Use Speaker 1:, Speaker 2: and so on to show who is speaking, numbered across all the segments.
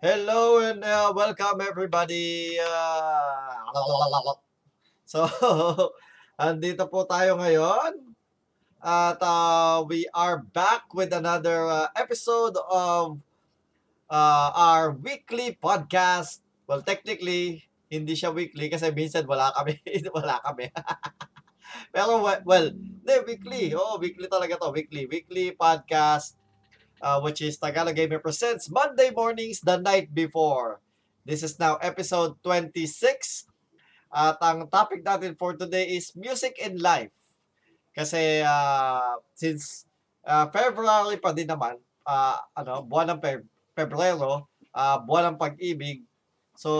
Speaker 1: Hello and uh, welcome everybody. Uh, so, andito po tayo ngayon. At uh, we are back with another uh, episode of uh, our weekly podcast. Well, technically, hindi siya weekly kasi minsan wala kami. wala kami. Pero, we- well, hindi, weekly. Oo, oh, weekly talaga to. Weekly. Weekly podcast uh, which is Tagalog Gamer Presents Monday Mornings the Night Before. This is now episode 26. At ang topic natin for today is music in life. Kasi uh, since uh, February pa din naman, uh, ano, buwan ng Feb- Pebrero, uh, buwan ng pag-ibig. So,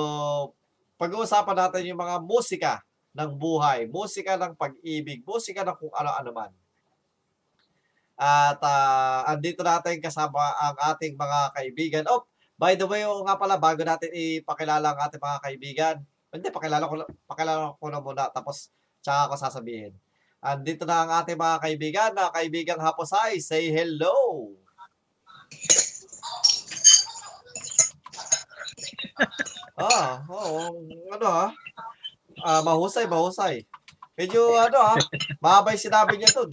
Speaker 1: pag-uusapan natin yung mga musika ng buhay, musika ng pag-ibig, musika ng kung ano-ano man. At ah, andito natin kasama ang ating mga kaibigan. Oh, by the way, oo nga pala, bago natin ipakilala ang ating mga kaibigan. Hindi, pakilala ko, na- pakilala ko na muna, tapos tsaka ako sasabihin. Andito na ang ating mga kaibigan, na kaibigang Haposay, say hello! Ah, oo. Ano ha? Ah, mahusay, mahusay. Medyo ano ha? Mahabay sinabi niya dun.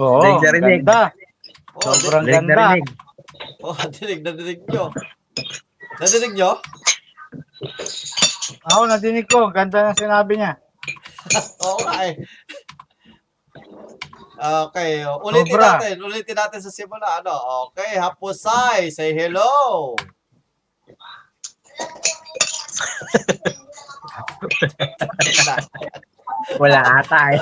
Speaker 2: Oo,
Speaker 3: Daig na
Speaker 2: ang
Speaker 3: rinig.
Speaker 2: ganda.
Speaker 1: Oo,
Speaker 2: Sobrang
Speaker 3: Rinig na eh.
Speaker 2: ganda.
Speaker 3: rinig.
Speaker 1: Oh, nadinig, nadinig nyo. Nadinig nyo?
Speaker 2: Oo, nadinig ko. Ganda ng sinabi niya.
Speaker 1: Oo nga eh. Okay, oh, ulitin
Speaker 2: Sobra.
Speaker 1: natin. Ulitin natin sa simula. Ano? Okay, Hapusay, say hello.
Speaker 3: Wala ata eh.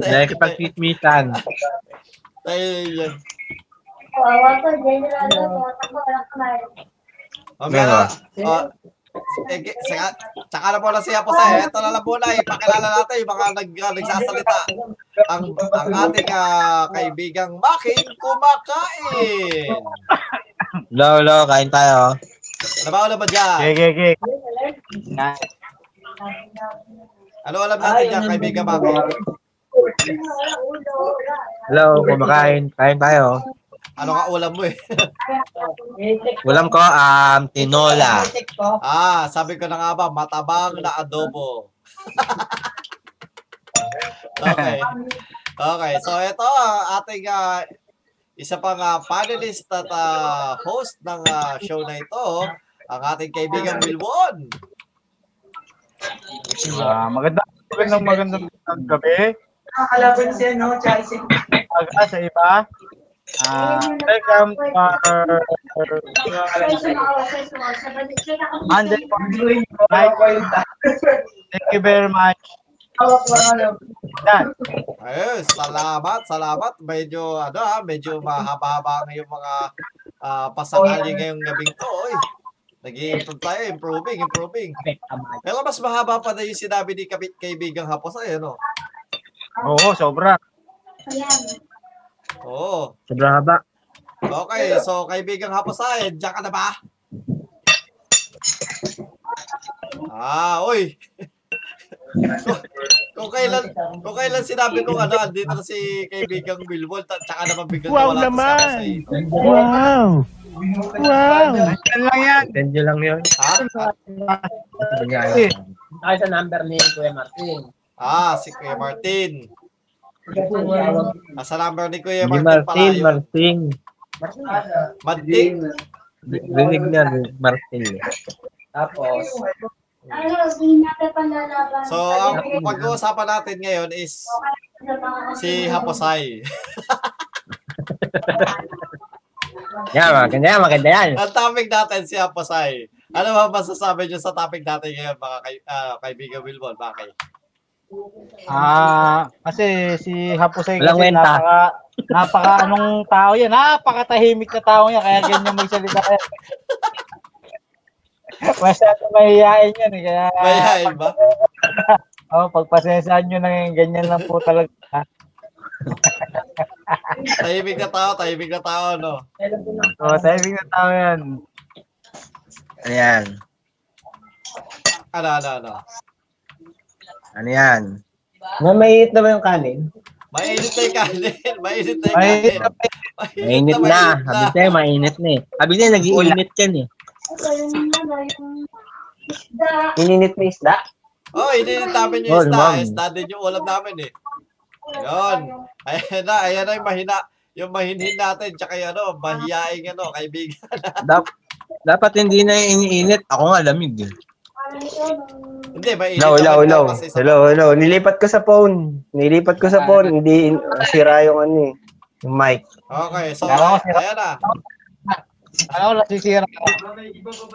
Speaker 3: Nakikipagkitmisan.
Speaker 1: Ayun.
Speaker 4: Kawawa ko, dyan yung lalo ko. Ako, walang kumain.
Speaker 1: O,
Speaker 3: Meron.
Speaker 1: meron. O, ano? Oh, sige, saka, saka na muna si Hapusay. eh. Ito na lang muna. Ipakilala natin yung mga nag, ah, nagsasalita. Ang, ang ating ah, kaibigang Making Kumakain.
Speaker 3: Low, low, kain tayo.
Speaker 1: Ano ba alam mo dyan?
Speaker 2: Sige, sige.
Speaker 1: Ano alam natin dyan, kaibigan Making?
Speaker 4: Wala ulo, wala.
Speaker 3: Hello, kumakain. Kain tayo.
Speaker 1: Ano ka ulam mo eh?
Speaker 3: Ulam ko, um, tinola.
Speaker 1: Ah, sabi ko na nga ba, matabang na adobo. okay. Okay, so ito ang ating ah, isa pang ah, panelist at ah, host ng ah, show na ito, ang ating kaibigan Wilwon.
Speaker 2: Ah, maganda. Magandang magandang magandang gabi.
Speaker 5: Nakakalaban siya, no? Chelsea.
Speaker 2: Aga sa iba. Ah, welcome to our
Speaker 4: Ay, sumawa, ay, sumawa. Sabay- check ako.
Speaker 2: Monday morning.
Speaker 5: Doing ko. Ako yung
Speaker 2: Thank you very much.
Speaker 5: tawag ko alam.
Speaker 2: Yan.
Speaker 1: Ayun, salamat, salamat. Medyo, ano ha, medyo mahaba-haba ngayong mga uh, pasakali ngayong gabing to. Oy. Nag-i-improve tayo, improving, improving. Pero mas mahaba pa na yung sinabi ni kapit kaibigang hapos ay ano.
Speaker 2: Oo, sobra.
Speaker 4: Ayan.
Speaker 1: Oo.
Speaker 3: Sobrang haba.
Speaker 1: Okay, so kaibigang hapos ay, diyan ka na ba? Ah, oy. Kung- kung kailan kung kailan sinabi ko ano, andito na si kaibigang Wilwon, ta- tsaka naman biglang
Speaker 6: Wow
Speaker 1: nawala to sa
Speaker 6: naman!
Speaker 1: akin.
Speaker 6: Wow! Wow!
Speaker 2: Yan lang yan.
Speaker 3: Send nyo lang yun.
Speaker 1: Ha?
Speaker 2: Eh,
Speaker 7: Ay, sa number ni Kuya Martin.
Speaker 1: Ah, si Kuya Martin. Nasa number ni Kuya
Speaker 3: Hindi
Speaker 1: Martin pala
Speaker 3: eh, Martin,
Speaker 1: yun.
Speaker 3: Martin.
Speaker 7: Martin.
Speaker 1: Martin.
Speaker 3: Rinig na, Martin.
Speaker 7: Tapos,
Speaker 4: Ay, hindi natin panlalaban.
Speaker 1: So, ang pag-uusapan natin ngayon is si Haposay.
Speaker 3: Yan, maganda yan, maganda yan.
Speaker 1: ang topic natin si Haposay. Ano ba masasabi niyo sa topic natin ngayon, mga kay, ah, kaibigan Wilbon? Bakit?
Speaker 2: Ah, kasi si Haposay kasi
Speaker 3: Walang kwenta.
Speaker 2: napaka, napaka anong tao yan. Napakatahimik na tao yan. Kaya ganyan magsalita yan. Masyado mahihain yan. Eh. Kaya,
Speaker 1: Mayayain ba?
Speaker 2: oh, pagpasensyahan nyo na ngayon, ganyan lang po talaga.
Speaker 1: Tahimik na tao, tahimik na tao, no?
Speaker 2: Oh, tahimik na tao yan.
Speaker 3: Ayan.
Speaker 1: Ano, ano, ano?
Speaker 3: Ano yan?
Speaker 7: na maiit na ba yung kanin?
Speaker 1: Mainit na yung kanin. Mainit na yung
Speaker 2: Ay,
Speaker 1: kanin.
Speaker 3: Mainit na. Sabi sa'yo, mainit na eh. Sabi sa'yo, nag-iinit yan eh.
Speaker 7: Ininit na isda?
Speaker 1: Oh, ininit namin yung
Speaker 3: Oh,
Speaker 1: isda.
Speaker 3: ma'am.
Speaker 1: Isda din yung ulam namin eh. Yun. Ayan na, ayan na yung mahina. Yung mahinhin natin, tsaka yung ano, mahiyaing ano, kaibigan.
Speaker 3: Dap- dapat hindi na iniinit. Ako nga, lamig eh.
Speaker 1: Hindi, mainit.
Speaker 8: Hello,
Speaker 1: naman
Speaker 8: hello, hello.
Speaker 1: daw kasi sa-
Speaker 8: Hello, hello. Nilipat ko sa phone. Nilipat ko
Speaker 3: Ah.
Speaker 8: sa phone. Hindi sira yung ano eh. Yung mic.
Speaker 1: Okay, so,
Speaker 2: Kala ko si-
Speaker 1: ayan na.
Speaker 2: Ano, nasisira ako.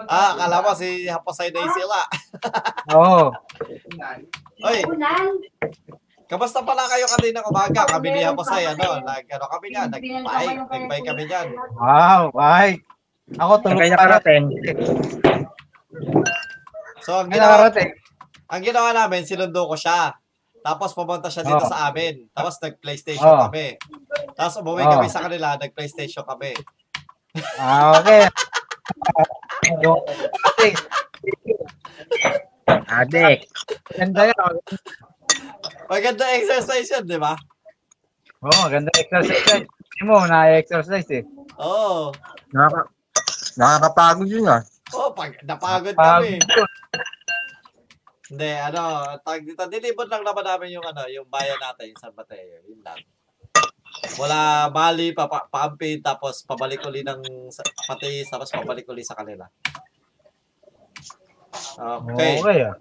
Speaker 1: Ah, akala mo si Hapasay na isila.
Speaker 2: Oo.
Speaker 1: Oy, kamusta pala kayo kanina umaga? Kami ni Hapasay, ano, nag, ano kami niya, nagpay, nagpay kami niyan.
Speaker 2: Wow, ay. Ako tulog
Speaker 3: Kaya
Speaker 2: pa
Speaker 3: nakarating.
Speaker 1: So, ang
Speaker 2: Ay,
Speaker 1: ginawa,
Speaker 2: nakarating.
Speaker 1: ang ginawa namin, sinundo ko siya. Tapos pumunta siya dito
Speaker 2: Oh.
Speaker 1: sa amin. Tapos nag-PlayStation
Speaker 2: Oh.
Speaker 1: kami. Tapos umuwi
Speaker 2: Oh.
Speaker 1: kami sa kanila, nag-PlayStation kami.
Speaker 2: Ah, okay.
Speaker 3: Adik.
Speaker 2: Ganda yan. oh.
Speaker 1: Maganda exercise yun, di ba?
Speaker 2: Oo, oh, ganda exercise. yan. Hindi mo, na-exercise eh.
Speaker 1: Oo. Oh.
Speaker 3: Nakaka- nakakapagod yun ah.
Speaker 1: Oo, pag napagod kami. Hindi, ano, tag dito, nilibot lang naman namin yung ano, yung bayan natin, San Mateo, yun lang. Wala Bali, pa, pa, Pampin, tapos pabalik uli ng sa- pati, tapos pabalik uli sa kanila. Okay.
Speaker 2: Okay. ah.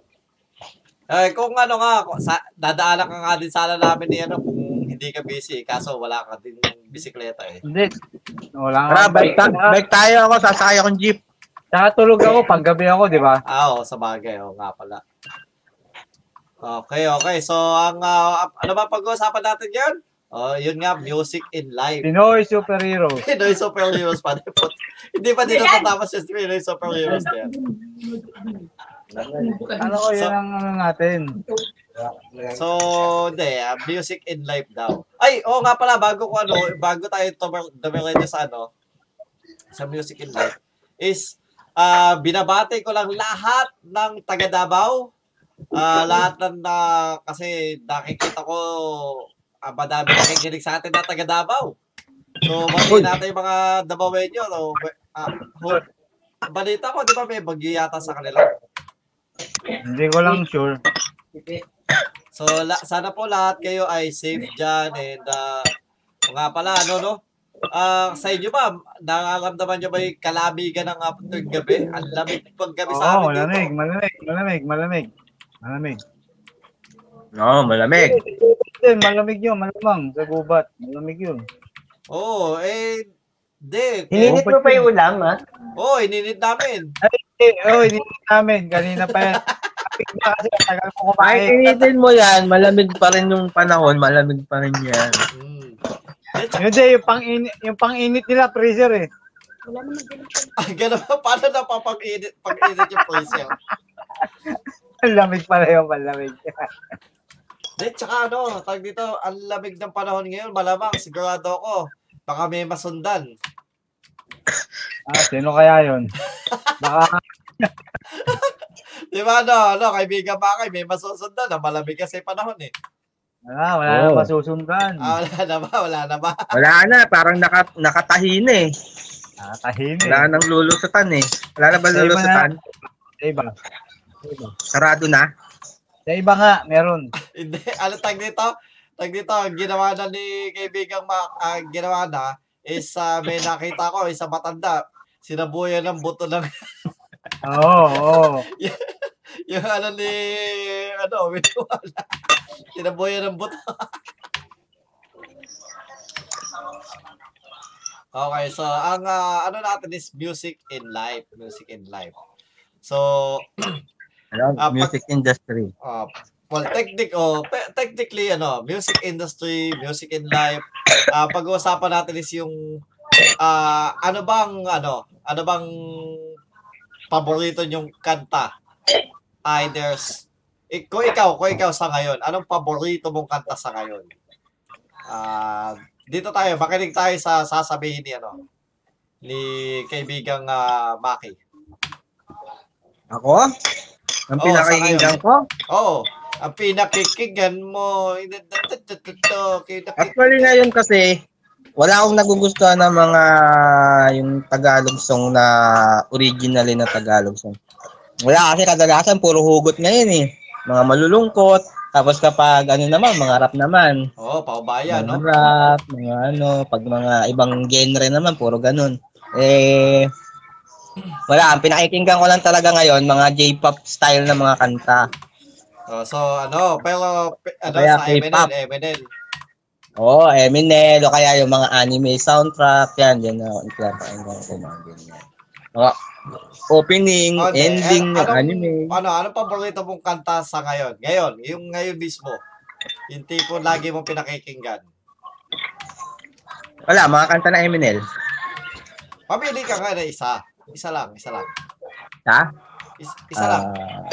Speaker 1: Eh, kung ano nga, kung sa, dadaanan ka nga din sana namin ni ano, kung hindi ka busy, kaso wala ka din bisikleta eh.
Speaker 2: Hindi. Wala nga.
Speaker 3: Tara, Ah, bike, ta- bike tayo ako. Sasakay akong jeep.
Speaker 2: Saka tulog ako pag gabi ako, di ba?
Speaker 1: Ah, oo, sa bagay. Oo nga pala. Okay, okay. So, ang ah, ano ba pag-uusapan natin yun? Oh, yun nga, music in life.
Speaker 2: Pinoy superhero.
Speaker 1: Pinoy superheroes pa. din po. Hindi pa din natatapos yung Pinoy superheroes na yan.
Speaker 2: Alam ko, yun
Speaker 1: So-
Speaker 2: ang ano natin.
Speaker 1: So, hindi. ah, music in life daw. Ay, oo nga pala. Bago ko ano, bago tayo tumir- dumiretso sa ano, sa music in life, is ah binabati ko lang lahat ng taga Davao. Ah, lahat ng na, kasi nakikita ko uh, madami nakikinig sa atin na taga Davao. So, bati natin yung mga Davaoenyo. No? Ah, ho- balita ko, di ba may bagyo yata sa kanila?
Speaker 2: Hindi ko lang sure.
Speaker 1: So, la- sana po lahat kayo ay safe dyan and uh, nga pala, ano, no? Ah, sa inyo ba, nakakamdaman nyo ba yung kalamigan ng uh, tuwing gabi? Ang lamig pag gabi
Speaker 2: Oo,
Speaker 1: sa amin eh,
Speaker 2: malamig,
Speaker 1: dito.
Speaker 2: malamig, malamig, malamig. Malamig.
Speaker 3: Oo, malamig.
Speaker 2: Hindi, malamig yun, malamang. Sa gubat, malamig yun.
Speaker 1: Oo, oh, eh, di. Eh,
Speaker 7: Ininit mo pa yung ulam, ha?
Speaker 1: Oo, oh, ininit namin.
Speaker 2: Eh, oh, hindi namin. Kanina pa yan. Kapit na kasi tagal ko
Speaker 3: Kahit
Speaker 2: kumain.
Speaker 3: initin mo yan, malamig pa rin yung panahon. Malamig pa rin yan.
Speaker 1: Mm.
Speaker 2: Yun din, yung pang-init, yung pang-init nila, freezer eh.
Speaker 1: Ah, ganun ba? Paano napapag-init pag-init yung presyo?
Speaker 2: Ang Lamig pala yung malamig.
Speaker 1: Di, tsaka ano, tag dito, ang lamig ng panahon ngayon, malamang, sigurado ako. Baka may masundan.
Speaker 2: ah, sino kaya yun? Baka,
Speaker 1: Di ba, ano, ano, kaibigan ba kayo, may masusundan. ah, Malamig kasi panahon eh.
Speaker 2: wala, ah, wala
Speaker 3: Oo.
Speaker 2: na masusundan.
Speaker 1: Ah, wala na ba? Wala na ba?
Speaker 3: Wala na, parang naka, nakatahi na eh.
Speaker 2: Nakatahimik.
Speaker 3: Wala nang lulusutan eh. Wala na ba
Speaker 2: Sa iba
Speaker 3: lulusutan?
Speaker 2: Sa iba.
Speaker 3: Sarado na?
Speaker 2: Sa iba nga, meron.
Speaker 1: Hindi. Ano tag dito? Tag dito, ang ginawa na ni kaibigang Mac, ang ginawa na is ah, may nakita ko, isa matanda. Sinabuyan ng buto ng
Speaker 2: Oo, oh, oo. Oh.
Speaker 1: yung ano ni ano, wala. Sinabuyan ng buto. okay, so ang ah, ano natin is music in life, music in life. So,
Speaker 3: Alam,
Speaker 1: Ah, pag-
Speaker 3: music industry.
Speaker 1: uh, well, technic, oh, pe- technically, ano, music industry, music in life, ah, pag-uusapan natin is yung, ah, ano bang, ano, ano bang paborito yung kanta? Either, s- ik- kung ikaw, kung ikaw sa ngayon, anong paborito mong kanta sa ngayon? Ah, dito tayo, makinig tayo sa sasabihin ni, ano, ni kaibigang ah, Maki.
Speaker 3: Ako? Ang
Speaker 1: Oo,
Speaker 3: pinakinggan ko?
Speaker 1: Oo. Oh, Ang pinakikigan mo. Kinakik-
Speaker 3: Actually ngayon kasi, Wala akong nagugustuhan ng mga yung Tagalog song na originally na Tagalog song. Wala kasi kadalasan puro hugot ngayon eh. Mga malulungkot. Tapos kapag ano naman, mga rap naman.
Speaker 1: Oo, oh, paubaya,
Speaker 3: mga
Speaker 1: no?
Speaker 3: rap, mga ano, pag mga ibang genre naman, puro ganun. Eh, wala. Ang pinakikinggan ko lang talaga ngayon, mga J-pop style na mga kanta.
Speaker 1: Oh, so, ano, pero, pe- ano,
Speaker 3: Kaya
Speaker 1: sa MNL,
Speaker 3: K-pop.
Speaker 1: MNL.
Speaker 3: Oo, oh, Eminem, o kaya yung mga anime soundtrack, yan, yan na, ipinapakinggan ko mga ganyan. Mga opening,
Speaker 1: Oh, hindi.
Speaker 3: ending,
Speaker 1: Eh,
Speaker 3: ng
Speaker 1: anong-
Speaker 3: anime.
Speaker 1: Ano, ano paborito mong kanta sa ngayon? Ngayon, yung ngayon mismo. Yung tipo lagi mong pinakikinggan.
Speaker 3: Wala, mga kanta na Eminem.
Speaker 1: Pamili ka nga na isa. Isa lang, isa lang.
Speaker 3: Ha?
Speaker 1: Is- isa lang.
Speaker 3: Ah,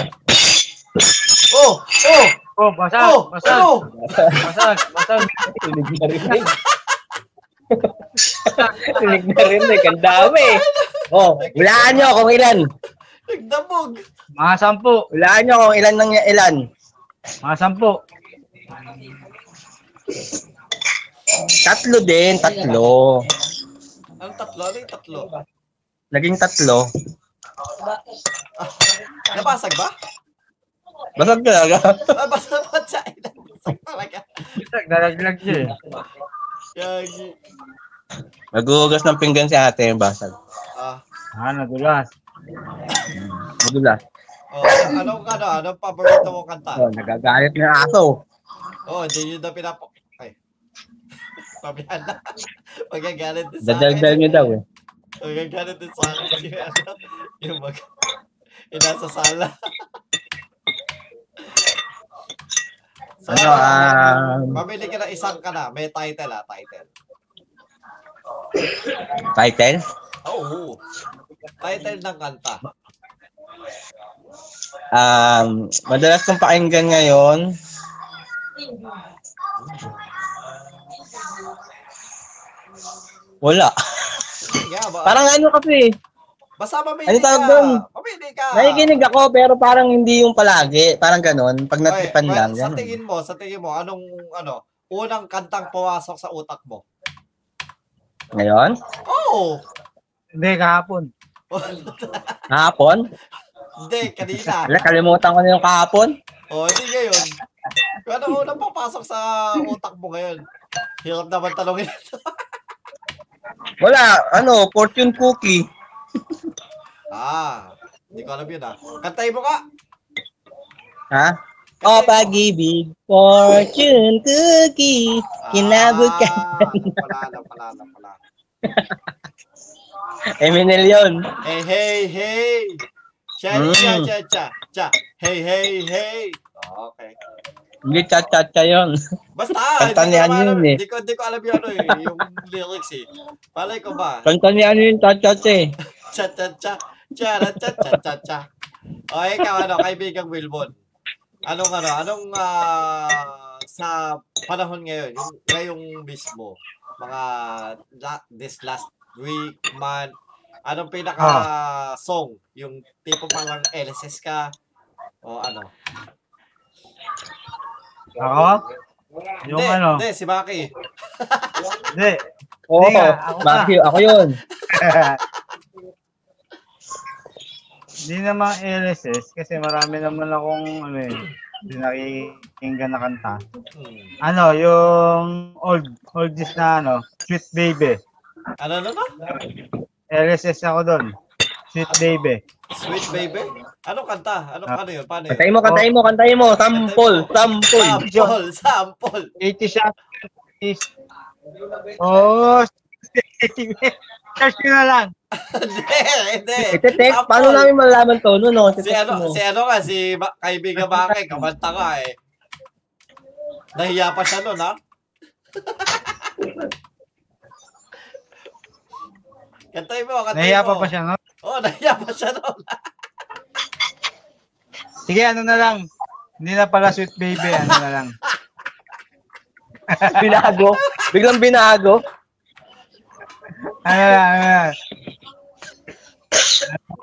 Speaker 1: Oh! Oh!
Speaker 2: Oh, basag,
Speaker 1: Oh!
Speaker 2: basag,
Speaker 1: Ano?
Speaker 2: basag, basag.
Speaker 3: Tulig na rinig. Tulig na rinig. Ang dami. Ah, Oh, hulaan nyo kung ilan.
Speaker 1: Nagdamog!
Speaker 2: Mga sampu,
Speaker 3: Hulaan nyo kung ilan ng ilan.
Speaker 2: mga sampu.
Speaker 3: Tatlo din, tatlo.
Speaker 1: Ang tatlo? Ano yung tatlo?
Speaker 3: Naging tatlo.
Speaker 1: Nabasag ba?
Speaker 3: Basag talaga.
Speaker 1: Nabasag ba siya? Nabasag talaga.
Speaker 2: Basag, nalaglag siya eh.
Speaker 1: Gagi.
Speaker 3: Nagugas ng pinggan si ate yung basag.
Speaker 1: Ah.
Speaker 2: Ah, nadulas.
Speaker 3: Madulas.
Speaker 1: Oh, anong, ano, anong paborito mong kanta?
Speaker 3: Oh, nagagalit na yung aso.
Speaker 1: Oh, hindi yun na pinapo... Ay. Pabihan na. Magagalit din sa akin.
Speaker 3: Dadaldal nyo daw eh.
Speaker 1: Magagalit din sa akin. Yung, ano, yung mag... Yung nasa sala. So,
Speaker 3: Ano, ah,
Speaker 1: Mamili ka na isang ka na. May title ah, title.
Speaker 3: title?
Speaker 1: Oo. Title ng kanta.
Speaker 3: Um, madalas kong pakinggan ngayon. Wala.
Speaker 1: Yeah, ba?
Speaker 3: Parang ano kasi,
Speaker 1: Basta mamili
Speaker 3: Ano
Speaker 1: ka.
Speaker 3: tawag doon?
Speaker 1: Mamili ka.
Speaker 3: nakikinig ako pero parang hindi yung palagi. Parang ganun, pag natripan
Speaker 1: Okay,
Speaker 3: lang.
Speaker 1: well, Sa
Speaker 3: ganun.
Speaker 1: tingin mo, sa tingin mo, anong, ano, unang kantang pumasok sa utak mo? Oh!
Speaker 3: Ngayon?
Speaker 1: Oo.
Speaker 2: Hindi, kahapon.
Speaker 3: Kahapon?
Speaker 1: Hindi, kanina.
Speaker 3: Wala, kalimutan ko na yung kahapon.
Speaker 1: O, hindi ngayon. Kung ano unang papasok sa utak mo ngayon? Hirap naman talongin.
Speaker 3: Wala, ano, fortune cookie.
Speaker 1: ah, hindi ko alam yun ah. Kantay mo ka.
Speaker 3: Ha? O pag-ibig, fortune cookie, kinabukan.
Speaker 1: Ah, alam pala, alam pala, alam pala. Ah.
Speaker 3: Eminel yun.
Speaker 1: Hey, Eh, hey, hey. Cha,
Speaker 3: Mm.
Speaker 1: cha, cha, cha, cha. Hey, hey, hey. Okay.
Speaker 3: Hindi chat-chat yun.
Speaker 1: Basta,
Speaker 3: Kanta
Speaker 1: hindi ko
Speaker 3: niya
Speaker 1: naman
Speaker 3: yun
Speaker 1: alam,
Speaker 3: eh.
Speaker 1: Hindi ko, hindi ko alam yun ano eh, yung lyrics eh. Palay ko ba?
Speaker 3: Kanta ni ano yung chat-chat eh.
Speaker 1: Cha, cha, cha, cha, ra, cha, cha, cha, cha. O, ikaw ano, kaibigang Wilbon. Anong ano, anong ah, sa panahon ngayon, yung, ngayong mismo, mga la- this last week, month, anong
Speaker 3: Ah.
Speaker 1: pinaka-song? Yung tipo parang LSS ka? O ano?
Speaker 2: Ako? Yung
Speaker 1: hindi,
Speaker 2: ano?
Speaker 1: hindi, si Maki.
Speaker 2: Hindi.
Speaker 3: Oo,
Speaker 2: Hindi nga, ako
Speaker 3: Matthew, ako yun.
Speaker 2: Hindi naman LSS kasi marami naman akong ano eh, hindi nakikinggan na kanta.
Speaker 1: Hmm.
Speaker 2: Ano, yung old, old is na ano, Sweet Baby.
Speaker 1: Ano na na?
Speaker 2: LSS ako doon. Sweet Baby.
Speaker 1: Sweet Baby? Ano kanta?
Speaker 2: Ah.
Speaker 1: Ano, ano yun? Paano yun?
Speaker 3: Kantayin mo, kantayin mo, kantayin mo. Sampol, sampol.
Speaker 1: Sample, sample.
Speaker 2: 80 siya. 80s. Oo. Oh, search nyo na lang.
Speaker 1: hindi, hindi.
Speaker 3: Ito, Tek,
Speaker 1: Sample.
Speaker 3: paano namin malaman to? No, no,
Speaker 1: Si ano,
Speaker 3: mo.
Speaker 1: si ano ka, si Ma- kaibigan Maki, kamanta ka eh. Nahiya pa siya nun, ha? Kantay mo, kantay
Speaker 2: Nahiya
Speaker 1: mo.
Speaker 2: pa pa siya, no?
Speaker 1: Oo, nahiya pa siya nun.
Speaker 2: Sige, ano na lang. Hindi na pala Sweet Baby, ano na lang.
Speaker 3: Binago. Biglang binago.
Speaker 2: Ano na, ano na.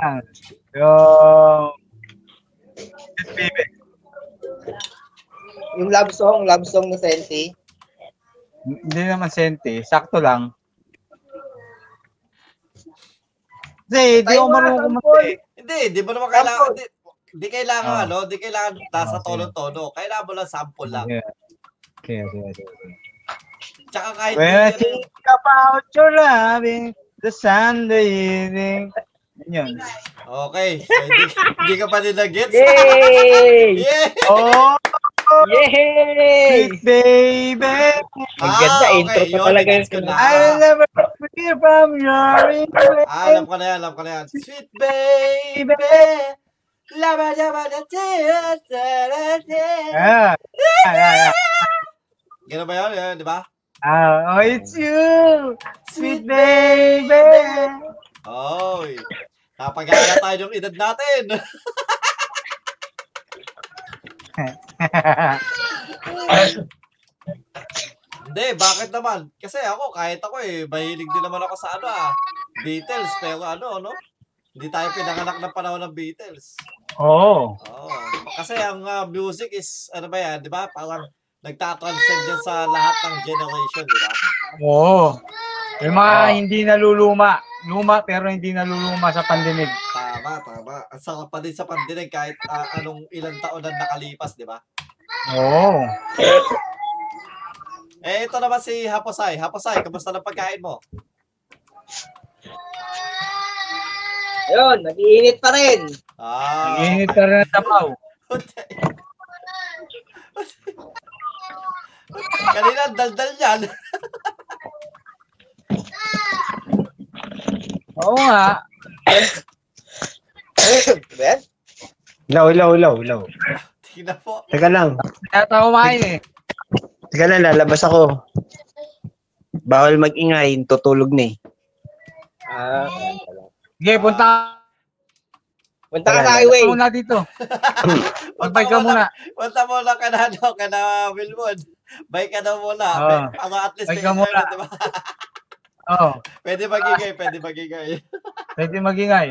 Speaker 2: Ano na. Yung... Sweet Baby.
Speaker 7: Yung love song, love song ni Senti.
Speaker 2: Hindi naman sente. Sakto lang. Kasi hindi ako marunong kumanta eh.
Speaker 1: Hindi, di ba naman kailangan, di, di kailangan
Speaker 2: Ah.
Speaker 1: ano, di kailangan tasa
Speaker 2: Ah, sige.
Speaker 1: tono-tono. Kailangan mo lang sample lang.
Speaker 2: Okay, okay, okay. okay, okay.
Speaker 1: Tsaka kahit
Speaker 2: When I
Speaker 1: di-
Speaker 2: think about your loving, the Sunday evening. Yun.
Speaker 1: Okay, so hindi, hindi ka pa nila gets.
Speaker 7: Yay!
Speaker 1: Yeah!
Speaker 2: Oh,
Speaker 7: Yay!
Speaker 2: sweet baby.
Speaker 7: Ang ganda, intro pa talaga
Speaker 1: Ah, gets
Speaker 7: yun.
Speaker 1: ko na.
Speaker 2: I will never hear from your
Speaker 1: Ah, alam ko na yan, alam ko na yan. Sweet baby, laba laba da da da da.
Speaker 2: Yeah. Yeah, yeah, yeah.
Speaker 1: Ganun ba yun? Yan, di ba?
Speaker 2: Ah, oh, it's you, sweet baby.
Speaker 1: Oy, napagaya tayo ng edad natin. Hindi, bakit naman? Kasi ako, kahit ako eh, mahilig din naman ako sa ano ah, Beatles, pero ano, ano? Hindi tayo pinanganak ng panahon ng Beatles.
Speaker 2: oh,
Speaker 1: Oo. Kasi ang ah, music is, ano ba yan, di ba? Parang nagtatranscend yan sa lahat ng generation, di ba?
Speaker 2: oh. Yung mga hindi naluluma. Luma pero hindi naluluma sa pandinig.
Speaker 1: Tama, tama. Ang sarap pa din sa pandinig kahit ah, anong ilang taon na nakalipas, di ba?
Speaker 2: Oh.
Speaker 1: Eh, ito naman si Haposay. Haposay, kamusta na pagkain mo?
Speaker 7: Ayun, nag-iinit pa rin.
Speaker 1: Ah,
Speaker 2: Init ka rin ng tapaw.
Speaker 1: kanina ang daldal yan.
Speaker 2: Oo nga.
Speaker 7: Ben?
Speaker 8: Ilaw, ilaw, ilaw, ilaw.
Speaker 1: Tingnan po.
Speaker 8: Teka lang.
Speaker 2: Yata kumain eh.
Speaker 8: Teka lang, lalabas ako. Bawal mag-ingay, tutulog na eh.
Speaker 7: Ah,
Speaker 2: Sige, punta
Speaker 7: punta ka eh. sa highway.
Speaker 2: ka muna dito. Magbay ka muna.
Speaker 1: Punta muna ka na, ano, ka na Wilwood. Bay ka na muna.
Speaker 2: Ah.
Speaker 1: Para at least
Speaker 2: Bay ka
Speaker 1: may-
Speaker 2: muna.
Speaker 1: di ba?
Speaker 2: Oo.
Speaker 1: Pwede magigay, pwede magigay.
Speaker 2: Oh, Pwede magingay.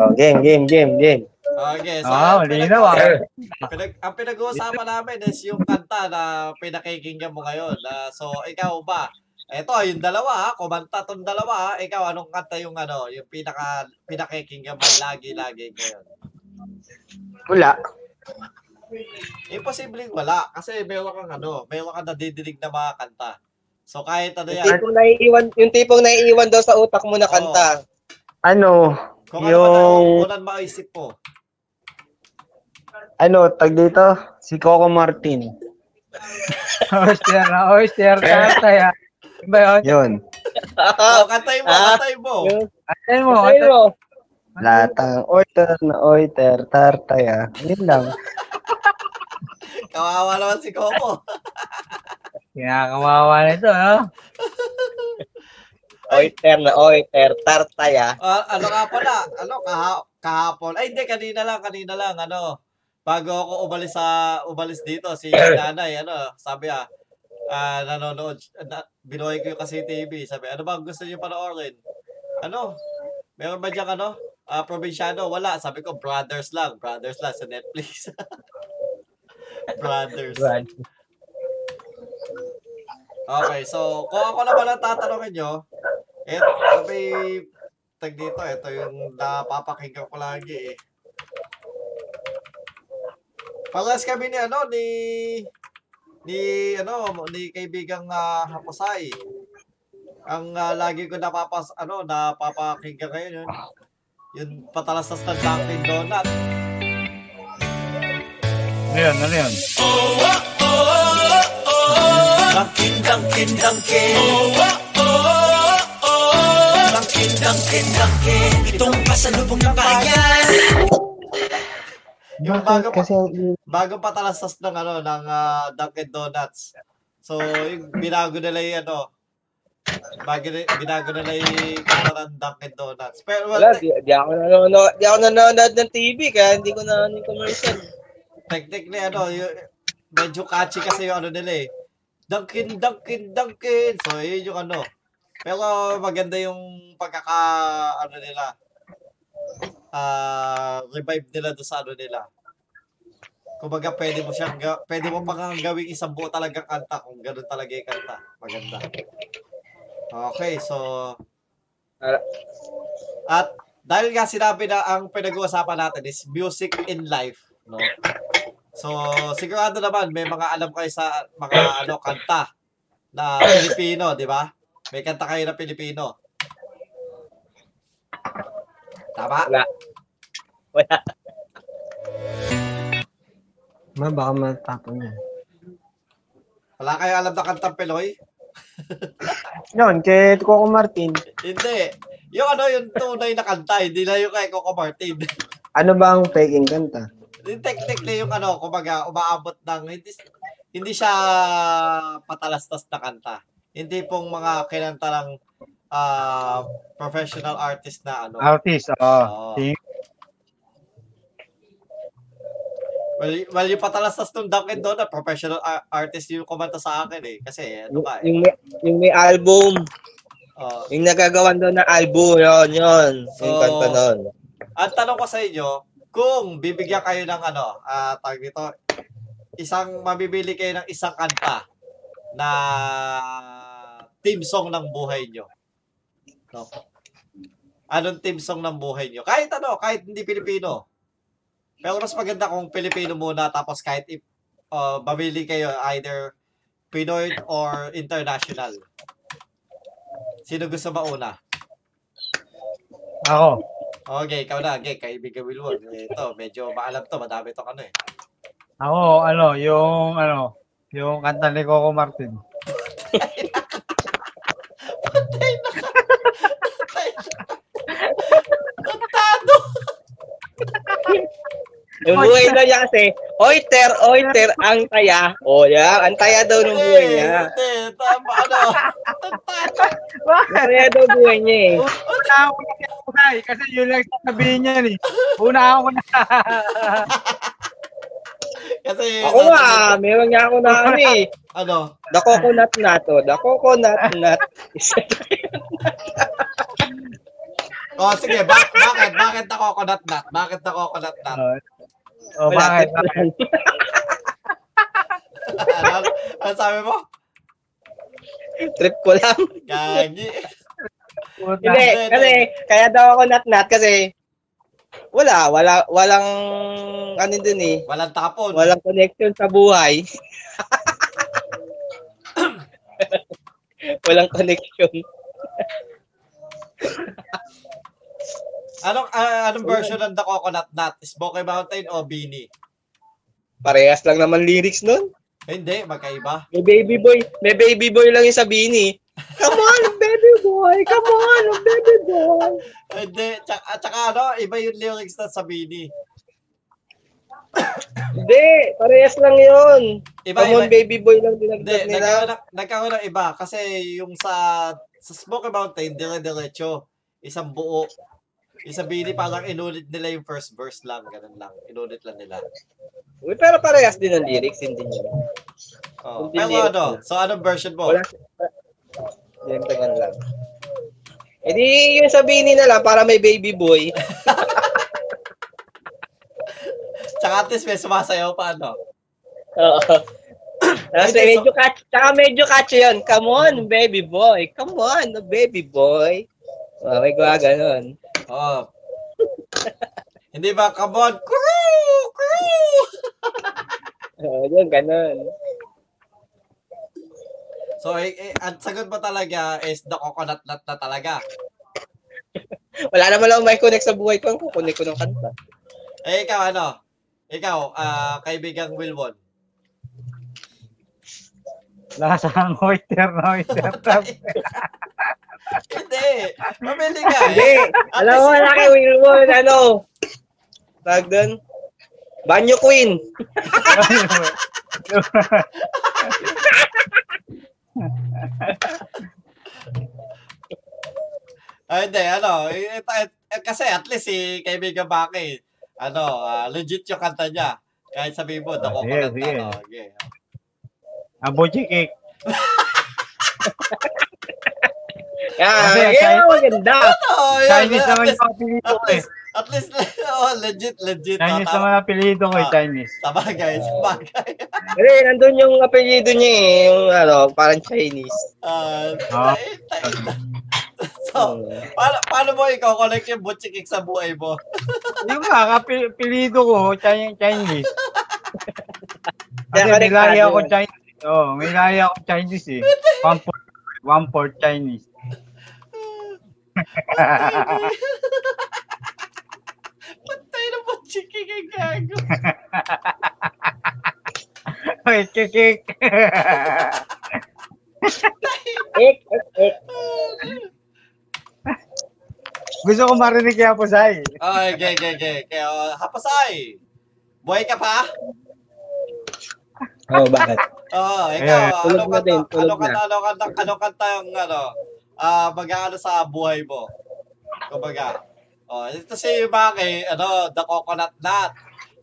Speaker 8: Oh, game, game, game, game.
Speaker 1: Okay, so
Speaker 2: Ah,
Speaker 1: ang pinag-
Speaker 2: malinaw, ah.
Speaker 1: pinag- ang pinag-uusapan namin is yung kanta na pinakikinggan mo ngayon. Ah, so, ikaw ba? Eto, yung dalawa, ha? kumanta tong dalawa. Ha? Ikaw, anong kanta yung ano, yung pinaka, pinakikinggan mo lagi-lagi ngayon?
Speaker 8: Wala.
Speaker 1: Imposibleng wala. Kasi meron kang ano, meron kang nadidinig na mga kanta. So, kahit ano
Speaker 7: Yung
Speaker 1: yan,
Speaker 7: tipong naiiwan, yung tipong naiiwan daw sa utak mo na kanta.
Speaker 8: Ano,
Speaker 1: kung ano man ang
Speaker 8: yung-
Speaker 1: unang maisip mo.
Speaker 8: ano, tag dito? Si Coco Martin.
Speaker 2: Oyster na, oyster na tayo. Yung ba yun?
Speaker 8: Yun.
Speaker 1: Oh, kantay mo,
Speaker 7: Ah.
Speaker 1: kantay mo.
Speaker 2: Antayin mo.
Speaker 7: Patay
Speaker 2: antayin-
Speaker 7: mo.
Speaker 8: Latang oiter na oiter, tartaya. Yun lang.
Speaker 1: Kawawa naman si Coco.
Speaker 2: Kinakawawa na ito, no?
Speaker 7: Oiter na oiter, tartaya.
Speaker 1: Ah, ano nga pala? Ano, kaha- kahapon? Ay, hindi, kanina lang, kanina lang, ano. Bago ako umalis sa, umalis dito, si nanay, ano, sabi ah, ah, nanonood, na, binuhay ko yung kasi TV, sabi, ano ba ang gusto niyo panoorin? Ano? Meron ba diyang ano? Ah, probinsyano? Wala. Sabi ko, brothers lang. Brothers lang sa Netflix. brothers. Okay, so kung ako naman ang tatanungin nyo, eh, ito, may tag dito, ito yung napapakinggan ko lagi eh. Palas kami ni ano, ni ni ano, ni kaibigang ah, Haposay. Ang ah, lagi ko napapas, ano, napapakinggan ngayon yun. Yung patalastas ng Dunkin' Donut.
Speaker 2: Ano yun? Ano yun?
Speaker 1: Dunkin', Dunkin', Dunkin'. Dunkin', Dunkin', Dunkin'. Itong pasalubong ng bayan. Yung bago pa,
Speaker 8: Kasi ang
Speaker 1: bago patalastas ng ano, ng ah, Dunkin' Donuts. So, yung binago nila yung ano, bago, ni- binago nila yung kanta ng Dunkin' Donuts. Pero, well,
Speaker 7: Wala, di, di ako nanonood, di ako nanonood ng TV kaya hindi ko na yung commercial.
Speaker 1: technically ano, yung, medyo catchy kasi yung ano nila eh. Dunkin, Dunkin, Dunkin. So, yun yung ano. Pero maganda yung pagkaka, ano nila, ah revive nila doon sa ano nila. Kumbaga, pwede mo siyang, ga- pwede mo pa nga gawing isang buo talagang kanta kung ganun talaga yung kanta. Maganda. Okay, so... At dahil nga sinabi na ang pinag-uusapan natin is music in life, no? So, sigurado naman, may mga alam kayo sa mga ano, kanta na Pilipino, di ba? May kanta kayo na Pilipino. Tama?
Speaker 8: Ma, baka matapon yan.
Speaker 1: Wala kayo alam na kantang Piloy?
Speaker 8: Yun, kay Coco Martin.
Speaker 1: Hindi. Yung ano, yung tunay na kanta, hindi na yung kay Coco Martin.
Speaker 8: Ano ba ang peking kanta?
Speaker 1: yung technically yung ano, kumbaga, umaabot ng, hindi, hindi siya patalastas na kanta. Hindi pong mga kinanta ng ah, professional artist na ano.
Speaker 7: Ah.
Speaker 2: Artist, oh.
Speaker 1: Oo.
Speaker 2: oo. Sing-
Speaker 1: Well, y- well, yung patalastas nung Dunkin' Donut, professional ar- artist yung kumanta sa akin eh. Kasi ano
Speaker 7: Yung,
Speaker 1: ba eh. ah.
Speaker 7: yung, may, yung may album,
Speaker 1: Oo.
Speaker 7: yung nagagawan daw ng album, yun, yun. yung
Speaker 1: So,
Speaker 7: kanta nun.
Speaker 1: Ang tanong ko sa inyo, kung bibigyan kayo ng ano, ah tawag dito, isang mabibili kayo ng isang kanta na team song ng buhay nyo. No? Anong team song ng buhay nyo? Kahit ano, kahit hindi Pilipino. Pero mas maganda kung Pilipino muna tapos kahit if, uh, mamili kayo either Pinoy or international. Sino gusto mauna?
Speaker 2: Ako.
Speaker 1: Okay, ikaw na. Okay, kaibigan Wilwon. Ito, medyo maalam to. Madami to ano eh.
Speaker 2: Ako, ano, yung, ano, yung kanta ni Coco Martin.
Speaker 1: Tado!
Speaker 7: Yung buhay daw niya kasi, oiter, oiter, ang taya. O, yan, ang taya daw ng buhay
Speaker 1: Hindi,
Speaker 7: niya.
Speaker 1: hindi. Tama, ano. Tado!
Speaker 7: Ang taya daw buhay niya eh.
Speaker 2: Una ako na kaya Unay, kasi yun lang sasabihin niya ni. Una ako na.
Speaker 1: Kasi,
Speaker 7: Ako nga, meron nga ako na ano eh.
Speaker 1: Ano?
Speaker 7: The coconut na to. The coconut nut.
Speaker 1: Oh, sige. Bak bakit? Bakit na coconut nut? Bakit na coconut nut?
Speaker 2: o,
Speaker 7: Wala,
Speaker 2: bakit? Bakit?
Speaker 7: Ah.
Speaker 1: ano, ano sabi mo?
Speaker 7: Trip ko lang.
Speaker 1: Gagi.
Speaker 7: Hindi,
Speaker 1: Hindi,
Speaker 7: kasi, kaya daw ako nut nut kasi, wala, wala, walang, ano dun eh.
Speaker 1: Walang tapon.
Speaker 7: Walang connection sa buhay. walang connection.
Speaker 1: Anong, ah, anong version ng the coconut nut? Smoky Mountain o Beanie?
Speaker 7: Parehas lang naman lyrics nun.
Speaker 1: Hindi, magkaiba.
Speaker 7: May baby boy, may baby boy lang yung sabihin eh. Come on, baby boy! Come on, baby boy!
Speaker 1: Hindi. Tsaka, at tsaka ano, iba yung lyrics na sa Beanie.
Speaker 7: Hindi, parehas lang yun.
Speaker 1: Iba,
Speaker 7: Come
Speaker 1: iba,
Speaker 7: on, baby boy lang dinagdag
Speaker 1: Hindi,
Speaker 7: nila.
Speaker 1: nagkaroon, ng, nagkaroon ng iba. Kasi yung sa, sa Smoky Mountain, dire-diretso. Isang buo. Isang bini, parang inulit nila yung first verse lang. Ganun lang. Inulit lang nila.
Speaker 7: Uy, pero parehas din ang lyrics, hindi niya.
Speaker 1: Oh.
Speaker 7: Hindi
Speaker 1: Pero
Speaker 7: nila-
Speaker 1: ano, so anong version mo?
Speaker 7: Wala. Dinagdagan lang. E di, yung sabihin nila lang, para may baby boy.
Speaker 1: Tsaka at least may sumasayaw pa, ano?
Speaker 7: Oo. Tapos
Speaker 1: Ay,
Speaker 7: medyo catchy, tsaka medyo catchy yun. Come on, baby boy. Come on, baby boy. Oh, may gawa ganun.
Speaker 1: Oh. Hindi ba, come on, crew! Crew!
Speaker 7: Oh, yun, ganun.
Speaker 1: So, eh, eh, ang sagot mo talaga is the coconut nut na talaga.
Speaker 7: Wala naman lang may connect sa buhay ko. Ang kukunin ko ng kanta.
Speaker 1: Eh, ikaw, ano? Ikaw, ah, kaibigang Wilwon.
Speaker 2: Lasang oiter na oiter.
Speaker 1: Hindi. Mamili ka. eh.
Speaker 7: Hindi.
Speaker 1: At
Speaker 7: Alam mo,
Speaker 1: least-
Speaker 7: wala kay Wilbon. Ano? Tag doon. Banyo Queen.
Speaker 1: Ay, hindi, ano, eh, eh, eh, kasi at least si kaibigan Baki, ano, ah, legit yung kanta niya. Kahit sabihin mo, oh, dako ko
Speaker 2: Ah, sige,
Speaker 1: lang
Speaker 2: sige.
Speaker 1: na. Okay.
Speaker 2: Aboji cake.
Speaker 7: Yan,
Speaker 2: Kasi,
Speaker 7: yan
Speaker 2: kahit-
Speaker 7: ang maganda.
Speaker 1: Oh, yun,
Speaker 2: Chinese
Speaker 1: at,
Speaker 2: naman
Speaker 1: least,
Speaker 2: yung apelido ko
Speaker 1: at
Speaker 2: eh.
Speaker 1: least, at least, oh, legit, legit.
Speaker 2: Chinese
Speaker 1: Tama-
Speaker 2: naman Oh. ang apelido ko eh,
Speaker 1: Ah.
Speaker 2: Chinese.
Speaker 1: Sabagay, sabagay.
Speaker 7: Kasi nandun yung apelyido niya eh, yung ano, parang Chinese.
Speaker 1: Ah,
Speaker 2: Ah.
Speaker 1: tay- tay- so, paano, paano mo ikaw connect yung butchikik sa buhay mo?
Speaker 2: Yung nga, kapi- apelido ko, Chi- Chinese. Kasi
Speaker 7: Kaya
Speaker 2: may lahi
Speaker 7: konektado
Speaker 2: ako
Speaker 7: yun.
Speaker 2: Chinese. eh. Oo, may lahi ako Chinese eh. One fourth, one fourth Chinese.
Speaker 1: Patay na butchikik ang gago.
Speaker 2: Wait, kik, kik.
Speaker 7: Ek, ek, ek.
Speaker 2: Gusto ko marinig kaya po sa'yo.
Speaker 1: Okay, okay, okay, okay. Kaya, oh, hapasay. Buhay ka pa?
Speaker 3: Oo, bakit?
Speaker 1: Oo, ikaw.
Speaker 2: Ayan,
Speaker 1: ano
Speaker 7: tulog na
Speaker 1: kanta,
Speaker 7: din, tulog
Speaker 1: ano kanta,
Speaker 7: na.
Speaker 1: ano kanta, ano kanta yung ano, ah, mag-aano sa buhay mo? Kumbaga. Oh, ito si Maki, ano, the coconut nut.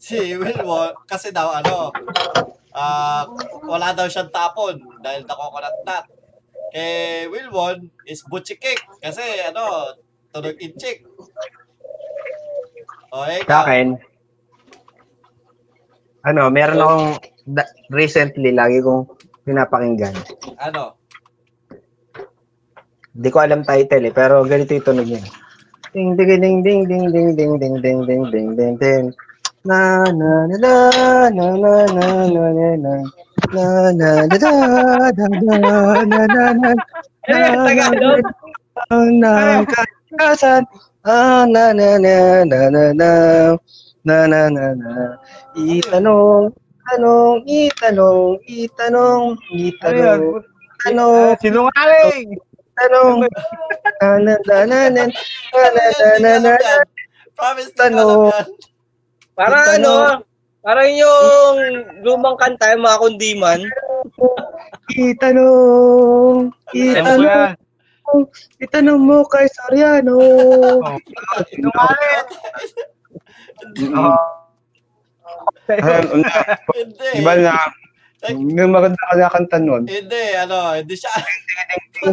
Speaker 1: Si Wilmo, kasi daw, ano, ah, wala daw siyang tapon dahil the coconut nut. Kay Wilwon is butchie cake kasi ano, tunog in chick. O,
Speaker 9: Sa
Speaker 1: Oh, ikaw.
Speaker 9: akin, ano, meron akong da- recently lagi kong pinapakinggan.
Speaker 1: Ano?
Speaker 9: Hindi ko alam title eh, pero ganito yung tunog niya. Ding ding ding ding ding ding ding ding ding ding ding ding ding na na na na na na na na na na na na na na na na na na na
Speaker 7: Ano yung Tagalog?
Speaker 9: ang ng kakasan. Ah, na na na na na na na na na na itanong tanong itanong itanong
Speaker 2: Ano yun?
Speaker 9: itanong tanong
Speaker 2: Sinungaling!
Speaker 9: tanong na na na na na na na na na
Speaker 1: Promise na
Speaker 9: Tanong.
Speaker 1: alam yan.
Speaker 7: Parang
Speaker 9: Ito,
Speaker 7: ano,
Speaker 9: no?
Speaker 7: parang yung lumang kanta, yung mga kundiman.
Speaker 9: itanong
Speaker 2: Ano ba
Speaker 9: itanong
Speaker 2: yan?
Speaker 9: itanong mo kay Soriano
Speaker 2: Sinungaling!
Speaker 8: Ah,
Speaker 1: Hindi.
Speaker 8: Di ba ano na, yung maganda ka nakanta nun,
Speaker 1: Hindi, ano, hindi siya,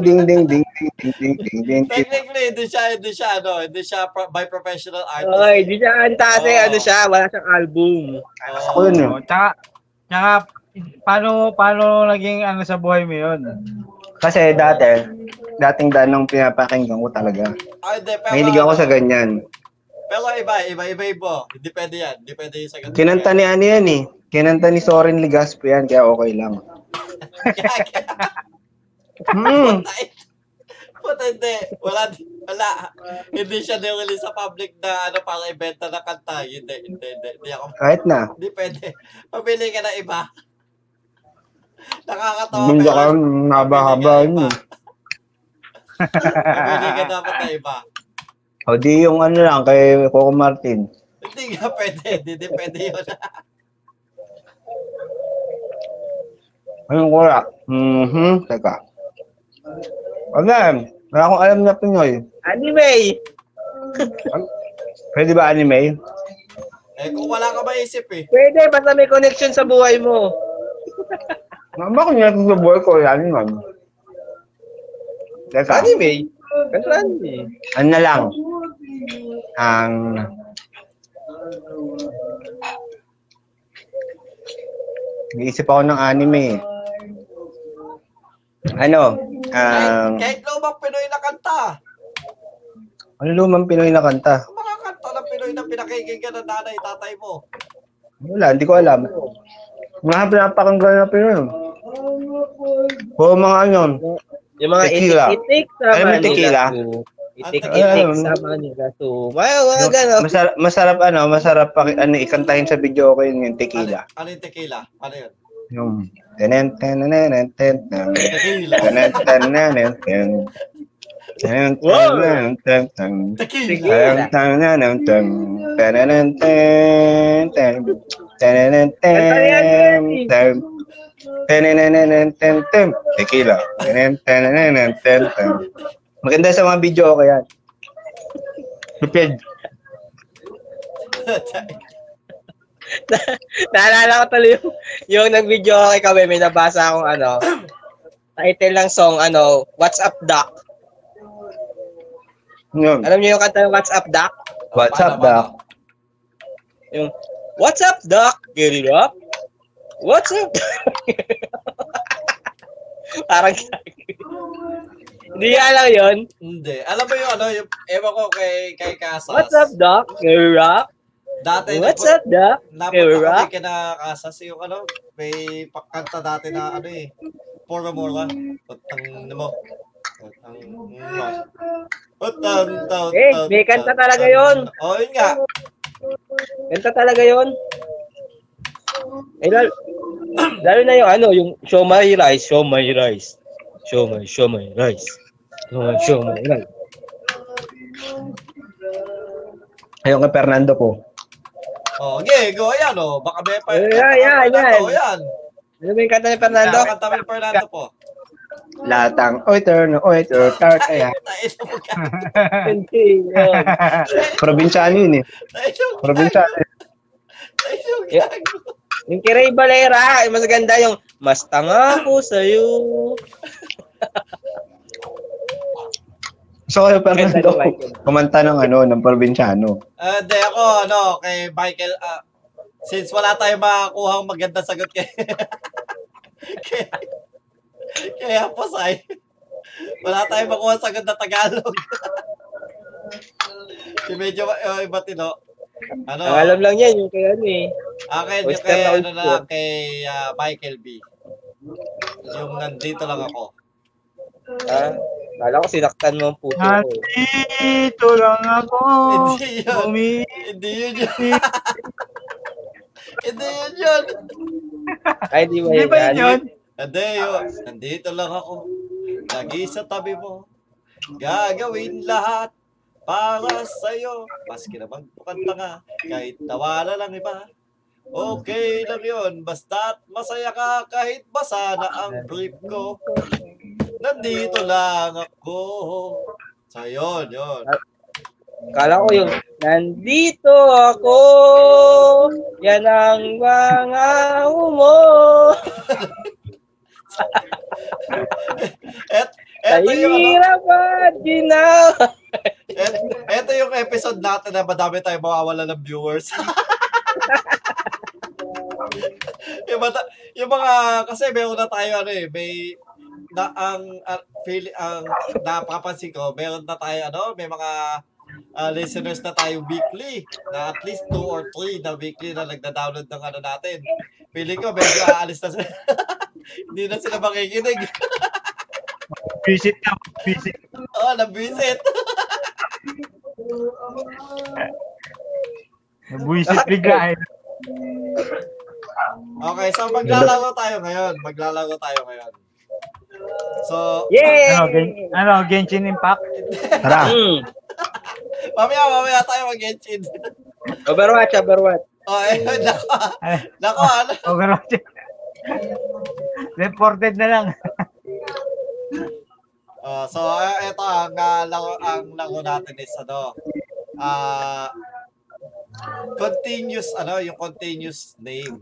Speaker 8: ding ding ding ding ding ding ding ding ding.
Speaker 1: technically, hindi siya, hindi siya, ano, hindi siya pro- by professional
Speaker 7: Okay,
Speaker 1: artist.
Speaker 7: di siya kanta kasi
Speaker 1: Oo.
Speaker 7: ano siya, wala siyang album.
Speaker 8: Ako
Speaker 1: Oo.
Speaker 8: yun eh.
Speaker 2: Oh, tsaka, tsaka, paano, paano naging ano sa buhay mo yun?
Speaker 8: Kasi dati, dating danong pinapakinggan ko talaga.
Speaker 1: Ay, Ah, hindi, pero,
Speaker 8: Mahilig ako sa ganyan.
Speaker 1: Pero iba, iba, iba, iba. Hindi pwede yan. Hindi pwede yung sa ganun.
Speaker 8: Kinanta ni ano yan eh. Kinanta ni Soren Ligaspo yan, kaya okay lang. Hmm.
Speaker 1: Puta, hindi. Wala, wala. Hindi siya nirelease sa public na, ano, para ibenta na kanta. Hindi, hindi, hindi. Hindi ako,
Speaker 8: Kahit na.
Speaker 1: hindi pwede. Pabili ka na iba. Nakakatawa.
Speaker 8: Bunda
Speaker 1: pero-
Speaker 8: ka, haba-haba.
Speaker 1: Pabili ka na iba. Pabili ka
Speaker 8: yun. eh.
Speaker 1: dapat na iba.
Speaker 8: O di yung ano lang, kay Coco Martin.
Speaker 1: Hindi nga pwede. Hindi, hindi pwede yun.
Speaker 8: Anong kura? Mm-hmm. Teka. Ano yan? Wala akong alam na Pinoy.
Speaker 7: Anyway,
Speaker 8: Pwede ba anime?
Speaker 1: Eh, kung wala ka maisip eh.
Speaker 7: pwede, basta may connection sa buhay mo.
Speaker 8: Ma- Bakit nga sa buhay ko yan man? Teka,
Speaker 7: Anime? Kasi anime.
Speaker 8: ano na lang? Ang... Naisip ako ng anime. eh. Ano? Ang...
Speaker 1: Kahit, kahit lumang Pinoy na kanta.
Speaker 8: Ano lumang Pinoy na kanta?
Speaker 1: Ang mga kanta ng Pinoy na pinakikinggan ng nanay, tatay mo.
Speaker 8: Wala, hindi ko alam. Mga pinapakanggal na Pinoy. O mga ano,
Speaker 7: Yung mga
Speaker 8: Tequila.
Speaker 7: itik-itik sa
Speaker 8: Alam mo yung
Speaker 7: Manila
Speaker 8: tequila?
Speaker 7: Zoo. Itik-itik
Speaker 8: Alam.
Speaker 7: sa Manila Zoo. Mga mga gano'n.
Speaker 8: ano, masarap, masarap ano, masarap paki, ano, ikantahin sa video ko yun
Speaker 1: Ano,
Speaker 8: yung tequila.
Speaker 1: ano yung tequila? Ano yun?
Speaker 8: Yung... Tenen, tenen, tenen, tenen.
Speaker 1: Tequila. Tequila.
Speaker 7: Tequila.
Speaker 8: Tequila. Maganda sa mga video ko yan. Stupid.
Speaker 7: Naalala ko tuloy yung, yung nag-video ako kay Kabe, may nabasa akong ano, title ng song, ano, What's Up Doc.
Speaker 8: Yun.
Speaker 3: Alam niyo yung kanta yung What's Up, Doc?
Speaker 8: What's up, Doc?
Speaker 3: Yung, What's up, Doc? Get it up? What's up, Doc? Parang Hindi niya alam yun.
Speaker 1: Hindi. Alam mo yung ano, yung, ewan ko kay, kay Casas.
Speaker 3: What's up, Doc? Get it up?
Speaker 1: Dati,
Speaker 3: What's
Speaker 1: napun-
Speaker 3: up, Doc?
Speaker 1: Napunta
Speaker 3: Kira?
Speaker 1: kami kina Casas yung ano, may pakanta dati na ano eh. Puro mura. Putang ano mo. Putang mo. Putang tang
Speaker 3: Eh, may kanta talaga yun.
Speaker 1: Oh, yun nga.
Speaker 3: Ganda talaga yun. Eh, lalo, lalo na yung ano, yung show my rice, show my rice. Show my, show my rice. Show my, show my rice.
Speaker 8: Ayun kay Fernando po.
Speaker 1: Oh, Diego, ayan oh. Baka may pa.
Speaker 3: Ayan, ayan,
Speaker 1: Fernando,
Speaker 3: ayan.
Speaker 1: Ayan.
Speaker 3: Ano ba yung kanta ni Fernando?
Speaker 1: Ang kanta ni Fernando po.
Speaker 8: Latang oiter no oiter car kaya.
Speaker 1: Tain mo ka.
Speaker 3: Hindi, yun.
Speaker 8: Probinsyano yun eh.
Speaker 1: Tain mo ka.
Speaker 8: Probinsyano.
Speaker 1: Tain mo ka.
Speaker 3: Yung kay Ray Valera, yung mas ganda yung mas tanga ko sa'yo.
Speaker 8: So kayo Fernando.
Speaker 3: Ganda ni Michael.
Speaker 8: Kumanta ng ano, ng probinsyano.
Speaker 1: Ah, Hindi ako, ano, kay Michael, ah, since wala tayong makakuha ang maganda sagot kay... kay... Kaya po, Sai. Wala tayong makuha ang sagot na Tagalog. Yung medyo uh, iba tino. Ano?
Speaker 3: Ang alam lang yan, yung kay ano eh.
Speaker 1: Akin, yung
Speaker 3: Oyster
Speaker 1: kay,
Speaker 3: na
Speaker 1: ano
Speaker 3: oyster.
Speaker 1: na, kay ah, Michael B. Yung nandito lang ako.
Speaker 3: Ha? Kala ko sinaktan mo ang puso
Speaker 2: Ah,
Speaker 3: ko. eh.
Speaker 2: Nandito lang ako.
Speaker 1: Hindi yun.
Speaker 2: Bumi.
Speaker 1: Hindi yun yun. Hindi yun yun.
Speaker 3: Ay, di ba
Speaker 2: Di
Speaker 3: yun?
Speaker 2: ba yun
Speaker 3: yan?
Speaker 2: yun?
Speaker 1: Adeo, nandito lang ako. Lagi sa tabi mo. Gagawin lahat para sa'yo. Maski naman kukanta nga, kahit nawala lang iba. Okay lang yon, basta't masaya ka kahit basa na ang brief ko. Nandito lang ako. So yun, yun.
Speaker 3: Kala ko yung, nandito ako, yan ang mga mo.
Speaker 1: Et, eto yung ano,
Speaker 3: Kahirap at ginawa.
Speaker 1: Et, eto yung episode natin na madami tayong mawawala ng viewers. yung, mata- yung mga, kasi meron na tayo ano eh, may, na ang, ah, feel, ang napapansin ko, meron na tayo ano, may mga ah, listeners na tayo weekly, na at least two or three na weekly na nagda-download ng ano natin. Feeling ko, medyo aalis na sila. Hindi na sila makikinig.
Speaker 2: Visit na. Visit.
Speaker 1: Oo, oh, nabisit.
Speaker 2: Nabuisit bigla eh.
Speaker 1: Okay, so maglalaro tayo ngayon. Maglalaro tayo ngayon. So,
Speaker 3: Yay!
Speaker 2: Ano, Gen- ano, Genshin Impact?
Speaker 8: Tara.
Speaker 3: Mm.
Speaker 1: mamaya, mamaya tayo mag-engine.
Speaker 3: Overwatch, Overwatch.
Speaker 1: Oh, ayun, nako.
Speaker 2: Ay,
Speaker 1: Nako, ano?
Speaker 2: Overwatch. Reported na lang.
Speaker 1: Oh, so, eh, ito, ang ah, laro, ang laro natin is, ano, ah, continuous, ano, yung continuous name.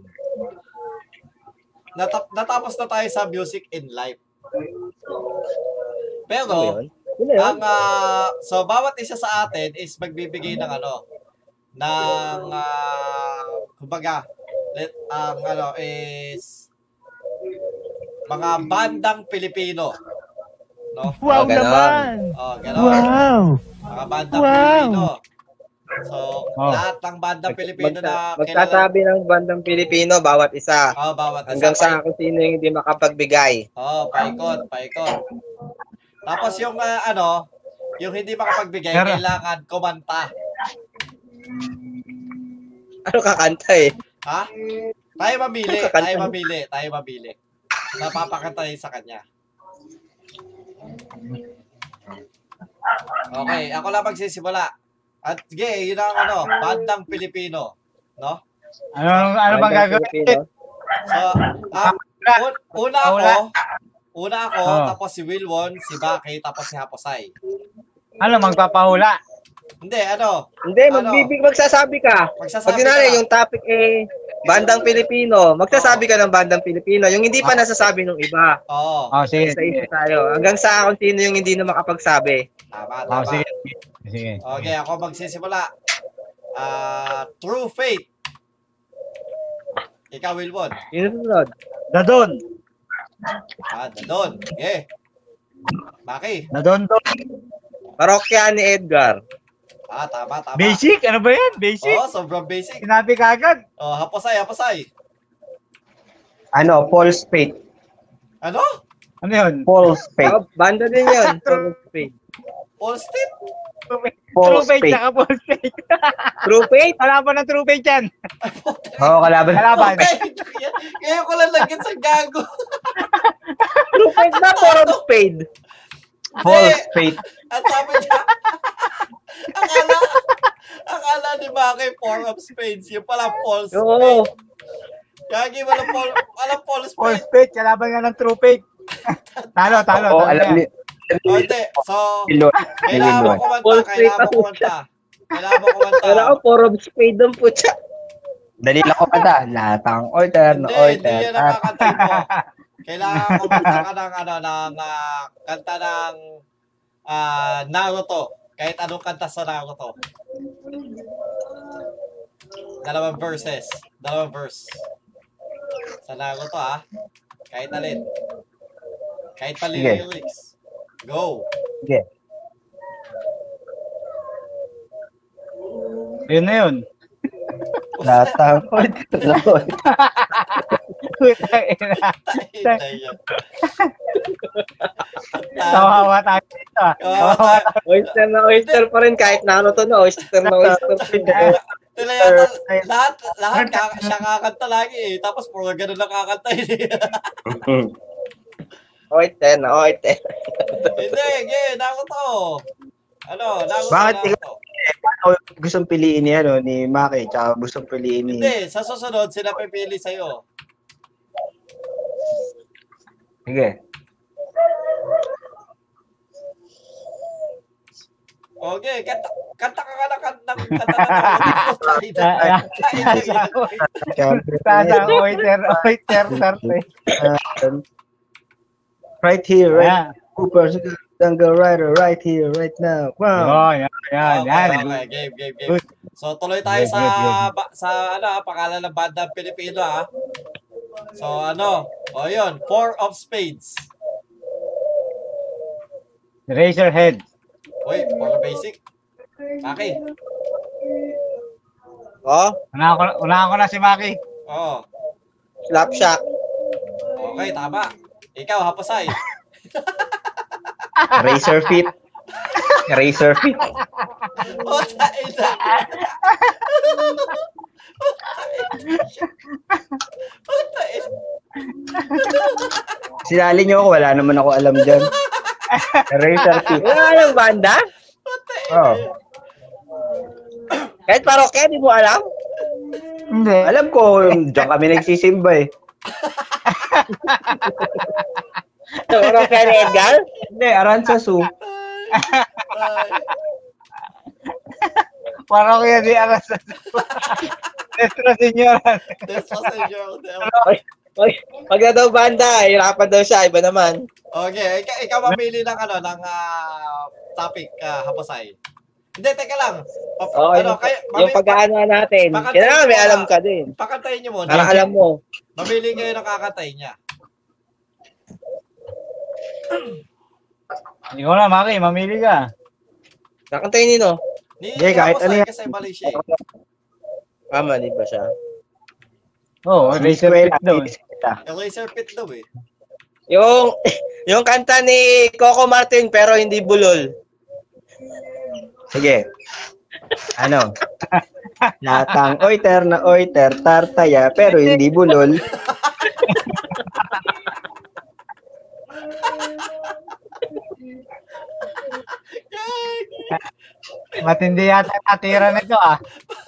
Speaker 1: Natap natapos na tayo sa music in life.
Speaker 3: Ano
Speaker 1: Pero,
Speaker 3: yun? Ano yun?
Speaker 1: Ang ah, so bawat isa sa atin is magbibigay ng ano ng ah, kumbaga let ang ano is mga bandang Pilipino. No?
Speaker 10: Oh,
Speaker 11: Wow
Speaker 10: ganon.
Speaker 11: naman!
Speaker 1: Oh, gano'n.
Speaker 11: Wow!
Speaker 1: Mga bandang
Speaker 11: Wow.
Speaker 1: Pilipino. So,
Speaker 2: Oh.
Speaker 1: lahat ng bandang Pilipino na
Speaker 3: Magsa- magsasabi ng bandang Pilipino, bawat isa.
Speaker 1: Oh, bawat isa.
Speaker 3: Hanggang sa kung sino yung hindi makapagbigay.
Speaker 1: Oh, paikot, paikot. Tapos yung ah, ano, yung hindi makapagbigay,
Speaker 2: Pero-
Speaker 1: kailangan kumanta.
Speaker 3: Ano kakanta eh?
Speaker 1: Ha? Tayo mamili,
Speaker 3: Kakanta
Speaker 1: tayo
Speaker 3: mo.
Speaker 1: mamili, tayo mamili. Napapakanta yun sa kanya. Okay, ako lang magsisimula. At sige, yun ang ano, bandang Pilipino. No?
Speaker 2: Ano, ano bang
Speaker 3: Bandang
Speaker 2: gagawin?
Speaker 3: Pilipino.
Speaker 1: So, ah, un- una ako, una ako,
Speaker 2: Oh.
Speaker 1: tapos si Wilwon, si Baki, tapos si Haposay.
Speaker 2: Ano, magpapahula?
Speaker 1: Hindi, ano?
Speaker 3: Hindi,
Speaker 1: Ano?
Speaker 3: magbibig, magsasabi ka.
Speaker 1: Magsasabi
Speaker 3: Pag
Speaker 1: ka
Speaker 3: kunwari,
Speaker 1: na.
Speaker 3: yung topic eh, bandang Pilipino, magsasabi ka ng bandang Pilipino. Yung hindi pa nasasabi ng iba.
Speaker 1: Oo,
Speaker 2: Oh, sige.
Speaker 3: Sa isa tayo. Hanggang sa kung sino yung hindi na makapagsabi.
Speaker 1: tama,
Speaker 2: Oh,
Speaker 1: tama.
Speaker 2: sige. Sige.
Speaker 1: Okay, ako magsisimula. Ah, true faith. Ikaw, Wilbon.
Speaker 3: Yun ang sunod.
Speaker 2: Dadon.
Speaker 1: Ah, doon. Okay. Maki.
Speaker 2: Dadon to.
Speaker 3: Parokya ni Edgar.
Speaker 1: Ah, tama, tama. Oh.
Speaker 2: Basic? Ano ba yan? Basic?
Speaker 1: Oo, sobrang basic.
Speaker 2: Sinabi ka agad.
Speaker 1: Oh, hapasay, hapasay.
Speaker 8: Ano, false faith.
Speaker 1: Ano?
Speaker 2: Ano yun?
Speaker 8: False faith.
Speaker 3: Oh, banda din yun. True faith.
Speaker 1: All state?
Speaker 2: True
Speaker 8: False
Speaker 2: fake
Speaker 8: faith.
Speaker 2: tsaka false fake.
Speaker 3: True faith?
Speaker 2: Wala pa ng true fake yan.
Speaker 8: Oo, kalaban.
Speaker 2: Kalaban.
Speaker 1: Okay. Ngayon ko lang lagyan sa gago.
Speaker 3: True faith ba? Four of spade.
Speaker 8: False faith.
Speaker 1: At sabi niya, akala, akala ni Maki four of spades. Yung pala false
Speaker 3: Oo.
Speaker 1: spade. Gagi, walang fall, walang false
Speaker 2: False
Speaker 1: spade.
Speaker 2: fake. Kalaban nga ng true fake. Talo, talo.
Speaker 8: Oo,
Speaker 2: talo
Speaker 8: alam
Speaker 2: yan.
Speaker 8: ni...
Speaker 1: O, Oh, hindi. So,
Speaker 8: ni Lord.
Speaker 1: kailangan mo
Speaker 8: Lord.
Speaker 1: kumanta,
Speaker 3: False spade
Speaker 1: kailangan mo
Speaker 3: ako.
Speaker 1: kumanta. Kailangan mo kumanta.
Speaker 3: Wala ko, four of spade ang putya.
Speaker 8: Dali lang ko kata. Latang order, no
Speaker 1: Hindi, hindi
Speaker 8: order.
Speaker 1: yan ang
Speaker 8: At
Speaker 1: kakantay mo. Kailangan kumanta ka ng, ano, ng ah, kanta ng ah, Naruto. Kahit anong kanta sa Naruto. Dalawang verses. Dalawang verse. Sa Naruto, ah. Kahit alin. Kahit pali
Speaker 8: Sige.
Speaker 1: lyrics. Go.
Speaker 2: Yun na yun.
Speaker 8: latang order, no order.
Speaker 2: Putang ina.
Speaker 1: Tayo.
Speaker 2: Tawawa tayo dito. ah.
Speaker 1: Oh,
Speaker 3: Oyster na oyster pa rin kahit na ano to na. Oyster na oyster pa rin.
Speaker 1: Tila yata, lahat, lahat ka, siya kakanta lagi eh. Tapos puro ganun lang kakanta eh.
Speaker 3: Oyster na oyster.
Speaker 1: Hindi, hindi, naku to. Ano, naku to,
Speaker 8: Bakit
Speaker 1: naku
Speaker 8: ikaw-
Speaker 1: to.
Speaker 8: Ano, gustong piliin ni, ano, ni Maki, tsaka gustong piliin ni...
Speaker 1: Hindi, sa susunod, sila pipili sa'yo.
Speaker 8: Sige.
Speaker 1: Okay, kanta, kanta ka ka na kanta, kanta na kanta.
Speaker 2: Sasaway.
Speaker 8: Tsaka-
Speaker 2: Sasang oiter, oiter, tarte.
Speaker 8: Um, right here,
Speaker 2: Yan.
Speaker 8: right Cooper, Tango Rider, right here, right now. Wow.
Speaker 2: Oh, yan, yan, yan.
Speaker 1: Okay, okay, game, game, game.
Speaker 2: Good.
Speaker 1: So, tuloy tayo
Speaker 2: Good,
Speaker 1: sa,
Speaker 2: good, good.
Speaker 1: ba- sa, ano, ah, pangalan ng banda Pilipino, ah. So, ano, o yun, Four of Spades.
Speaker 2: Raise your head.
Speaker 1: Uy, for basic. Okay.
Speaker 3: Oh,
Speaker 2: Una ko, una ko na si Maki.
Speaker 1: Oo.
Speaker 3: slap shot.
Speaker 1: Okay, tama. Ikaw, hapasay.
Speaker 8: Razor feet. Razor feet.
Speaker 1: Putay na. Putay na.
Speaker 8: Sinali niyo ako, wala naman ako alam dyan. Razor feet.
Speaker 3: Wala lang banda?
Speaker 8: Oh.
Speaker 3: Kahit parokya, di mo alam?
Speaker 2: Hindi.
Speaker 8: Alam ko, yung dyan kami nagsisimba eh.
Speaker 3: Parokya ni Edgar?
Speaker 8: Hindi, Aranza Su.
Speaker 1: Putay.
Speaker 2: Parang yan di aras. Nuestra Señora.
Speaker 1: This was a joke.
Speaker 3: Pag na daw banda, hirapan daw siya. Iba naman.
Speaker 1: Okay, ikaw, ikaw mamili ng ano, ng ah, topic, ah, hapasay. Hindi, teka lang. Pa,
Speaker 3: Oo,
Speaker 1: ano,
Speaker 3: yung,
Speaker 1: kayo,
Speaker 3: yung pag-ano natin.
Speaker 1: baka
Speaker 3: Kailangan may
Speaker 1: tayo-
Speaker 3: alam ka din.
Speaker 1: pakantayin niyo muna.
Speaker 3: Para alam mo.
Speaker 1: Mamili kayo ng kakantay niya.
Speaker 2: Ikaw na, Maki, mamili ka.
Speaker 3: Nakantayin nino.
Speaker 1: Ni,
Speaker 8: Hindi, kahit
Speaker 1: hapasay
Speaker 8: ano yan.
Speaker 1: Kasi mali siya eh.
Speaker 3: Tama, di Ah, ba siya?
Speaker 2: Oo, oh, raise your head daw.
Speaker 1: Eraser pit daw eh.
Speaker 3: Yung, yung kanta ni Coco Martin pero hindi bulol.
Speaker 8: Sige. Ano? Natang oiter na oiter, tartaya, pero hindi bulol.
Speaker 2: Matindi yata natira nito ah.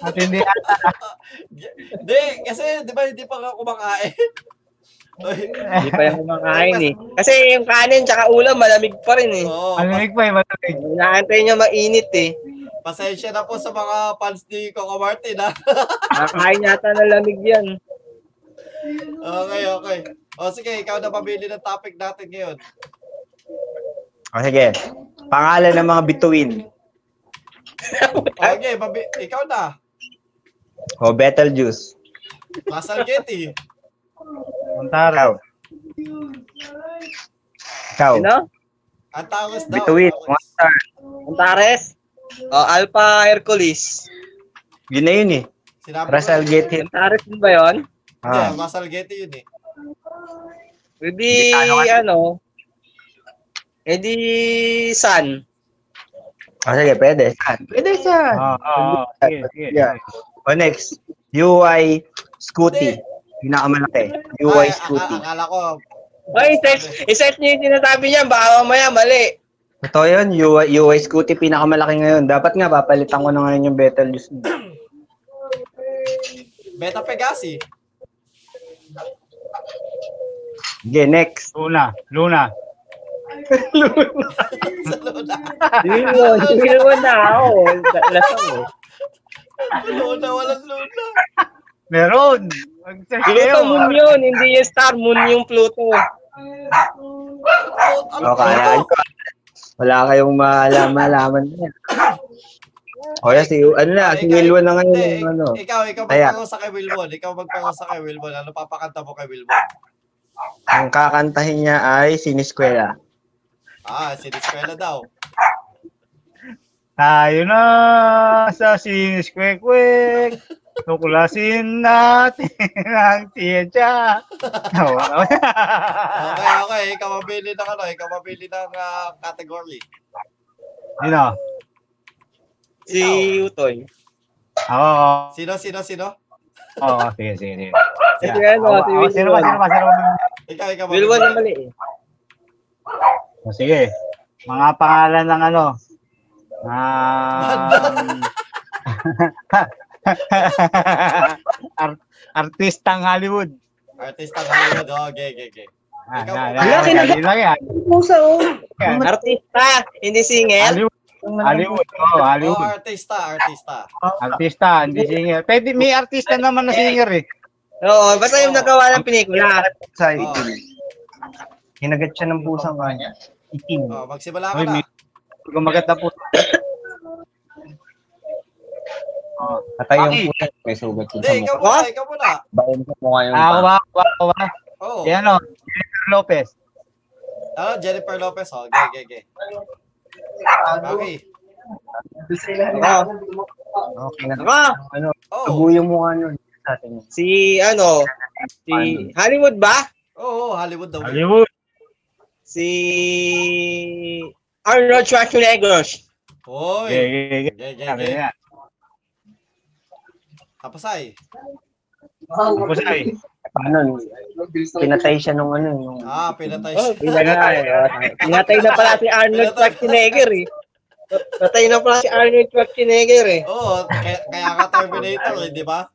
Speaker 2: Matindi yata.
Speaker 1: Hindi, kasi di ba hindi pa ka kumakain? Ay,
Speaker 3: Hindi pa yung kumakain eh. Kasi yung kanin tsaka ulam malamig pa rin eh.
Speaker 1: Oo,
Speaker 8: ano
Speaker 2: Malamig pa eh, malamig.
Speaker 3: Inaantay niya mainit eh.
Speaker 1: Pasensya na po sa mga fans ni Coco Martin, ha?
Speaker 3: Nakakain yata ng lamig yan.
Speaker 1: Okay, okay. O sige, ikaw na pamili ng topic natin ngayon.
Speaker 8: O sige. Pangalan ng mga bituin.
Speaker 1: Okay, pabi- ikaw na.
Speaker 8: O Betelgeuse.
Speaker 1: Lasal Getty.
Speaker 8: Ikaw.
Speaker 2: Montaro.
Speaker 8: Ikaw.
Speaker 3: Ano?
Speaker 1: Antares daw.
Speaker 8: Bituin. Mga
Speaker 1: Antares.
Speaker 8: star.
Speaker 3: Antares? O, Oh, Alpha Hercules.
Speaker 8: Yun na yun eh.
Speaker 1: Sinabi
Speaker 8: Rizal
Speaker 1: ko.
Speaker 8: Gate Hill.
Speaker 3: Antares din ba yun?
Speaker 1: Hindi,
Speaker 8: Ah.
Speaker 1: Lasal Getty yun eh.
Speaker 3: Edi,
Speaker 8: Ano ka-
Speaker 3: ano? Edi, San.
Speaker 8: O sige, pwede. Saan? Pwede saan.
Speaker 2: Ah, ah, ah, sige, sige.
Speaker 8: Yeah. O next. UI Scooty. Pinakamalaki. UI
Speaker 1: Ay, a-
Speaker 8: Scooty.
Speaker 1: a- akala ko.
Speaker 3: Oy, iset, iset niyo yung sinasabi niya. Baka mamaya mali.
Speaker 8: Totoo yun. UI, UI Scooty pinakamalaki ngayon. Dapat nga, papalitan ko na ngayon yung Betelgeuse.
Speaker 1: Beta Pegasi.
Speaker 8: Sige, next.
Speaker 2: Luna, Luna.
Speaker 1: Sa Luna.
Speaker 3: Yun mo, yun mo na ako. Lasang eh. mo.
Speaker 1: Luna, walang Luna.
Speaker 2: Meron! Mag-search
Speaker 3: Pluto moon yun, hindi yung star moon yung Pluto.
Speaker 1: Ano
Speaker 8: O, kaya
Speaker 1: ano?
Speaker 8: ko. Wala kayong maalam, malaman na yan. O, yan, si, ano na, si Wilwon na ngayon.
Speaker 1: Hindi,
Speaker 8: yung Ano.
Speaker 1: ik- ikaw, ikaw
Speaker 8: Ayan.
Speaker 1: magpangusa kay Wilbon. Ikaw magpangusa kay Wilbon. Ano papakanta mo kay Wilbon?
Speaker 8: Ang kakantahin niya ay Siniskwela.
Speaker 1: Ah, si Disquela daw.
Speaker 2: Tayo na sa siniskwek-kwek. Tuklasin natin ang tiyacha. Tawa na.
Speaker 1: Okay, okay. Ikaw mabili ng ano, ikaw mabili ng ah, category.
Speaker 2: Sino?
Speaker 3: Si Utoy.
Speaker 2: Ako.
Speaker 1: Sino, sino, sino?
Speaker 2: Oo, oh, sige, sige, sige.
Speaker 3: Si ano, si
Speaker 2: Ako, sino ba, sino
Speaker 3: Wilwon.
Speaker 2: ba, sino ba?
Speaker 1: Ikaw, ikaw mabili.
Speaker 3: Wilwon yung mali eh.
Speaker 2: O, Oh, sige. Mga pangalan ng ano? Um, Ah, Ar- artistang Hollywood.
Speaker 1: Artista ng Hollywood. Oh, okay, okay, okay.
Speaker 2: Ah,
Speaker 1: Ikaw.
Speaker 2: na,
Speaker 1: Wala,
Speaker 2: na,
Speaker 3: kinagat-
Speaker 2: yun lang yan.
Speaker 7: Pusa, oh.
Speaker 2: Yan.
Speaker 3: Artista, hindi singer.
Speaker 2: Hollywood. Hollywood. Oh,
Speaker 1: Oh,
Speaker 2: Hollywood.
Speaker 1: artista, artista.
Speaker 2: Artista, hindi singer. Pwede, may artista naman na singer eh.
Speaker 3: Oo, basta yung nagawa ng pelikula.
Speaker 8: Sa
Speaker 1: Oh,
Speaker 8: Kinagat siya ng pusang kanya. Itim.
Speaker 1: oh, magsimula ka
Speaker 2: Uy,
Speaker 1: na.
Speaker 2: may gumagat na po. Oh,
Speaker 12: Patay yung
Speaker 2: Aki.
Speaker 12: puta. May sugat yun
Speaker 1: Hindi,
Speaker 12: sa
Speaker 1: ikaw
Speaker 12: mukha.
Speaker 1: muna, ikaw muna.
Speaker 12: Bayan sa mukha
Speaker 3: Ah,
Speaker 12: yung
Speaker 2: ako ba? Ako ba? Ako ba?
Speaker 1: Oh,
Speaker 2: Si ano? Jennifer Lopez.
Speaker 1: ano, Jennifer Lopez. Oh, okay, okay, okay. Okay.
Speaker 8: Okay na.
Speaker 3: Ah, Ako,
Speaker 1: Oh,
Speaker 8: Tugo yung mukha nun sa atin.
Speaker 3: si ano, si Hollywood ba?
Speaker 1: oh, oh Hollywood daw.
Speaker 2: Hollywood.
Speaker 3: Si Arnold Schwarzenegger.
Speaker 2: Okay,
Speaker 1: Oy.
Speaker 2: okay, okay.
Speaker 1: Okay, okay,
Speaker 2: Sabi
Speaker 1: okay.
Speaker 2: niya.
Speaker 1: Tapos ay.
Speaker 2: Tapos eh. ay.
Speaker 8: Paano? Pinatay siya nung ano. Nung...
Speaker 1: Ah, pinatay
Speaker 3: Oh,
Speaker 1: siya.
Speaker 2: eh.
Speaker 3: pinatay. Pinatay na pala si Arnold Schwarzenegger eh. Patay na pala si Arnold Schwarzenegger eh.
Speaker 1: Oo, Oh, kaya, kaya ka Terminator, eh, di ba?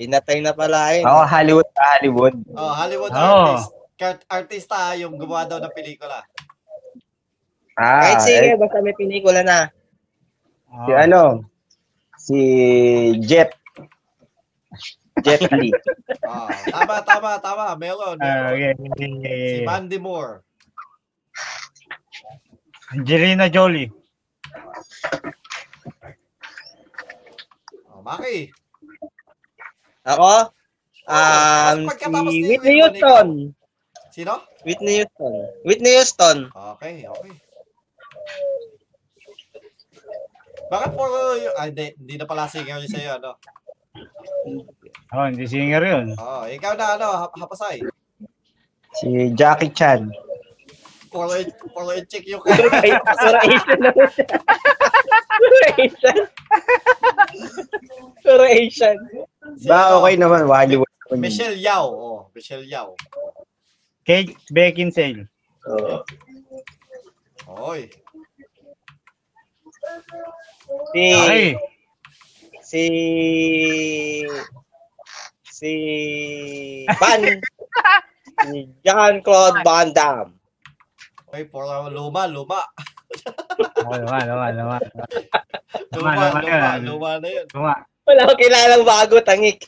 Speaker 3: Pinatay na pala eh.
Speaker 8: Oo, Hollywood sa Hollywood.
Speaker 1: Oh, Hollywood
Speaker 2: Oo.
Speaker 1: artist. Kar- artista ah, yung gumawa daw ng pelikula.
Speaker 8: Ah,
Speaker 3: Kahit sige,
Speaker 8: eh,
Speaker 3: basta may pinikula na.
Speaker 8: si
Speaker 2: Ah,
Speaker 8: ano? Si Jet. Jet Li.
Speaker 1: Oh, tama, tama, tama. Meron.
Speaker 2: Ah,
Speaker 1: meron.
Speaker 2: okay, okay, okay,
Speaker 1: Si
Speaker 2: okay.
Speaker 1: Mandy Moore.
Speaker 2: Angelina Jolie.
Speaker 1: Oh, Maki.
Speaker 3: Ako? Um,
Speaker 1: Tapos pagkatapos
Speaker 3: si
Speaker 1: ni
Speaker 3: Whitney
Speaker 1: Wilbon,
Speaker 3: Houston.
Speaker 1: Sino?
Speaker 3: Whitney Houston. Whitney Houston.
Speaker 1: Okay, okay. Bakit puro yung... Ay, hindi, hindi na pala singer yung sa'yo, ano?
Speaker 2: Oh, hindi singer yun.
Speaker 1: Oh, ikaw na, ano, hap- hapasay.
Speaker 8: Si Jackie Chan.
Speaker 1: Puro, puro yung chick yung...
Speaker 3: Croatian na po siya. Croatian. Croatian.
Speaker 8: Ba, okay naman. Hollywood.
Speaker 1: ano, Michelle Yao. Oh, Michelle Yao.
Speaker 2: Kate Beckinsale.
Speaker 8: Oo.
Speaker 1: Oy.
Speaker 3: Si,
Speaker 2: Okay.
Speaker 3: si, si, Van, si John Claude Van Damme.
Speaker 1: Okay, puro luma, luma.
Speaker 2: Oh, naman, naman, naman. Tama,
Speaker 1: Luma,
Speaker 2: tama
Speaker 1: luma,
Speaker 2: yan.
Speaker 1: luma na yun.
Speaker 2: Tuma.
Speaker 3: Wala akong kilalang bago, tangik.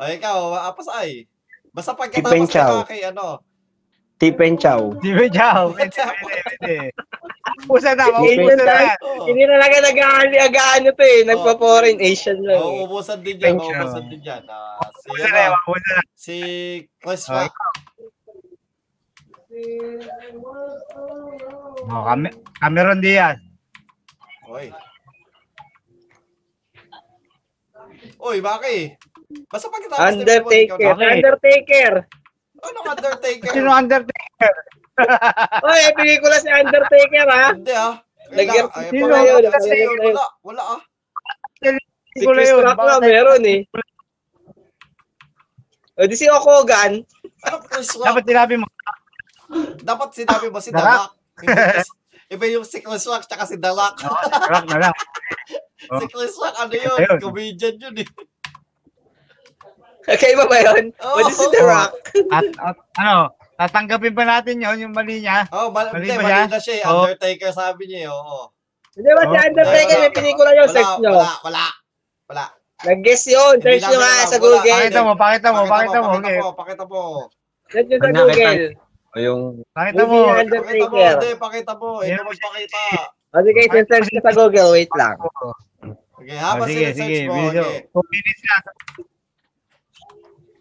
Speaker 1: O ikaw, apos ay. Basta
Speaker 13: Ipen
Speaker 1: pagkatapos
Speaker 13: Chow.
Speaker 1: ka kay ano.
Speaker 13: Tipen Chow.
Speaker 2: Di ba, Chow? Pwede, pwede, pwede. Pusa na, maupusa na yan.
Speaker 1: Oh.
Speaker 3: Hindi na lang nag-aano to eh. Nagpa-foreign Asian lang eh.
Speaker 1: Mauubusan din dyan,
Speaker 2: Ipen Chow.
Speaker 1: mauubusan din dyan. Ah, si,
Speaker 2: Pusa na,
Speaker 1: ano,
Speaker 2: maupusa na.
Speaker 1: si Chris Rock.
Speaker 2: Oh, Cam- Cameron Diaz.
Speaker 1: Oy. Oy, Maki. Basta pagkatapos ni Bebo, ikaw
Speaker 3: Undertaker.
Speaker 1: na.
Speaker 2: Bakit?
Speaker 3: Undertaker.
Speaker 1: Ano Undertaker?
Speaker 2: Sino Undertaker?
Speaker 3: Oy, pelikula si Undertaker ha.
Speaker 1: Hindi ah.
Speaker 3: Nag-
Speaker 1: Ay,
Speaker 2: Sino?
Speaker 1: wala, wala,
Speaker 3: Nag-
Speaker 1: sino yun?
Speaker 3: Nag-
Speaker 1: wala, wala ah.
Speaker 3: Si Chris
Speaker 2: yun.
Speaker 3: Rock na
Speaker 2: Bakit?
Speaker 3: meron eh. O di si Okogan.
Speaker 1: Ano Chris Rock?
Speaker 2: Dapat sinabi mo.
Speaker 1: Dapat sinabi mo si The
Speaker 2: Darak.
Speaker 1: Rock. Hindi Chris- Iba yung si Chris Rock tsaka si The Rock.
Speaker 2: Rock na lang.
Speaker 1: Si Chris Rock, ano yun?
Speaker 2: Ayun.
Speaker 1: Comedian yun eh.
Speaker 3: Okay ba ba yun? O di si The
Speaker 1: Oo.
Speaker 3: Rock.
Speaker 2: At, at ano, tatanggapin pa natin yun, yung mali niya.
Speaker 1: Oh, mal-
Speaker 2: Mali
Speaker 1: hindi,
Speaker 2: ba
Speaker 1: mali
Speaker 2: siya?
Speaker 1: na siya eh.
Speaker 2: Oo.
Speaker 1: Undertaker sabi niya eh. Oo.
Speaker 3: Hindi ba si
Speaker 2: Oh.
Speaker 3: Undertaker may pelikula yun?
Speaker 1: Wala,
Speaker 3: Search nyo.
Speaker 1: wala, wala. Wala.
Speaker 3: Nag-guess yun. Search
Speaker 1: Hindi
Speaker 3: nyo
Speaker 1: namin
Speaker 3: nga
Speaker 1: alam,
Speaker 3: sa
Speaker 1: wala.
Speaker 3: Google.
Speaker 2: Pakita mo, pakita mo, pakita mo.
Speaker 1: pakita
Speaker 2: Okay.
Speaker 1: mo, pakita mo.
Speaker 3: Search nyo sa
Speaker 8: Ano,
Speaker 3: Google.
Speaker 8: O yung...
Speaker 2: Pakita
Speaker 1: Pakita
Speaker 2: mo.
Speaker 3: Movie na
Speaker 1: mo,
Speaker 3: Undertaker.
Speaker 1: hindi, pakita mo. Ikaw magpakita.
Speaker 3: O sige, search nyo sa Google. Wait lang.
Speaker 1: Okay, habang
Speaker 2: Oh, sige,
Speaker 1: sinesearch
Speaker 2: sige,
Speaker 1: mo,
Speaker 2: video.
Speaker 1: okay.
Speaker 2: Two minutes na.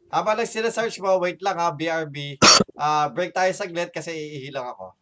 Speaker 1: Habang nagsinesearch mo, wait lang ha, BRB. Ah, break tayo saglit kasi iihilang ako.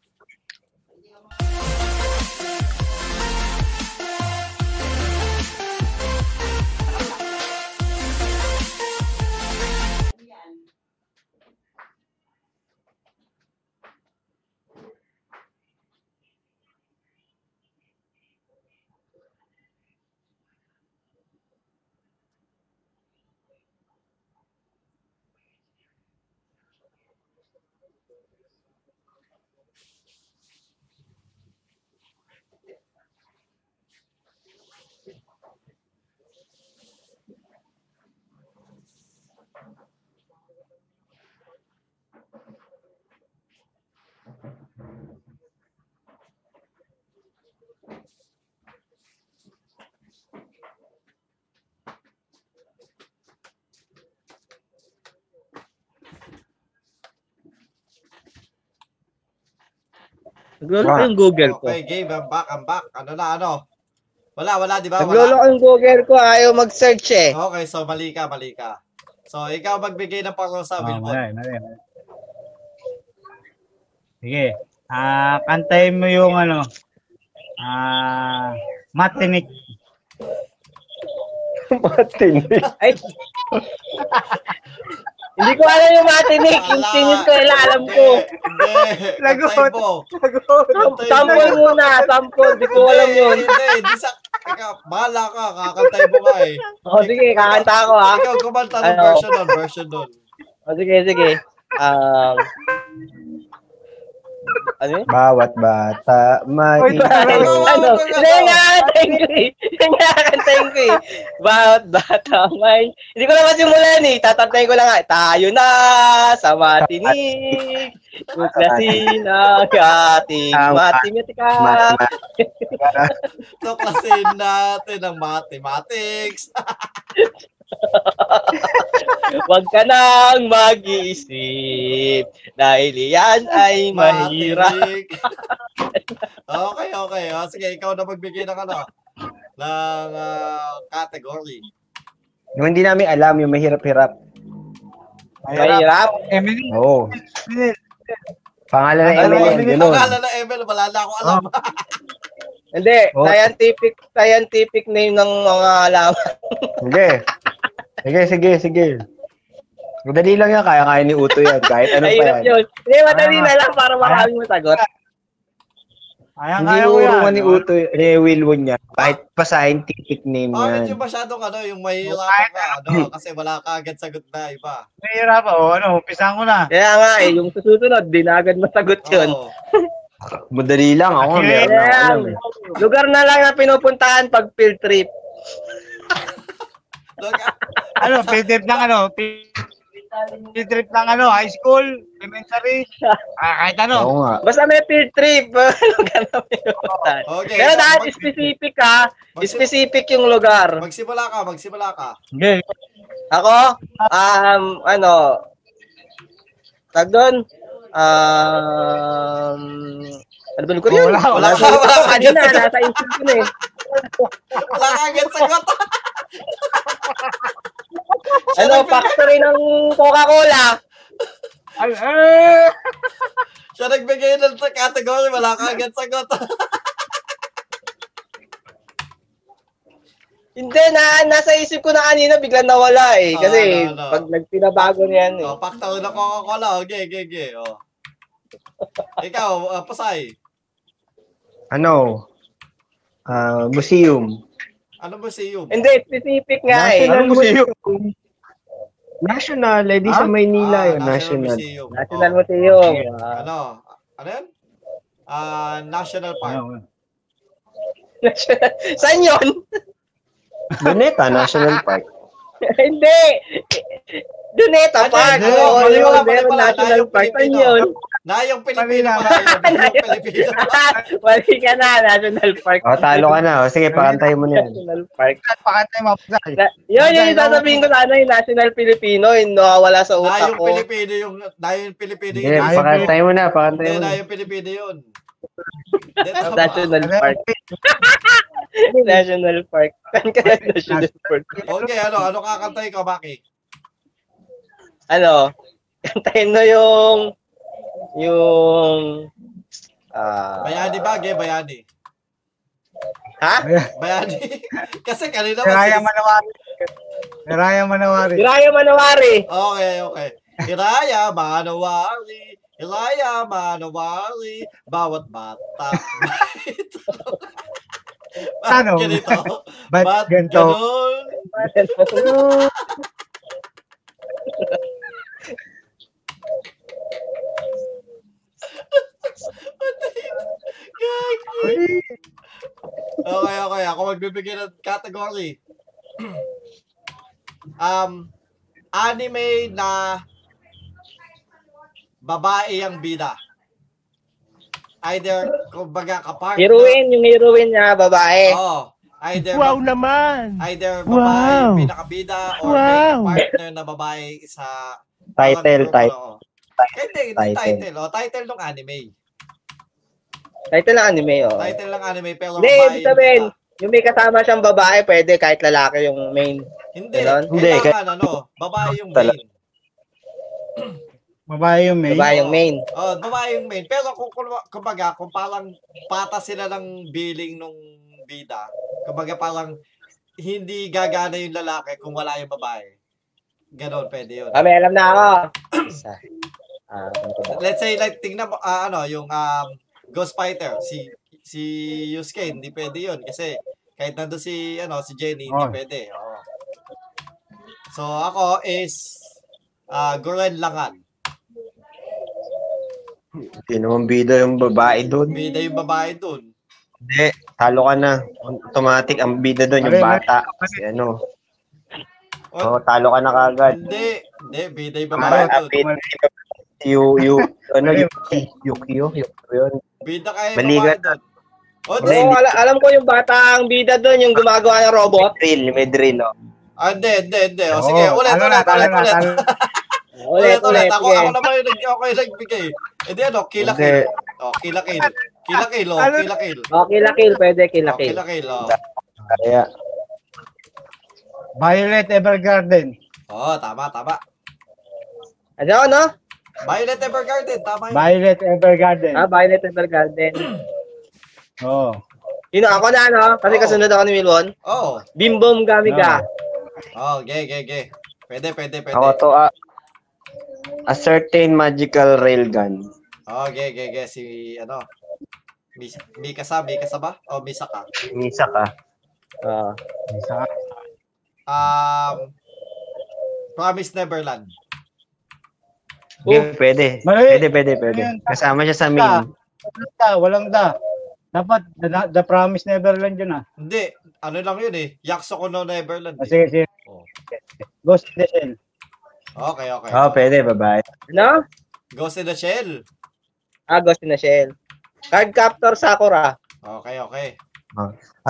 Speaker 3: Naglolo ko yung Google ko.
Speaker 1: Okay, game, I'm back, I'm back. Ano na, ano? Wala, wala, di ba?
Speaker 3: Naglolo
Speaker 1: Wala.
Speaker 3: ko yung Google ko. Ayaw mag-search eh.
Speaker 1: Okay, so mali ka, mali ka. So, ikaw magbigay ng parusa,
Speaker 2: Oh,
Speaker 1: Wilbon.
Speaker 2: mali, mali, mali. Sige. Ah, kantahin mo yung ano. Ah, matinik.
Speaker 8: Matinig.
Speaker 3: Ay. Hindi ko alam yung matinik. Yung
Speaker 1: Wala.
Speaker 3: tingin ko nila alam ko.
Speaker 1: Hindi, hindi.
Speaker 2: Lagot.
Speaker 1: Kantahin mo.
Speaker 3: Sam- Sample muna. Sample. Hindi ko alam yun.
Speaker 1: Hindi, hindi, hindi sa... Ikaw, bahala ka, kakantay mo ka eh.
Speaker 3: O sige, kakanta ako ha.
Speaker 1: Ikaw, kumanta ng
Speaker 3: Ano?
Speaker 1: version nun, version nun.
Speaker 3: O sige, sige. Um, ano yun?
Speaker 8: Bawat bata may...
Speaker 2: Oy,
Speaker 3: Ay,
Speaker 1: Ano, ano,
Speaker 3: ano?
Speaker 1: ano?
Speaker 3: Hindi, nakakantayin ko eh. Hindi, nakakantayin ko eh. Bawat bata may... Hindi ko na masimulan eh. Tatantayin ko lang nga. Tayo na sa matinig. Tuklasin ang ating matematika.
Speaker 1: Tuklasin natin ang mathematics.
Speaker 3: Huwag ka nang mag-iisip dahil yan ay mahirap.
Speaker 1: Mathematic. okay, okay. O, sige, ikaw na magbigay ng ano, ng ah, category.
Speaker 8: Yung hindi namin alam, yung mahirap-hirap.
Speaker 3: Mahirap?
Speaker 2: Emily.
Speaker 8: Oo.
Speaker 2: Emily.
Speaker 8: Pangalan ng
Speaker 2: Ano,
Speaker 8: Emily yan,
Speaker 2: Emily,
Speaker 1: Ang
Speaker 8: ganun.
Speaker 1: alam na Emil, wala na ako alam.
Speaker 3: Hindi,
Speaker 8: Oh.
Speaker 3: scientific, scientific name ng mga halaman.
Speaker 8: Sige. Sige, sige, sige. Madali lang yan, kaya-kaya ni Uto yan. Kahit ano pa
Speaker 3: Mahirap
Speaker 8: yan.
Speaker 3: yun. Hindi, madali
Speaker 2: Ayan.
Speaker 3: na lang para maraming masagot.
Speaker 2: Ayan,
Speaker 8: Hindi
Speaker 2: kaya ko
Speaker 8: uuruan
Speaker 2: yan.
Speaker 8: ni Uto, ni Wilwon yan. Kahit pa scientific name
Speaker 1: Oh, medyo
Speaker 8: yan.
Speaker 1: masyadong ano, yung mahihirapan ka, ano, kasi wala ka agad sagot na iba.
Speaker 2: Mahirap oh. Ano, umpisahan ko na.
Speaker 3: Kaya nga eh, yung susunod, di na agad masagot yun.
Speaker 1: Oo.
Speaker 8: Madali lang ako,
Speaker 2: Okay.
Speaker 8: meron ako
Speaker 3: Kaya,
Speaker 8: alam eh.
Speaker 3: lugar na lang na pinupuntahan pag field trip.
Speaker 1: Doon ka-
Speaker 2: Ano, field trip lang ano. Field Field trip ng ano, high school, elementary, ah, kahit ano.
Speaker 8: Oo nga.
Speaker 3: Basta may field trip. Ano ganun yung lugar.
Speaker 1: Okay.
Speaker 3: Pero dahil
Speaker 1: Mag-
Speaker 3: specific ha,
Speaker 1: Magsi-
Speaker 3: specific yung lugar.
Speaker 1: Magsimula ka, magsimula ka.
Speaker 2: Okay.
Speaker 3: Ako, um, ano, tag doon, um, ano ba yung Korean?
Speaker 2: Wala, wala.
Speaker 3: Ako kanina, nasa instinct ko na eh.
Speaker 1: Wala ka agad sagot.
Speaker 3: Ano, factory ng Coca-Cola.
Speaker 2: Ay, eh!
Speaker 1: Siya nagbigay ng category, wala ka agad sagot.
Speaker 3: Hindi, na, Ah, nasa isip ko na kanina, biglang nawala eh. Kasi,
Speaker 1: Ah, ano, ano.
Speaker 3: pag nagpinabago niyan eh.
Speaker 1: oh, paktaw na Coca-Cola. Okay, okay, okay. Oh. Ikaw, uh, Pasay.
Speaker 8: Ano? Ah, museum.
Speaker 1: Ano ba si
Speaker 7: Eh,
Speaker 1: Yum?
Speaker 3: Hindi, specific nga eh.
Speaker 8: National
Speaker 2: Anong museum?
Speaker 8: National, eh, di sa
Speaker 2: Ah?
Speaker 8: Maynila
Speaker 1: Ah,
Speaker 8: yun, national.
Speaker 1: Museum.
Speaker 3: National
Speaker 1: Oh.
Speaker 3: Museum. Ah,
Speaker 1: Ano? Ano yan? Ah, National Park.
Speaker 2: Ano,
Speaker 3: National- Saan yun?
Speaker 8: Boneta National Park.
Speaker 3: Hindi. Duneta
Speaker 1: Ano,
Speaker 3: Park.
Speaker 1: ano,
Speaker 3: Ano,
Speaker 1: mali
Speaker 3: yun,
Speaker 1: pala, mali
Speaker 3: meron
Speaker 1: pala,
Speaker 3: National
Speaker 1: tayo
Speaker 3: Park. Saan
Speaker 1: Pilipino.
Speaker 3: yun?
Speaker 1: Na yung Pilipino.
Speaker 2: Manila.
Speaker 1: Na yung Pilipino.
Speaker 3: Mali ka na, National Park.
Speaker 8: O, Oh, talo ka na. O, sige, pakantay mo na yan.
Speaker 3: National Park.
Speaker 2: Pakatay mga pasay.
Speaker 3: Na, yun, yun yung sasabihin ko sana yung National Filipino, yung nawawala sa
Speaker 1: Na
Speaker 3: utak
Speaker 1: Ah, yung
Speaker 3: ko.
Speaker 1: Pilipino yung na yung Pilipino
Speaker 8: Hindi,
Speaker 1: yung
Speaker 2: Ayaw pa-
Speaker 8: pakantay mo na, pakantay
Speaker 1: Hindi,
Speaker 8: mo na.
Speaker 1: na yung Pilipino yun. Hindi, tama.
Speaker 3: National
Speaker 1: Ano?
Speaker 3: Park. National Park. Saan ka na National Park?
Speaker 1: Okay, ano, ano kakantay ka, Maki?
Speaker 3: Ano? Kantayin mo yung... Yung... ah
Speaker 1: Bayani bagay, bayani.
Speaker 3: ha?
Speaker 1: Bayani. Kasi kanina
Speaker 2: Hiraya
Speaker 1: mas-
Speaker 2: Manawari. Hiraya Manawari.
Speaker 3: Hiraya Manawari.
Speaker 1: Okay, okay. Hiraya Manawari, Hiraya Manawari, bawat bata. Bakit
Speaker 2: Tanong.
Speaker 1: ganito?
Speaker 2: Ba't
Speaker 1: Ba't
Speaker 2: ganito?
Speaker 1: ganun? Gagi. Okay, okay. Ako magbibigay ng category. Um, anime na babae ang bida. Either, kumbaga, kapartner.
Speaker 3: Heroin, yung heroin niya, babae.
Speaker 1: Oo. Either,
Speaker 14: Wow naman!
Speaker 1: either
Speaker 14: Wow.
Speaker 1: babae pinakabida or
Speaker 14: Wow.
Speaker 1: may partner na babae sa
Speaker 8: Title,
Speaker 1: parang grupo,
Speaker 8: title.
Speaker 1: oo. Hindi, hindi
Speaker 8: Title.
Speaker 1: title. O, title ng anime.
Speaker 3: Title ng anime, oh.
Speaker 1: Title ng anime pero
Speaker 3: Hindi,
Speaker 1: babae
Speaker 3: ibig
Speaker 1: yung
Speaker 3: sabihin,
Speaker 1: bida.
Speaker 3: yung may kasama siyang babae, pwede kahit lalaki yung main.
Speaker 1: Hindi.
Speaker 3: Ganon?
Speaker 1: Hindi.
Speaker 8: Hindi,
Speaker 1: Kailangan ano, babae yung main.
Speaker 2: Babae yung main.
Speaker 3: Babae yung main.
Speaker 1: Oh, babae yung main. Pero kung kung- kumbaga, kung parang pata sila ng billing nung bida, kumbaga parang hindi gagana yung lalaki kung wala yung babae. Ganon, pwede yun.
Speaker 3: Ah, may alam na ako. Isa. Ah, ano to ba?
Speaker 1: Let's say like tingnan mo ah, ano yung um, Ghost Fighter si si Yusuke hindi pwede yun kasi kahit nando si ano si Jenny hindi
Speaker 2: Oh.
Speaker 1: pwede. Oo. So ako is ah Guren Langan.
Speaker 8: Hindi naman bida yung babae doon.
Speaker 1: Bida yung babae dun.
Speaker 8: Hindi, talo ka na. Automatic, ang bida doon, yung
Speaker 2: Aray,
Speaker 8: bata. Si ano.
Speaker 1: Oh,
Speaker 8: O, talo ka na kagad.
Speaker 1: hindi, hindi bida yung babae
Speaker 8: Bata,
Speaker 1: dun.
Speaker 8: bida. Yu, yu, ano,
Speaker 2: Aray.
Speaker 8: yuki, yukyo, yukyo yun.
Speaker 1: Bida kaya yung babae
Speaker 8: Maligat.
Speaker 1: dun. Oh,
Speaker 3: Oo,
Speaker 1: this,
Speaker 3: ala- alam ko yung batang bida doon, yung gumagawa ng robot.
Speaker 8: Drill, may drill, oh.
Speaker 1: ah, hindi, hindi, hindi. Oh, sige,
Speaker 2: Oo,
Speaker 1: ulit,
Speaker 2: talo ano na,
Speaker 1: ulit,
Speaker 2: talo
Speaker 1: ulit,
Speaker 2: na,
Speaker 1: ulit.
Speaker 2: talo na.
Speaker 1: Ulit,
Speaker 3: Ulit,
Speaker 1: ulit.
Speaker 3: ulit.
Speaker 1: Ako,
Speaker 3: sige.
Speaker 1: ako naman yung nag, ako yung nagbigay. Hindi, ano,
Speaker 8: Hindi.
Speaker 1: kilakil. Oh, kilakil. Kilakil, oh,
Speaker 2: Talo na.
Speaker 1: kilakil.
Speaker 3: Oh, kill kill, pwede kill
Speaker 1: Oh,
Speaker 3: kill.
Speaker 1: kilakil, oh.
Speaker 8: Kaya,
Speaker 2: Violet Evergarden.
Speaker 1: Oo, tama, tama.
Speaker 3: Ano, ano?
Speaker 1: Violet Evergarden, tama yun.
Speaker 2: Violet Evergarden. Oh.
Speaker 3: Ah, Violet Evergarden.
Speaker 2: Oo.
Speaker 3: Yun, ako na, ano? Kasi
Speaker 1: Oo.
Speaker 3: kasunod ako ni Milwon.
Speaker 1: Oo.
Speaker 3: Bim
Speaker 2: Ah,
Speaker 3: Bom Gamiga.
Speaker 1: Oh, okay, okay, okay. Pwede, pwede, pwede.
Speaker 8: ako to, ah, a certain magical railgun.
Speaker 1: Oh, okay, okay, okay. Si, ano, Mis- Mika sa, Mika sa ba? O, Misa ka.
Speaker 8: Misa ka.
Speaker 3: Ah.
Speaker 2: Isa.
Speaker 1: Um, Promise Neverland.
Speaker 7: Oh.
Speaker 8: Hindi, pwede.
Speaker 2: Mali.
Speaker 8: Pwede, pwede, pwede.
Speaker 2: Ayun.
Speaker 8: Kasama siya sa
Speaker 2: Da.
Speaker 7: Ah.
Speaker 8: main.
Speaker 2: Walang da. Walang da. Dapat, the, the promise Neverland yun ah.
Speaker 1: Hindi, ano lang yun eh. Yakso ko no Neverland
Speaker 2: Ah,
Speaker 1: eh.
Speaker 2: sige, sige.
Speaker 1: Oh.
Speaker 2: Ghost in the Shell.
Speaker 1: Okay, okay.
Speaker 8: Oo, Oh, pwede, babae.
Speaker 7: Ano?
Speaker 1: Ghost in the Shell.
Speaker 3: Ah,
Speaker 7: Agos na Shell. Card Captor Sakura.
Speaker 1: Okay, okay.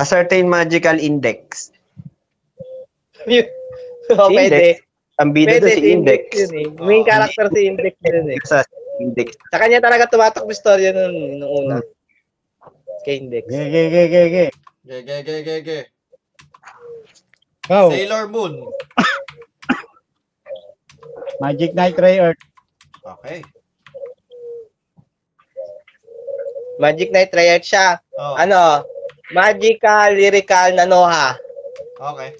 Speaker 8: A certain magical index.
Speaker 7: oh, pwede.
Speaker 8: Ang
Speaker 7: Pwede
Speaker 8: bida doon si index.
Speaker 7: yun eh. Main
Speaker 1: Ah.
Speaker 7: character si Index yun eh.
Speaker 8: Index sa index.
Speaker 7: Sa kanya talaga tumatakbo storya nun, nung una. Kay Index.
Speaker 2: Ge, ge, ge, ge, ge.
Speaker 1: Ge, ge, ge, ge, ge.
Speaker 7: Oh.
Speaker 2: Go.
Speaker 1: Sailor Moon.
Speaker 2: Magic Knight Ray Earth.
Speaker 1: Okay.
Speaker 7: Magic Knight Triad siya.
Speaker 1: Oh,
Speaker 7: Ano? Magical Lyrical Nanoha.
Speaker 1: okay.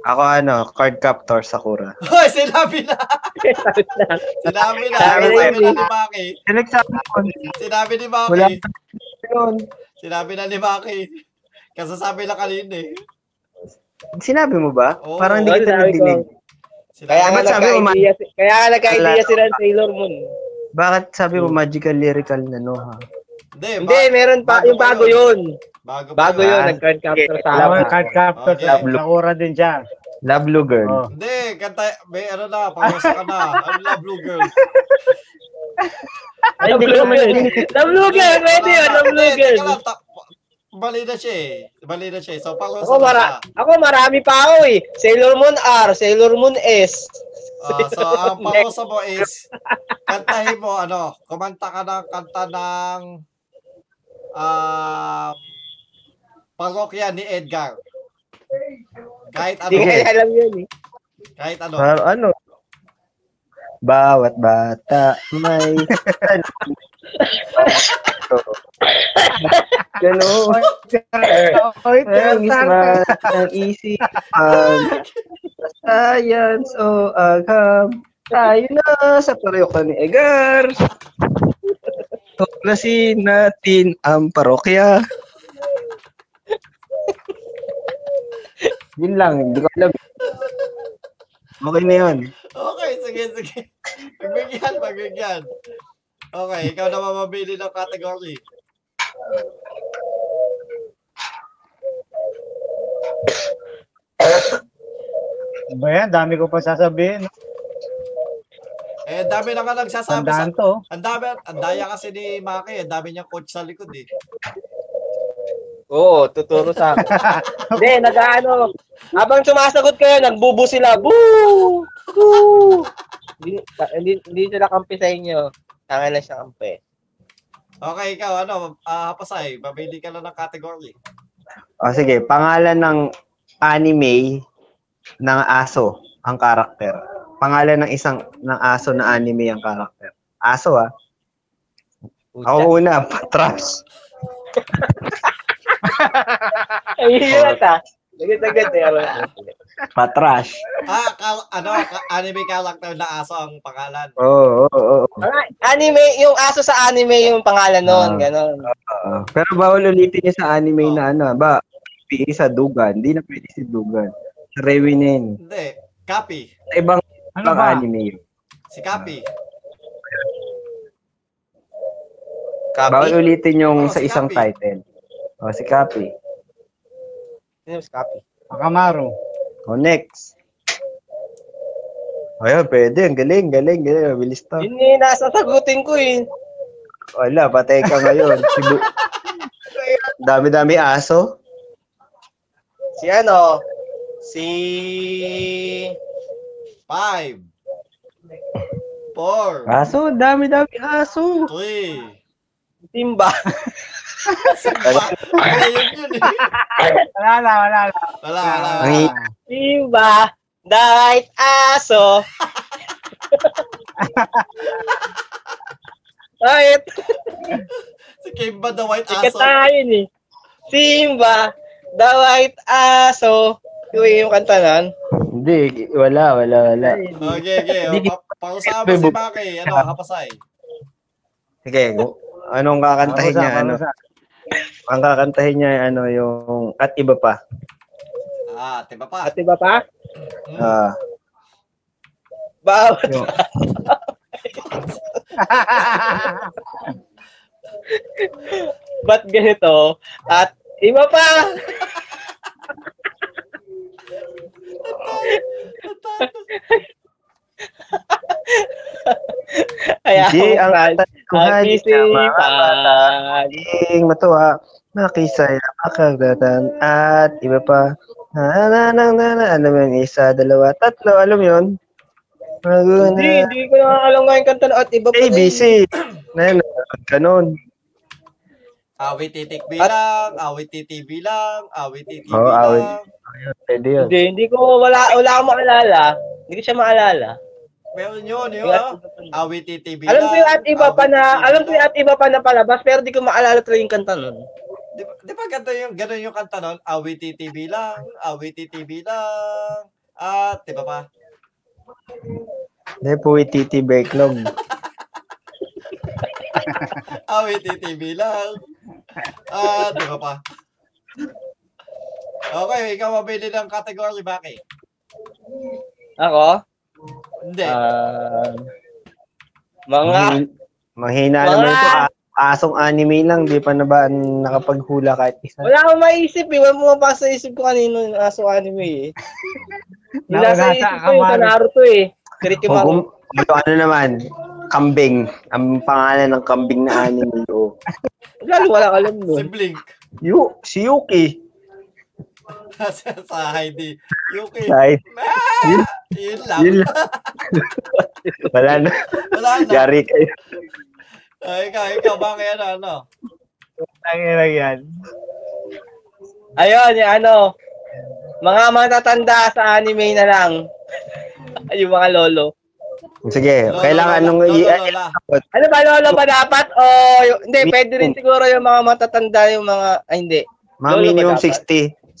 Speaker 8: Ako ano, card captor Sakura.
Speaker 1: Hoy, sinabi na. sinabi na.
Speaker 7: Sabi na
Speaker 1: Sinabi
Speaker 7: yun
Speaker 1: na
Speaker 7: eh.
Speaker 1: ni Maki.
Speaker 8: Select sa akin.
Speaker 1: Sinabi ni Maki.
Speaker 8: Wala yun.
Speaker 1: Sinabi na ni Maki. Kasasabi na kanina eh.
Speaker 8: Sinabi mo ba?
Speaker 1: Oo.
Speaker 8: Parang hindi
Speaker 7: Oo,
Speaker 8: kita
Speaker 7: sinabi ko.
Speaker 8: nagdinig.
Speaker 1: Sinabi
Speaker 7: Kaya nga
Speaker 8: Ba't sabi mo,
Speaker 7: nagka-idea, si- kaya nga nagka-idea sila ng Sailor Moon.
Speaker 8: Bakit sabi mo
Speaker 7: Hmm.
Speaker 8: magical lyrical na no ha?
Speaker 1: Hindi,
Speaker 7: Hindi, meron pa, yung bago yun.
Speaker 1: Bago, pa
Speaker 7: Bago yun,
Speaker 8: Ah,
Speaker 7: nag-card capture
Speaker 8: sige.
Speaker 7: sa
Speaker 2: Lawan
Speaker 7: akin.
Speaker 2: card captor.
Speaker 1: Okay.
Speaker 2: sa Sakura din siya.
Speaker 8: Love Blue Girl.
Speaker 2: Oh.
Speaker 1: Hindi, kanta, may ano na, pangasa ka na. Ano na, Blue Girl?
Speaker 7: Ay, hindi ko naman yun. Nablugan,
Speaker 1: Hindi,
Speaker 7: pwede
Speaker 1: wala
Speaker 7: yun,
Speaker 1: na. Hindi,
Speaker 7: nablugan.
Speaker 1: teka lang, ta- Bali na siya eh. Bali na siya eh. So, pangasa
Speaker 7: Ako,
Speaker 1: na siya.
Speaker 7: mara ako marami pa ako eh. Sailor Moon R, Sailor Moon S.
Speaker 1: Ah, so, ang pausa mo is, kantahin mo, ano, kumanta ka ng kanta ng ah parokya ni Edgar. Kahit ano,
Speaker 7: Hindi ko alam yun eh.
Speaker 1: kahit ano.
Speaker 8: Parang ano? Bawat bata may Ganun.
Speaker 2: Oy,
Speaker 8: Ang ismat ng isipan. Science o agam. Tayo na sa parokya ni Edgar. Tuklasin natin ang parokya. Yun lang, hindi ko alam. Okay na yun.
Speaker 1: Okay, sige, sige. Pagbigyan, pagbigyan. Okay, ikaw na mamamili ng category.
Speaker 2: Ba yan, dami ko pa sasabihin.
Speaker 1: Eh, ang dami na nga nagsasabi sa...
Speaker 2: Tandaan to.
Speaker 1: Ang dami, ang daya kasi ni Maki, ang dami niyang coach sa likod eh.
Speaker 7: Oo, tuturo sa akin. Hindi, nag-ano. Habang sumasagot kayo, nagbubu sila. Boo! Boo! Hindi, hindi, hindi sila kampi sa inyo. Tangan lang siya kampi.
Speaker 1: Okay, ikaw, ano, ah, hapasay, mamili ka na ng category.
Speaker 8: O sige, pangalan ng anime ng aso ang karakter. Pangalan ng isang ng aso na anime ang karakter. Aso ah. Ako una, Patras.
Speaker 7: Ay, yun ata. Nagit-nagit eh. alam mo.
Speaker 8: Patrash.
Speaker 1: Ah, ka- ano, ka- anime character na aso ang pangalan.
Speaker 8: Oo, oo, oo. oo.
Speaker 7: Ang Anime, yung aso sa anime yung pangalan nun.
Speaker 8: Ah.
Speaker 7: Ganon.
Speaker 8: Oo. Pero bawal ulitin niya sa anime na ano, ba? PE sa Dugan. Hindi na pwede si Dugan. Sa Rewin na yun.
Speaker 1: Hindi, Kapi.
Speaker 8: Sa ibang,
Speaker 2: Ano
Speaker 8: ibang
Speaker 2: ba?
Speaker 8: anime yun.
Speaker 1: Si Kapi.
Speaker 7: Copy.
Speaker 8: Bawal ulitin
Speaker 1: Oo,
Speaker 8: yung sa
Speaker 1: si
Speaker 8: isang
Speaker 1: Kapi.
Speaker 8: title. O, si Kapi.
Speaker 7: Sino si Copy?
Speaker 2: Akamaru.
Speaker 8: O, Oh, next. Ayun, pwede. Ang galing, galing, galing. Mabilis to.
Speaker 7: Yun yung nasa sagutin ko eh.
Speaker 8: Wala, patay ka ngayon. Si Bu- Dami-dami aso.
Speaker 7: Si ano? Si...
Speaker 1: Five. Four.
Speaker 8: Aso, dami-dami Oh, aso.
Speaker 1: Three.
Speaker 7: Simba.
Speaker 1: Simba. Wala yun yun eh.
Speaker 2: Wala na, wala na.
Speaker 1: Wala, wala.
Speaker 8: Ay.
Speaker 1: wala.
Speaker 7: Simba. Diet aso. Diet.
Speaker 1: Si Kimba the White
Speaker 7: Sikat
Speaker 1: Aso.
Speaker 7: tayo ni. Simba. The white aso. Yun yung kanta nun.
Speaker 8: Hindi, wala, wala, wala.
Speaker 1: Okay, okay. O, pa- Pausahan mo si Maki. Ano, hapasay.
Speaker 8: Sige, gu- anong kakantahin niya? Ano?
Speaker 2: Parusa,
Speaker 8: Ang kakantahin niya ay ano yung at iba pa.
Speaker 1: Ah, tiba pa.
Speaker 7: At iba pa?
Speaker 1: Hmm.
Speaker 8: Ah,
Speaker 7: Bawat.
Speaker 8: yung,
Speaker 2: parusa.
Speaker 7: Ba't ganito? At iba pa. Kaya ako
Speaker 8: Hindi, ang
Speaker 7: pa.
Speaker 8: tatay ko
Speaker 7: Ang
Speaker 8: halit na mga bata.
Speaker 7: isipan.
Speaker 8: Maging matuwa, makisaya, makagatan, at iba pa. Na, na, na, na, na, alam mo yun, isa, dalawa, tatlo, alam mo yun?
Speaker 7: Hindi,
Speaker 8: Maguna,
Speaker 7: hindi ko nakakalang nga yung kanta na at iba pa rin.
Speaker 8: ABC. Na yun, nanonood ka nun.
Speaker 1: Awit titikbi lang, awit titibi lang, awit titibi
Speaker 8: Oo, Oh, awit.
Speaker 1: lang.
Speaker 8: Pwede yun.
Speaker 7: Hindi, hindi ko, wala, wala akong maalala. Hindi ko siya maalala.
Speaker 1: Meron yun, yun
Speaker 7: Yung
Speaker 1: ah.
Speaker 7: at iba pa na-
Speaker 1: Awit titibi
Speaker 7: Alam ko yung
Speaker 1: lang,
Speaker 7: at iba pa
Speaker 1: awit
Speaker 7: na,
Speaker 1: titibi
Speaker 7: alam ko
Speaker 1: lang.
Speaker 7: yung at iba pa na palabas, pero di ko maalala talaga yung kanta nun.
Speaker 1: Di ba, di ba ganun yung, ganun yung kanta nun? Awit titibi lang, awit titibi lang. At, di ba pa?
Speaker 8: Hindi, puwi titi backlog.
Speaker 1: Awit titibi lang. At, di ba pa? Okay, ikaw mabili ng category, Baki.
Speaker 7: Ako?
Speaker 1: Hindi.
Speaker 7: Ah, mga,
Speaker 8: Manghina naman
Speaker 7: Wala.
Speaker 8: ito. ah. Asong anime lang, di pa na ba ang nakapaghula kahit isa?
Speaker 7: wala akong maisip eh. Wala pumapasok sa isip ko kanino yung aso anime eh. Yung
Speaker 2: Nawala sa
Speaker 7: nasa isip ko yung sa
Speaker 2: Akamaru.
Speaker 7: Naruto eh. Kiritimaru.
Speaker 8: O kung o ano naman, kambing. Ang pangalan ng kambing na anime. Oh.
Speaker 7: Lalo wala ka
Speaker 1: Si
Speaker 7: alam nun.
Speaker 1: Blink.
Speaker 8: Yu, si Yuki.
Speaker 1: sa Heidi. Yuki.
Speaker 8: Right?
Speaker 1: Ah! Yun lang.
Speaker 8: Yun lang. Wala na.
Speaker 1: Wala na.
Speaker 8: Yari kayo.
Speaker 1: Ah, ikaw, ikaw, Baki, ano, ano?
Speaker 2: Ang ina yan.
Speaker 7: Ayun, yung ano, mga matatanda sa anime na lang. yung mga lolo.
Speaker 8: Sige,
Speaker 1: Lolo,
Speaker 8: kailangan
Speaker 1: lola,
Speaker 8: nung
Speaker 1: lolo,
Speaker 8: i-
Speaker 1: lola.
Speaker 7: Ano ba, lolo ba dapat? O, yung- hindi, pwede rin siguro yung mga matatanda, yung mga, ay hindi.
Speaker 8: mga
Speaker 7: Lolo ba
Speaker 8: minimum
Speaker 7: dapat?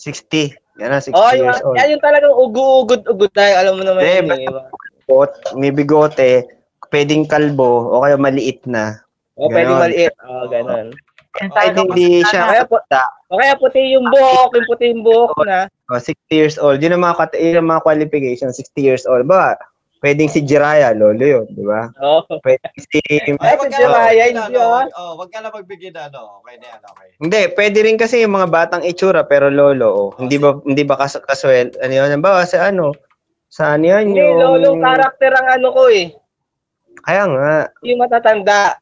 Speaker 8: 60. 60. Yan na, 60
Speaker 7: Oh, yung,
Speaker 8: years old.
Speaker 7: yan yung talagang ugu-ugod-ugod tayo. Alam mo naman
Speaker 8: Eh,
Speaker 7: yun. eh,
Speaker 8: basta-
Speaker 7: mga-
Speaker 8: Pot, may bigote, pwedeng kalbo, o kaya maliit na.
Speaker 7: O, Oh, pwedeng
Speaker 8: Ganon.
Speaker 7: maliit. O, ganun.
Speaker 8: Pwede hindi siya
Speaker 7: Kaya po,
Speaker 8: kata.
Speaker 7: o kaya puti yung buhok, yung puti yung buhok na.
Speaker 8: O, 60 oh, years old. Yun ang mga, kat- yun ang mga qualifications, 60 years old. Ba, pwedeng si Jiraya, lolo yun, di ba?
Speaker 7: Oo.
Speaker 8: Pwedeng si...
Speaker 1: Ay,
Speaker 7: Ay,
Speaker 1: wag
Speaker 7: si
Speaker 1: ka na
Speaker 7: Jiraya,
Speaker 1: magbigay na, ano,
Speaker 7: hindi, ah.
Speaker 1: wag- oh, wag ka na magbigay na, ano, okay na yan, okay.
Speaker 8: Hindi, pwede rin kasi yung mga batang itsura pero lolo. Oh. Hindi ba hindi ba kas kaswel? Ano yun? Ang bawa sa ano? Sa ano yun?
Speaker 7: Hindi,
Speaker 8: Yung...
Speaker 7: lolo karakter ang ano ko eh.
Speaker 8: Kaya nga.
Speaker 7: Yung matatanda.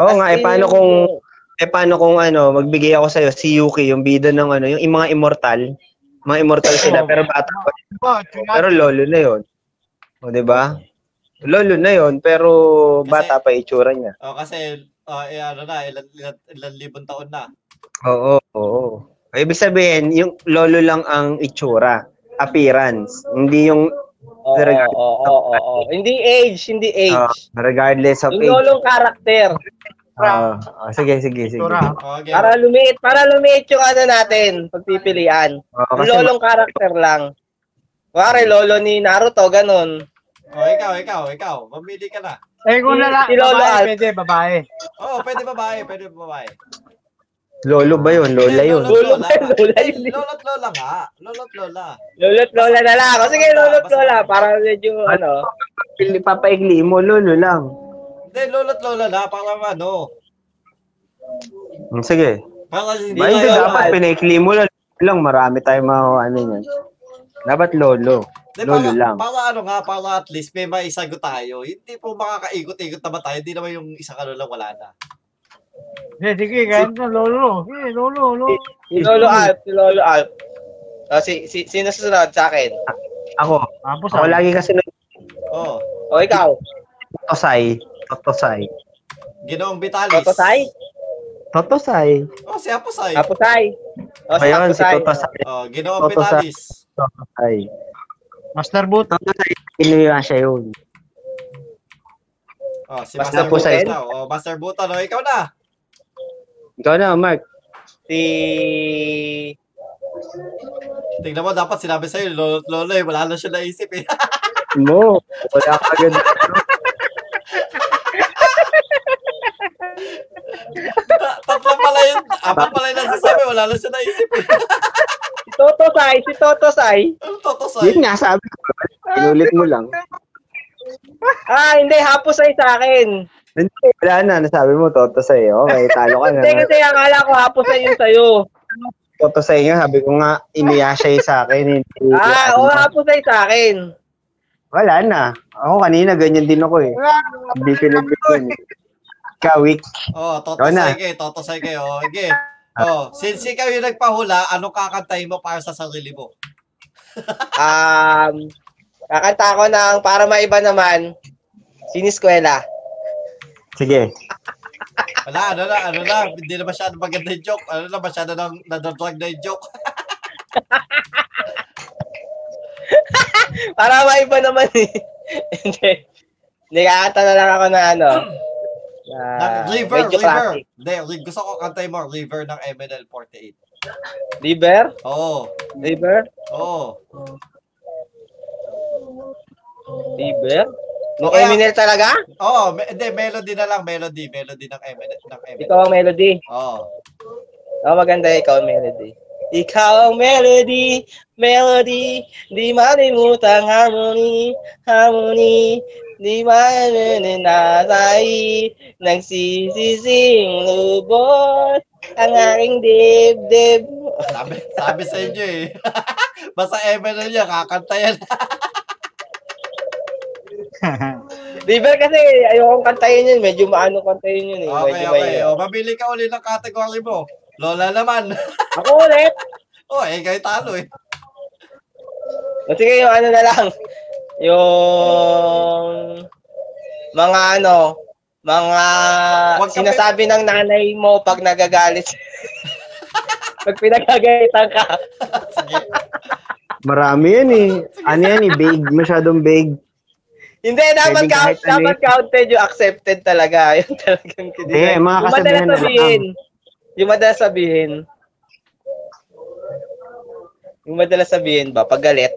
Speaker 8: Oo nga, eh
Speaker 7: Kasi
Speaker 8: paano
Speaker 7: yung-
Speaker 8: kung eh paano kung ano, magbigay ako sa'yo si Yuki, yung bida ng ano, yung, yung mga immortal. Mga immortal sila pero bata pa. Pero lolo na yun. O, di ba? Lolo na yun, pero
Speaker 1: Kasi-
Speaker 8: bata pa itsura niya.
Speaker 1: Oh, kasi, ah, eh, ano na, ilan, ilan, ilan libon taon na.
Speaker 8: Oo, oo. O, Ibig sabihin, yung lolo lang ang itsura, appearance. Hindi yung
Speaker 7: Oo,
Speaker 8: Regardless
Speaker 7: oo, oo, oo, oo. Oh, Hindi age, hindi
Speaker 8: Ah,
Speaker 7: age.
Speaker 8: regardless of
Speaker 7: Yung
Speaker 8: age.
Speaker 7: lolong karakter.
Speaker 8: Ah, ah, sige, sige, sige.
Speaker 2: Tura.
Speaker 1: Oh, okay.
Speaker 7: Para lumiit, para lumiit yung ano natin, pagpipilian.
Speaker 8: Ah,
Speaker 7: Yung
Speaker 8: kasi
Speaker 7: lolong karakter lang. Kuwari, lolo ni Naruto, ganun.
Speaker 1: Oh, ikaw, ikaw, ikaw. Mamili ka na.
Speaker 2: Eh, kung
Speaker 7: Si-
Speaker 2: lala,
Speaker 7: si Lolo
Speaker 2: babae,
Speaker 7: Alf.
Speaker 2: pwede, babae.
Speaker 1: Oh, pwede babae, pwede babae.
Speaker 8: lolo ba yun? Lola
Speaker 1: Eh,
Speaker 8: yun.
Speaker 1: lolo't
Speaker 7: Lolo ba yun?
Speaker 1: lola.
Speaker 7: Lola
Speaker 1: Eh,
Speaker 7: yun eh.
Speaker 1: lolo't lola nga. Lolo't lola.
Speaker 7: Lolo't lola na lang. O sige, lolo't lola. Para medyo ano.
Speaker 8: Pili- Papaigli mo, lolo lang.
Speaker 1: Hindi, lolo't lola na. Para ano.
Speaker 8: Hmm, Sige.
Speaker 1: Para hindi
Speaker 7: Hindi
Speaker 8: Ba, hindi
Speaker 1: tayo,
Speaker 8: dapat
Speaker 1: ano,
Speaker 8: pinaikli mo lolo lang. Marami tayong mga ano yan. Dapat lolo.
Speaker 1: Di,
Speaker 8: Lolo
Speaker 1: para,
Speaker 8: lang.
Speaker 1: Para ano nga, para at least may maisagot tayo. Hindi po makakaigot-igot naman tayo. Hindi naman yung isang ano lang wala na.
Speaker 2: Sige, Eh, sige, ganito, lolo. Sige, lolo, lolo.
Speaker 7: Si Lolo
Speaker 8: Hmm.
Speaker 7: Alf, si Lolo Alf. O, si, si, sino susunod sa akin?
Speaker 8: Ako.
Speaker 2: Tapos, ah,
Speaker 8: Ako lagi kasi nung
Speaker 1: Oh,
Speaker 7: O, ikaw?
Speaker 8: totosay. Totosay.
Speaker 1: Ginoong Vitalis.
Speaker 7: Totosay?
Speaker 8: Totosay.
Speaker 1: Oh, si Apusay.
Speaker 7: Apusay? O, si
Speaker 8: Ayun, si
Speaker 7: Apusay.
Speaker 8: Totosay.
Speaker 1: Oh, Ginoong
Speaker 8: Totosay.
Speaker 1: Vitalis.
Speaker 8: Totosay.
Speaker 2: Master Boot. ah,
Speaker 8: Totosay. Inuya siya yun.
Speaker 1: Oh, si Master
Speaker 7: Master
Speaker 1: Butan
Speaker 7: Butan?
Speaker 1: daw. Oh, Master Butan. Oh, ikaw na.
Speaker 8: Ikaw na, Mark.
Speaker 7: Si...
Speaker 1: Tingnan mo, dapat sinabi sa'yo, lolo't lolo eh. Wala na siya naisip eh.
Speaker 8: Mo. Wala ka agad.
Speaker 1: Ta- Tatlo pala yun. Apat pala yung nasasabi. Wala na siya naisip eh.
Speaker 7: Si Totosay, si Totosay.
Speaker 1: Ang totosay.
Speaker 8: Yun nga, sabi ko. Inulit mo lang.
Speaker 7: Ah, hindi, Hapusay sa akin.
Speaker 8: Hindi, wala na. Nasabi mo, toto sa'yo. Okay, talo ka na.
Speaker 7: Hindi, kasi akala ko Hapusay yung sayo.
Speaker 8: Toto sa'yo nga. Sabi ko nga, iniya siya sa eh akin. Hindi,
Speaker 7: Ah, o,
Speaker 8: ano.
Speaker 7: Hapusay sa akin.
Speaker 8: Wala na. Ako kanina, ganyan din ako eh. Hindi ko nag-ganyan. Ikaw, weak.
Speaker 1: Oh,
Speaker 8: Ikaw na.
Speaker 1: totosay kay, totosay kay. Oh, sige. Oh, since ikaw yung nagpahula, anong kakantahin mo para sa sarili mo?
Speaker 7: Um, kakanta ko ng para maiba naman, Siniskwela.
Speaker 8: Sige.
Speaker 1: Wala, ano na, ano na, hindi na masyado maganda yung joke. Ano na, masyado nang nadadrag na yung joke.
Speaker 7: Para maiba naman eh. Hindi. Hindi, kakanta na lang ako na ano. Na,
Speaker 1: Ng river,
Speaker 7: Ah, medyo
Speaker 1: river.
Speaker 7: classic.
Speaker 1: Hindi, ri- gusto ko kantahin mo, river ng MNL48.
Speaker 7: River?
Speaker 1: Oo,
Speaker 7: River?
Speaker 1: oo.
Speaker 7: River? No,
Speaker 1: Kaya-
Speaker 7: Eminem talaga?
Speaker 1: Oo, me- hindi, melody na lang, melody, melody ng MNL. Ng MNL.
Speaker 7: Ikaw ang melody.
Speaker 1: Oo.
Speaker 7: Oh, maganda ikaw ang melody. Ikaw ang melody, melody, di malimutang harmony, harmony, di maninasay, nagsisising lubos, ang aking dibdib.
Speaker 1: Sabi, sabi sa inyo eh. Basta MNL yan, kakanta yan.
Speaker 7: River kasi, ayokong kantayin yun, medyo maano kantayin yun eh.
Speaker 1: Okay,
Speaker 7: medyo
Speaker 1: okay.
Speaker 7: may-
Speaker 1: O, mabili ka ulit ng category mo. Lola naman.
Speaker 7: Ako ulit!
Speaker 1: O, eh, kayo talo eh.
Speaker 7: O sige, yung ano na lang. Yung mga ano, mga
Speaker 1: Huwag ka
Speaker 7: ah, sinasabi ng nanay mo pag nagagalit. pag pinagagalitan ka.
Speaker 1: Sige.
Speaker 8: Marami yan eh. Ano yan eh, big. Masyadong big.
Speaker 7: Hindi, dapat,
Speaker 8: Pwedeng
Speaker 7: count,
Speaker 8: kahit ano
Speaker 7: dapat
Speaker 8: eh.
Speaker 7: counted yung accepted talaga. Yung talagang
Speaker 8: Eh, mga
Speaker 7: Yung madalas
Speaker 8: kasabihan na lang.
Speaker 7: sabihin. Yung madalas sabihin. Yung madalas sabihin ba, pag galit.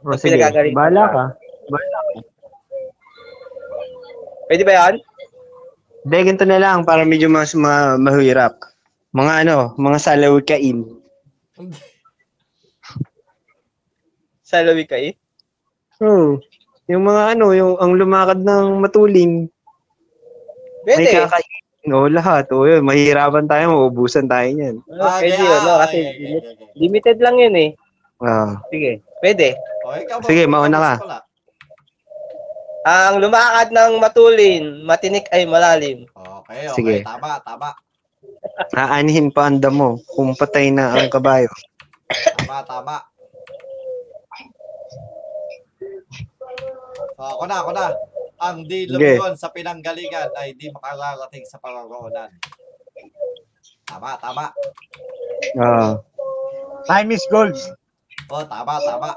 Speaker 8: O Oh, sige,
Speaker 7: pinagagaling
Speaker 8: bahala
Speaker 7: ka.
Speaker 8: ka. Bahala ka.
Speaker 7: Pwede ba yan?
Speaker 8: Hindi, ganito na lang para medyo mas ma mahirap. Mga ano, mga salawikain.
Speaker 7: Sa E? Lawikain?
Speaker 8: Oo. Hmm. Yung mga ano, yung ang lumakad ng matuling.
Speaker 7: Pwede.
Speaker 8: May kakain. Oo, lahat. Oo, yun. Mahirapan tayo. Maubusan tayo niyan.
Speaker 7: Ah, pwede
Speaker 1: ah,
Speaker 7: yun, no? Kasi
Speaker 1: okay, okay, okay, okay.
Speaker 7: limited lang yun eh.
Speaker 8: Ah.
Speaker 7: Sige, pwede.
Speaker 1: O, ikaw,
Speaker 8: Sige,
Speaker 1: ikaw,
Speaker 8: mauna
Speaker 1: gusto
Speaker 8: ka.
Speaker 1: ko lang.
Speaker 7: Ah, Ang lumakad ng matulin, matinik ay malalim.
Speaker 1: Okay, okay.
Speaker 8: Sige.
Speaker 1: Tama, tama.
Speaker 8: Aanihin pa ang damo kung patay na ang kabayo.
Speaker 1: Tama, tama. O, ako na, ako na. Ang di
Speaker 8: Sige.
Speaker 1: lumingon sa pinanggalingan ay di makararating sa pararoonan. Tama, tama.
Speaker 8: Ah.
Speaker 2: Time is gold.
Speaker 1: O, tama, tama.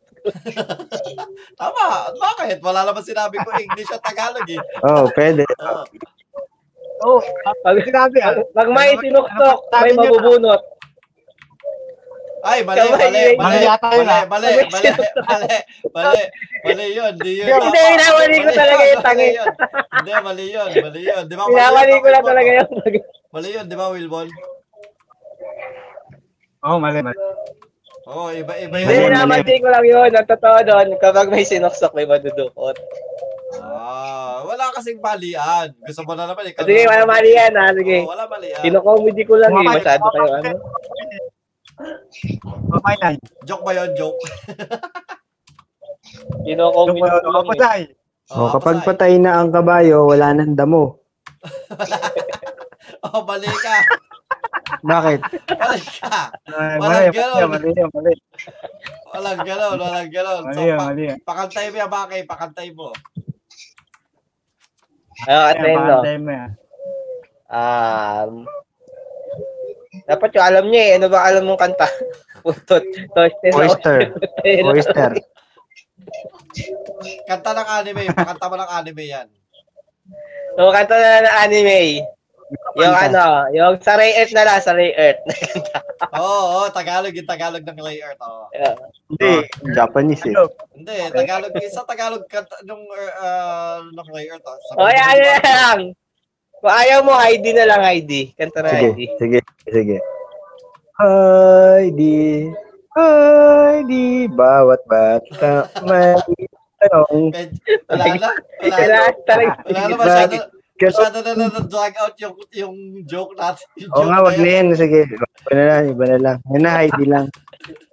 Speaker 1: tama. Bakit? Wala naman sinabi ko English at Tagalog eh.
Speaker 8: Oo, pwede.
Speaker 1: Oo.
Speaker 2: Oh, pag sinabi ah.
Speaker 7: Pag may sinuktok, may
Speaker 2: Sabi niya.
Speaker 7: mabubunot.
Speaker 1: Ay, mali,
Speaker 7: Kamay
Speaker 1: mali,
Speaker 7: yun.
Speaker 1: mali,
Speaker 2: Mali yata
Speaker 1: mali,
Speaker 2: yun,
Speaker 1: mali,
Speaker 2: ah.
Speaker 1: mali, mali, mali, mali, mali yun, hindi yun.
Speaker 7: Hindi,
Speaker 1: tama.
Speaker 7: hinawali ko
Speaker 1: Mali
Speaker 7: talaga
Speaker 1: yun,
Speaker 7: yung
Speaker 1: mali
Speaker 7: tangi.
Speaker 1: yun. Hindi, mali yun, mali yun. Di ba, mali
Speaker 7: Pinawali
Speaker 1: yun,
Speaker 7: ko na
Speaker 1: Wilbon,
Speaker 7: talaga
Speaker 1: oh?
Speaker 7: yung
Speaker 1: Mali yun, di ba, Wilbon?
Speaker 2: Oh, mali, mali.
Speaker 1: Oo, iba, iba
Speaker 7: Hindi,
Speaker 1: yun.
Speaker 8: Mali, mali.
Speaker 7: hinamati ko lang yun. Ang totoo doon, kapag may sinuktok, may madudukot.
Speaker 1: Ah, wala kasing malian. Gusto mo na naman, ikaw.
Speaker 7: Sige,
Speaker 1: na-
Speaker 7: wala mali yan ha. Sige,
Speaker 1: Oo, wala malian.
Speaker 7: kinukomedy ko lang eh. Masyado kayo ano.
Speaker 2: Mamay na.
Speaker 1: Joke ba yun, joke?
Speaker 7: Kinukomedy ko lang eh.
Speaker 2: Kapatay.
Speaker 1: Ah,
Speaker 8: O, Oh, kapag
Speaker 1: pasay.
Speaker 8: patay na ang kabayo, wala nang damo.
Speaker 1: Oo, mali Oh, ka,
Speaker 8: Bakit?
Speaker 1: mali ka.
Speaker 2: Ay,
Speaker 1: Walang
Speaker 2: Mali, mali,
Speaker 1: ganun.
Speaker 2: mali, mali.
Speaker 1: Walang ganon, walang ganon.
Speaker 2: Mali
Speaker 1: So,
Speaker 2: yan,
Speaker 1: pa,
Speaker 2: mali yan.
Speaker 1: pakantay mo yan, bakay, pakantay mo.
Speaker 7: Ano ka
Speaker 2: Ayan,
Speaker 7: no?
Speaker 2: pakantay mo yan.
Speaker 7: Um, dapat yung alam niya eh. Ano ba alam mong kanta? Putot. Toasted na
Speaker 8: Oyster.
Speaker 7: oyster.
Speaker 8: Oyster.
Speaker 1: Kanta ng anime, pakanta mo ng anime yan.
Speaker 7: So, kanta na lang ng anime. Yung ano, yung sa Ray Earth na lang, sa Ray Earth.
Speaker 1: Oo, oh, Tagalog yung Tagalog ng Ray Earth. oo.
Speaker 8: Hindi. Ah, Japanese
Speaker 2: Ano?
Speaker 8: eh.
Speaker 1: Hindi, Tagalog, isa Tagalog kanta nung, uh, nung Ray Earth. Oh.
Speaker 7: o, yan, ano na lang. Kung ayaw mo, Heidi na lang, Heidi. Kanta na
Speaker 8: Sige,
Speaker 7: Heidi.
Speaker 8: sige, sige. Heidi, Heidi, bawat bata may tanong.
Speaker 1: Med- wala na, wala na.
Speaker 7: Kailangan talaga.
Speaker 1: Wala na,
Speaker 8: Bakit?
Speaker 1: masyado,
Speaker 8: Kasi-
Speaker 1: masyado na na-drag out yung, yung joke natin. Yung
Speaker 8: Oo
Speaker 1: joke
Speaker 8: nga,
Speaker 1: na
Speaker 8: wag
Speaker 1: yun.
Speaker 8: na yan. Sige, iba na lang, iba na lang. Yan na, Heidi lang.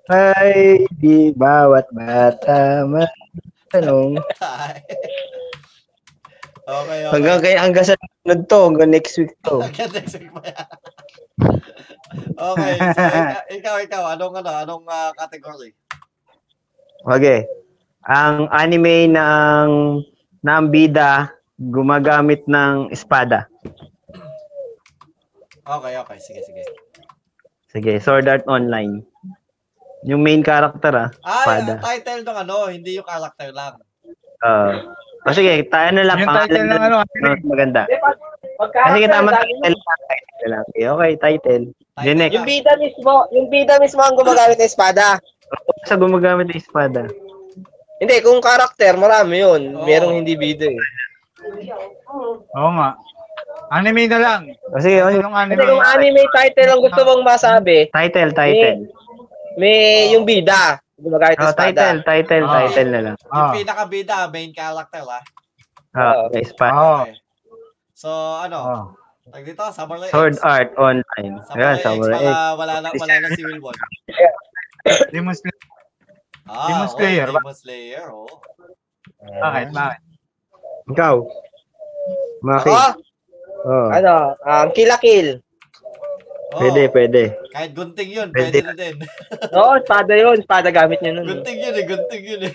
Speaker 8: Ay, di bawat bata matanong.
Speaker 1: okay, okay.
Speaker 8: Hanggang kaya hanggang sa sunod to, hanggang next week to.
Speaker 1: Hanggang next week pa yan. okay, so ik- ikaw, ikaw, anong, ano, anong ah, category?
Speaker 8: Okay. Ang anime ng ng bida gumagamit ng espada.
Speaker 1: Okay, okay, sige, sige.
Speaker 8: Sige, Sword Art Online. Yung main character ah,
Speaker 1: Ah, yung
Speaker 8: espada.
Speaker 1: title ng ano, hindi yung character lang.
Speaker 8: Ah. o sige, tayo na lang.
Speaker 2: Yung
Speaker 8: pangalan
Speaker 2: title ng
Speaker 8: dun,
Speaker 2: ano,
Speaker 8: mas maganda.
Speaker 7: Eh, pag-
Speaker 8: Ah,
Speaker 7: pagka-
Speaker 8: sige, tama
Speaker 7: sabi mo,
Speaker 8: title. lang, title lang. Okay, okay, title.
Speaker 1: Title
Speaker 8: Yung next,
Speaker 3: Yung bida mismo, yung bida mismo ang gumagamit ng espada.
Speaker 8: sa gumagamit ng espada.
Speaker 3: Hindi, kung karakter, marami
Speaker 8: Oh.
Speaker 3: yun.
Speaker 1: Oo.
Speaker 3: Merong hindi bida eh.
Speaker 2: Oo nga. Anime na lang.
Speaker 8: O sige, okay.
Speaker 2: Anong anime?
Speaker 3: Kasi kung anime title ang gusto mong masabi,
Speaker 8: title, title.
Speaker 3: may yung bida. Gumagamit ng
Speaker 8: Oh, title,
Speaker 3: espada.
Speaker 8: title,
Speaker 2: Ah.
Speaker 8: title na lang.
Speaker 1: Yung
Speaker 2: Ah.
Speaker 1: pinakabida, main character, ah.
Speaker 8: Oh, okay, espada.
Speaker 2: Oo.
Speaker 1: Okay. So, ano,
Speaker 2: Oo.
Speaker 1: tag dito, Samurai
Speaker 8: Sword
Speaker 1: X.
Speaker 8: Art Online.
Speaker 1: Samurai
Speaker 8: Ayan, Eh,
Speaker 1: X,
Speaker 8: Samurai ah, X.
Speaker 1: wala, wala, na, wala na si Wilbon.
Speaker 2: Demon Slayer.
Speaker 1: Ah,
Speaker 2: Demon
Speaker 1: oh,
Speaker 2: Slayer ba?
Speaker 1: Demon Slayer, oh.
Speaker 2: Bakit? Bakit?
Speaker 8: Ikaw. Maki.
Speaker 3: Ako,
Speaker 8: Oh,
Speaker 3: ano, um, kill la kill.
Speaker 1: oh
Speaker 8: pwede, pwede.
Speaker 1: Kahit gunting yun,
Speaker 8: Pwede.
Speaker 1: pwede, na din.
Speaker 3: Oo, espada yun. Espada gamit niya nun.
Speaker 1: gunting yun eh, gunting yun eh.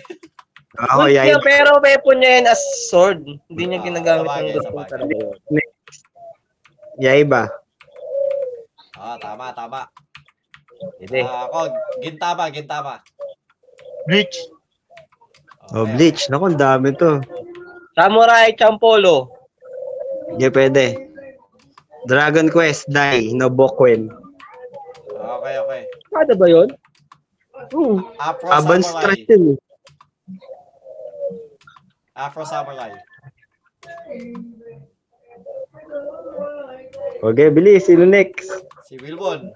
Speaker 8: Ako,
Speaker 3: Good
Speaker 8: yay.
Speaker 3: niya, pero weapon niya yun as sword. Hindi niya
Speaker 1: Ah,
Speaker 3: ginagamit
Speaker 1: sabagay,
Speaker 3: ng weapon
Speaker 1: sabagay.
Speaker 3: talaga yun.
Speaker 8: Yay ba?
Speaker 1: Ah, tama, tama.
Speaker 3: Hindi.
Speaker 1: Ah, ako, gintama, gintama.
Speaker 2: Bleach.
Speaker 8: Oh, Bleach. Naku, ang dami to.
Speaker 3: Samurai Champolo.
Speaker 8: Hindi pwede. Dragon Quest, Dai, Nobokwen.
Speaker 1: Okay, okay.
Speaker 3: Espada ba yun?
Speaker 1: Afro
Speaker 8: Aban
Speaker 1: Samurai.
Speaker 8: Strike yun. eh.
Speaker 1: Afro Samurai.
Speaker 8: Okay, bilis. Sino next?
Speaker 1: Si Wilbon.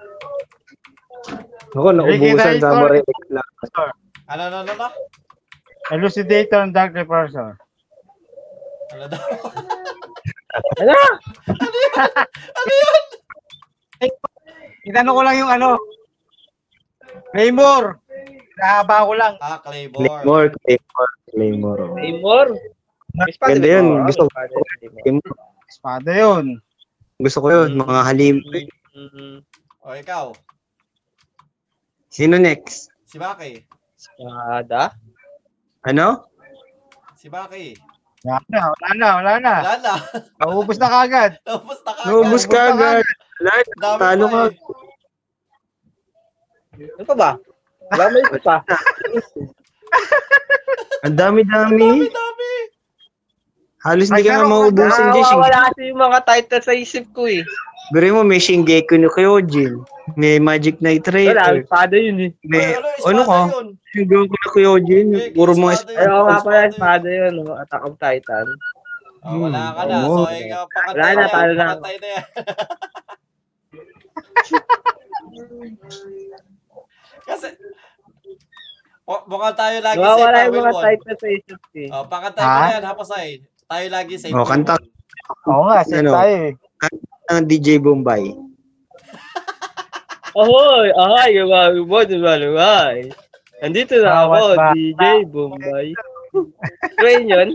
Speaker 8: Ako, naubusan
Speaker 2: Ricky
Speaker 8: Samurai
Speaker 2: Raikor.
Speaker 8: X lang.
Speaker 1: Ano, ano, ano, ano?
Speaker 2: Elucidator and Dark Reversal.
Speaker 1: Ano daw?
Speaker 3: Ano?
Speaker 2: Inano ko lang yung ano. Claymore. Nahaba ko lang.
Speaker 1: Ah, Claymore.
Speaker 8: Claymore, Claymore, Claymore. oh.
Speaker 3: Claymore? Espada ba
Speaker 8: Ganda yun.
Speaker 3: Ah,
Speaker 8: Gusto ko.
Speaker 3: espada yun, di ba?
Speaker 8: Claymore.
Speaker 2: Espada yun.
Speaker 8: Gusto ko yun. Mga halimbo. yun.
Speaker 3: Mm,
Speaker 1: O, ikaw.
Speaker 8: Sino next?
Speaker 1: Si Baki.
Speaker 3: Espada?
Speaker 8: Ano?
Speaker 1: Si Baki.
Speaker 2: Wala na, wala na, wala na.
Speaker 1: Wala na.
Speaker 2: Naubos na kagad.
Speaker 1: Naubos na kagad.
Speaker 8: Naubos ka agad. Lahat,
Speaker 1: Dami
Speaker 8: talo
Speaker 1: pa
Speaker 8: ka.
Speaker 1: eh.
Speaker 3: Ano pa ba? Wala may isa pa.
Speaker 8: Ang
Speaker 1: Dami,
Speaker 8: dami-dami.
Speaker 1: dami.
Speaker 8: Halos
Speaker 2: Ay,
Speaker 8: hindi ka
Speaker 2: pero-
Speaker 8: nga maubusin dyan.
Speaker 3: Ah,
Speaker 8: Shing-
Speaker 3: wala kasi yung mga title sa isip ko eh.
Speaker 8: Biro mo, may Shingeki no Kyojin. May Magic Knight
Speaker 3: Wala,
Speaker 8: Rayer.
Speaker 3: espada yun eh.
Speaker 1: Ay,
Speaker 8: May,
Speaker 1: ano,
Speaker 8: ano
Speaker 1: espada
Speaker 8: ka?
Speaker 1: yun.
Speaker 8: Shingeki no Kyojin.
Speaker 1: Eh,
Speaker 8: Puro mga
Speaker 1: espada yun.
Speaker 3: Ay,
Speaker 8: espada.
Speaker 3: oo nga pala,
Speaker 1: Espada
Speaker 3: espada yun. oh, Attack of Titan.
Speaker 1: Oh, wala ka na.
Speaker 8: Oo.
Speaker 1: So, ikaw, pakatay
Speaker 3: Hmm. Wala na,
Speaker 1: na.
Speaker 3: talo na.
Speaker 1: Pakatay na yan. Kasi, o, mukhang tayo lagi safe.
Speaker 3: Nawawala
Speaker 1: ah,
Speaker 3: yung mga
Speaker 1: Wilbon.
Speaker 3: title sa isip ko eh.
Speaker 1: Oh, pakatay
Speaker 2: Ha?
Speaker 1: mo na yan, hapasay. Tayo lagi safe.
Speaker 8: Oh, kanta.
Speaker 1: Wilbon.
Speaker 2: Oo nga, safe
Speaker 8: Ano?
Speaker 2: tayo eh.
Speaker 8: Ang DJ Bombay.
Speaker 3: Ahoy! Ahoy! Lumabot na maluway! Nandito na ako,
Speaker 2: Bawat bata.
Speaker 3: DJ Bombay. Train yun?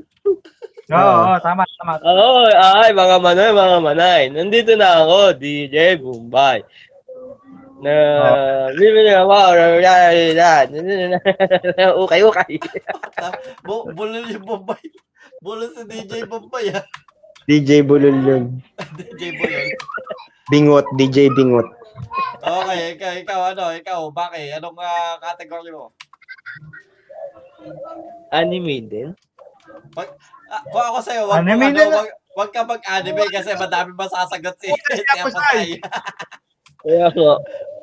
Speaker 2: Oo, oo, tama, tama.
Speaker 3: Ahoy! Ahoy! Mga manay, mga manay! Nandito na ako, DJ Bombay. Na... Libre na ako, Ukay, ukay.
Speaker 1: Bu- bulol yung Bombay. Bulol si DJ Bombay, ah.
Speaker 8: DJ Bulol yun.
Speaker 1: DJ Bulol.
Speaker 8: Bingot, DJ Bingot.
Speaker 1: Okay, ikaw, ikaw, ano, ikaw, Baki, anong ah, category mo?
Speaker 3: Anime din?
Speaker 1: Ah, kung ako sa'yo, wag, mo, ano,
Speaker 2: Anime na lang.
Speaker 1: wag, wag ka mag-anime kasi madami masasagot si, si Apasay.
Speaker 3: Kaya ko.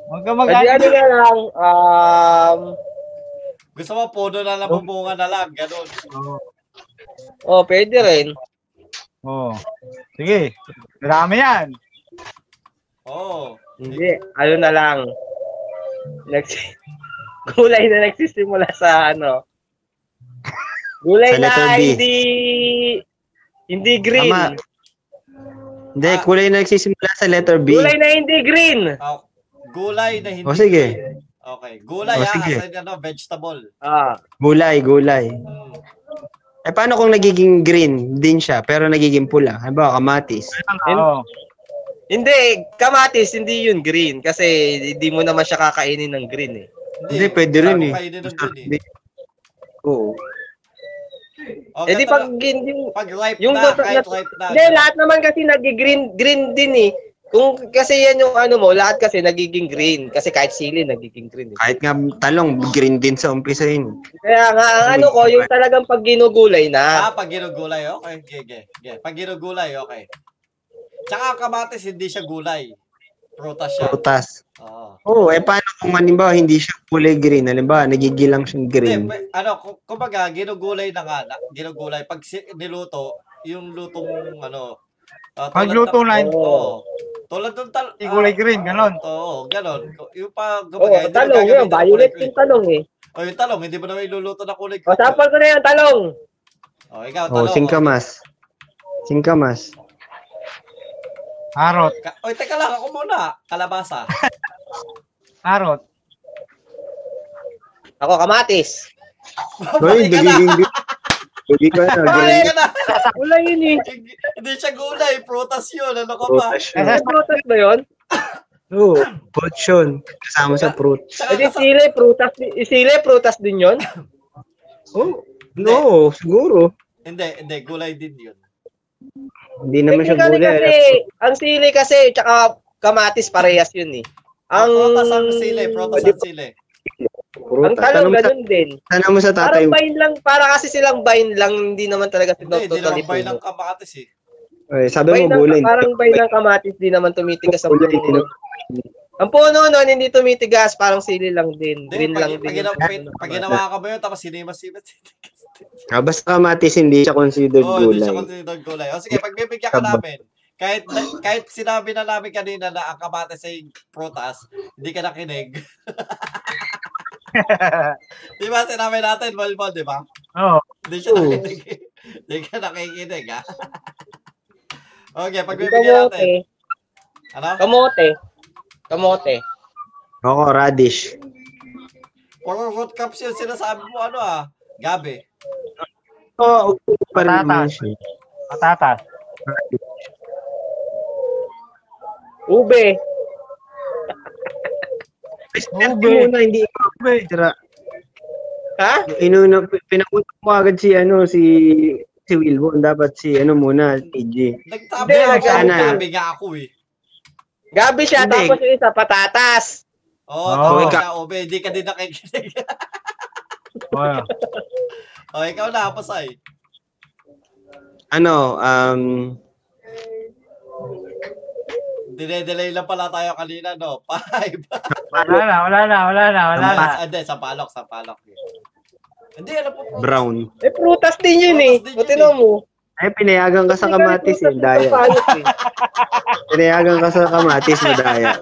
Speaker 2: Huwag ka mag
Speaker 3: Kasi ano na lang, um...
Speaker 1: Gusto mo, puno na lang,
Speaker 8: Oh.
Speaker 1: bubunga na lang, ganun.
Speaker 2: Oo.
Speaker 3: Oh, pwede rin.
Speaker 2: Oo. Sige. Marami yan.
Speaker 1: Oo.
Speaker 3: Hindi, ano na lang. Nags- gulay na nagsisimula sa ano. Gulay
Speaker 8: Sa letter
Speaker 3: na
Speaker 8: B.
Speaker 3: hindi hindi green.
Speaker 8: Tama. Hindi,
Speaker 1: Ah.
Speaker 8: kulay na nagsisimula sa letter B.
Speaker 3: Gulay na hindi green.
Speaker 1: Ah, gulay na hindi
Speaker 8: O Oh, sige.
Speaker 1: green. Okay. Gulay,
Speaker 8: Oh,
Speaker 1: ha?
Speaker 8: sige.
Speaker 1: Kasi ano, vegetable.
Speaker 7: Ah,
Speaker 8: Gulay, gulay. Eh, paano kung nagiging green din siya, pero nagiging pula? Halimbawa, kamatis.
Speaker 2: Oo.
Speaker 7: hindi, kamatis, hindi yun green. Kasi hindi mo naman siya kakainin ng green eh.
Speaker 8: Hindi, pwede rin eh.
Speaker 1: Kainin ng dun, eh.
Speaker 8: Oo.
Speaker 1: Okay,
Speaker 7: Eh di pag gin- yung...
Speaker 1: pag life
Speaker 7: yung
Speaker 1: na,
Speaker 7: dapat-
Speaker 1: kahit life na.
Speaker 7: Hindi, lahat naman kasi nag-green green din eh. Kung kasi yan yung ano mo, lahat kasi nagiging green. Kasi kahit sili, nagiging green. Eh.
Speaker 8: Kahit nga talong, green din sa umpisa yun.
Speaker 7: Kaya nga, ang ano ko, yung talagang pag ginugulay na.
Speaker 1: Ah, pag ginugulay, okay. Ge, ge, ge. Pag ginugulay, okay. Tsaka ang kamatis, hindi siya gulay. Prutas siya.
Speaker 8: Putas.
Speaker 1: Oo.
Speaker 8: Oo, eh paano kung halimbawa hindi siya kulay green? Halimbawa, nagigilang siyang
Speaker 1: Hindi,
Speaker 8: green.
Speaker 1: pe- ano, ku- kumbaga, ginugulay na nga. na- Ginugulay. Pag si, niluto, yung lutong, ano, ah,
Speaker 2: Pag
Speaker 1: tulad
Speaker 2: luto
Speaker 1: ng-
Speaker 2: na,
Speaker 1: Oo. tulad ng tal... ah,
Speaker 2: Hindi kulay green, ganon.
Speaker 1: Oo, ganon. Yung pa,
Speaker 7: Oo,
Speaker 1: kumbaga, hindi mo
Speaker 7: talong yun.
Speaker 1: gagamitin ng kulay
Speaker 7: Violet
Speaker 1: green.
Speaker 7: yung Oh, talong eh.
Speaker 1: O, yung talong, hindi mo naman iluluto na kulay
Speaker 7: O, tapal ko na yun, talong.
Speaker 1: O, ikaw,
Speaker 8: Oo,
Speaker 1: talong.
Speaker 8: singkamas. Singkamas.
Speaker 2: Harot.
Speaker 1: oh. Ka- Oy, teka lang, ako muna. Kalabasa.
Speaker 2: Harot.
Speaker 7: Ako, kamatis.
Speaker 8: Uy,
Speaker 1: Bumalik ka na.
Speaker 8: nagiging green. Hindi ko na,
Speaker 1: Bumalik
Speaker 8: green.
Speaker 1: ka na.
Speaker 7: Wala yun eh.
Speaker 1: Hindi siya gulay, prutas yun. Ano ka ba?
Speaker 8: Prutas yun.
Speaker 7: Ay, prutas ba yun?
Speaker 8: Oo, prutas yun. Kasama sa fruit.
Speaker 1: Tsaka
Speaker 7: Kasi
Speaker 1: kasa-
Speaker 7: Eh, sili, prutas, di- eh, sili, prutas din yun.
Speaker 8: Oo. No, siguro.
Speaker 1: Hindi, hindi, gulay din yun.
Speaker 8: Hindi naman Ano siya
Speaker 7: Technically
Speaker 8: gulay. ah,
Speaker 7: Kasi, ang sili kasi, tsaka kamatis, parehas yun eh.
Speaker 1: Ang
Speaker 7: Ang,
Speaker 1: prutas ang sili, prutas ang sili.
Speaker 8: Fruit.
Speaker 7: ang talong
Speaker 8: Tanong mo sa-
Speaker 7: ganun din.
Speaker 8: tanong mo sa tatay
Speaker 7: Parang
Speaker 8: mo.
Speaker 7: bind lang, para kasi silang bind lang, hindi naman talaga
Speaker 1: Hindi,
Speaker 7: sila
Speaker 1: hindi
Speaker 7: totally
Speaker 1: naman bay
Speaker 7: puno.
Speaker 1: ng kamatis eh.
Speaker 8: Eh, sabi
Speaker 7: Bind
Speaker 8: mo
Speaker 7: ng-
Speaker 8: gulay.
Speaker 7: parang bind ng kamatis, di naman tumitigas ang
Speaker 8: Gulay, hindi
Speaker 7: puno.
Speaker 8: naman.
Speaker 7: Ang puno nun, hindi tumitigas, parang sili lang din.
Speaker 1: Hindi,
Speaker 7: Green
Speaker 1: pag,
Speaker 7: lang
Speaker 1: pag,
Speaker 7: din.
Speaker 1: ginawa- pag, pag ginawa ka mo yun, tapos sinimas-simas.
Speaker 8: Ah, basta kamatis, hindi siya considered
Speaker 1: Oo, hindi
Speaker 8: gulay.
Speaker 1: siya considered gulay. O sige, pagbibigyan ka namin, kahit na- kahit sinabi na namin kanina na ang kamatis ay prutas, hindi ka nakinig. di ba sinabi natin, Malmol, di ba?
Speaker 2: Oo.
Speaker 1: Hindi siya
Speaker 8: Oo.
Speaker 1: nakikinig. Hindi ka nakikinig, ha? okay, pagbibigyan natin.
Speaker 7: Kamote.
Speaker 1: Ano?
Speaker 7: Kamote. Kamote.
Speaker 8: Oo, radish.
Speaker 1: Puro root cups yun sinasabi mo, ano ah? Gabi.
Speaker 8: Oo, okay pa rin
Speaker 2: Patatas.
Speaker 8: naman siya.
Speaker 2: Patatas.
Speaker 7: Ube.
Speaker 8: Ube. Muna, hindi ikaw. Tira.
Speaker 7: Ha?
Speaker 8: Inuna, pinakutok mo agad si, ano, si, si Wilbon. Dapat si, ano muna, TJ.
Speaker 1: Nagtabi
Speaker 7: Hindi,
Speaker 1: ako.
Speaker 7: nagtabi.
Speaker 1: Nagtabi nga ako eh.
Speaker 7: Gabi siya,
Speaker 8: Hindi.
Speaker 7: tapos yung isa, patatas.
Speaker 1: Oo, oh,
Speaker 2: Oo.
Speaker 1: tabi
Speaker 2: Ikaw-
Speaker 1: siya, Obe. Hindi ka din nakikinig.
Speaker 2: Oo.
Speaker 1: o, Oh, ikaw na, Pasay.
Speaker 8: Ano, um,
Speaker 1: Dinedelay lang pala tayo kanina, no? Five.
Speaker 2: Wala na, wala na, wala na, wala na.
Speaker 1: Ah, Hindi, sa palok, sa palok. Hindi, ano po. po.
Speaker 8: brown.
Speaker 7: Eh, prutas din yun eh.
Speaker 1: Prutas din yun
Speaker 7: O, tinan
Speaker 1: eh.
Speaker 7: mo.
Speaker 8: Ay, pinayagan ka sa kamatis, eh, daya.
Speaker 7: Prutas eh.
Speaker 8: Pinayagan ka sa kamatis, eh, daya.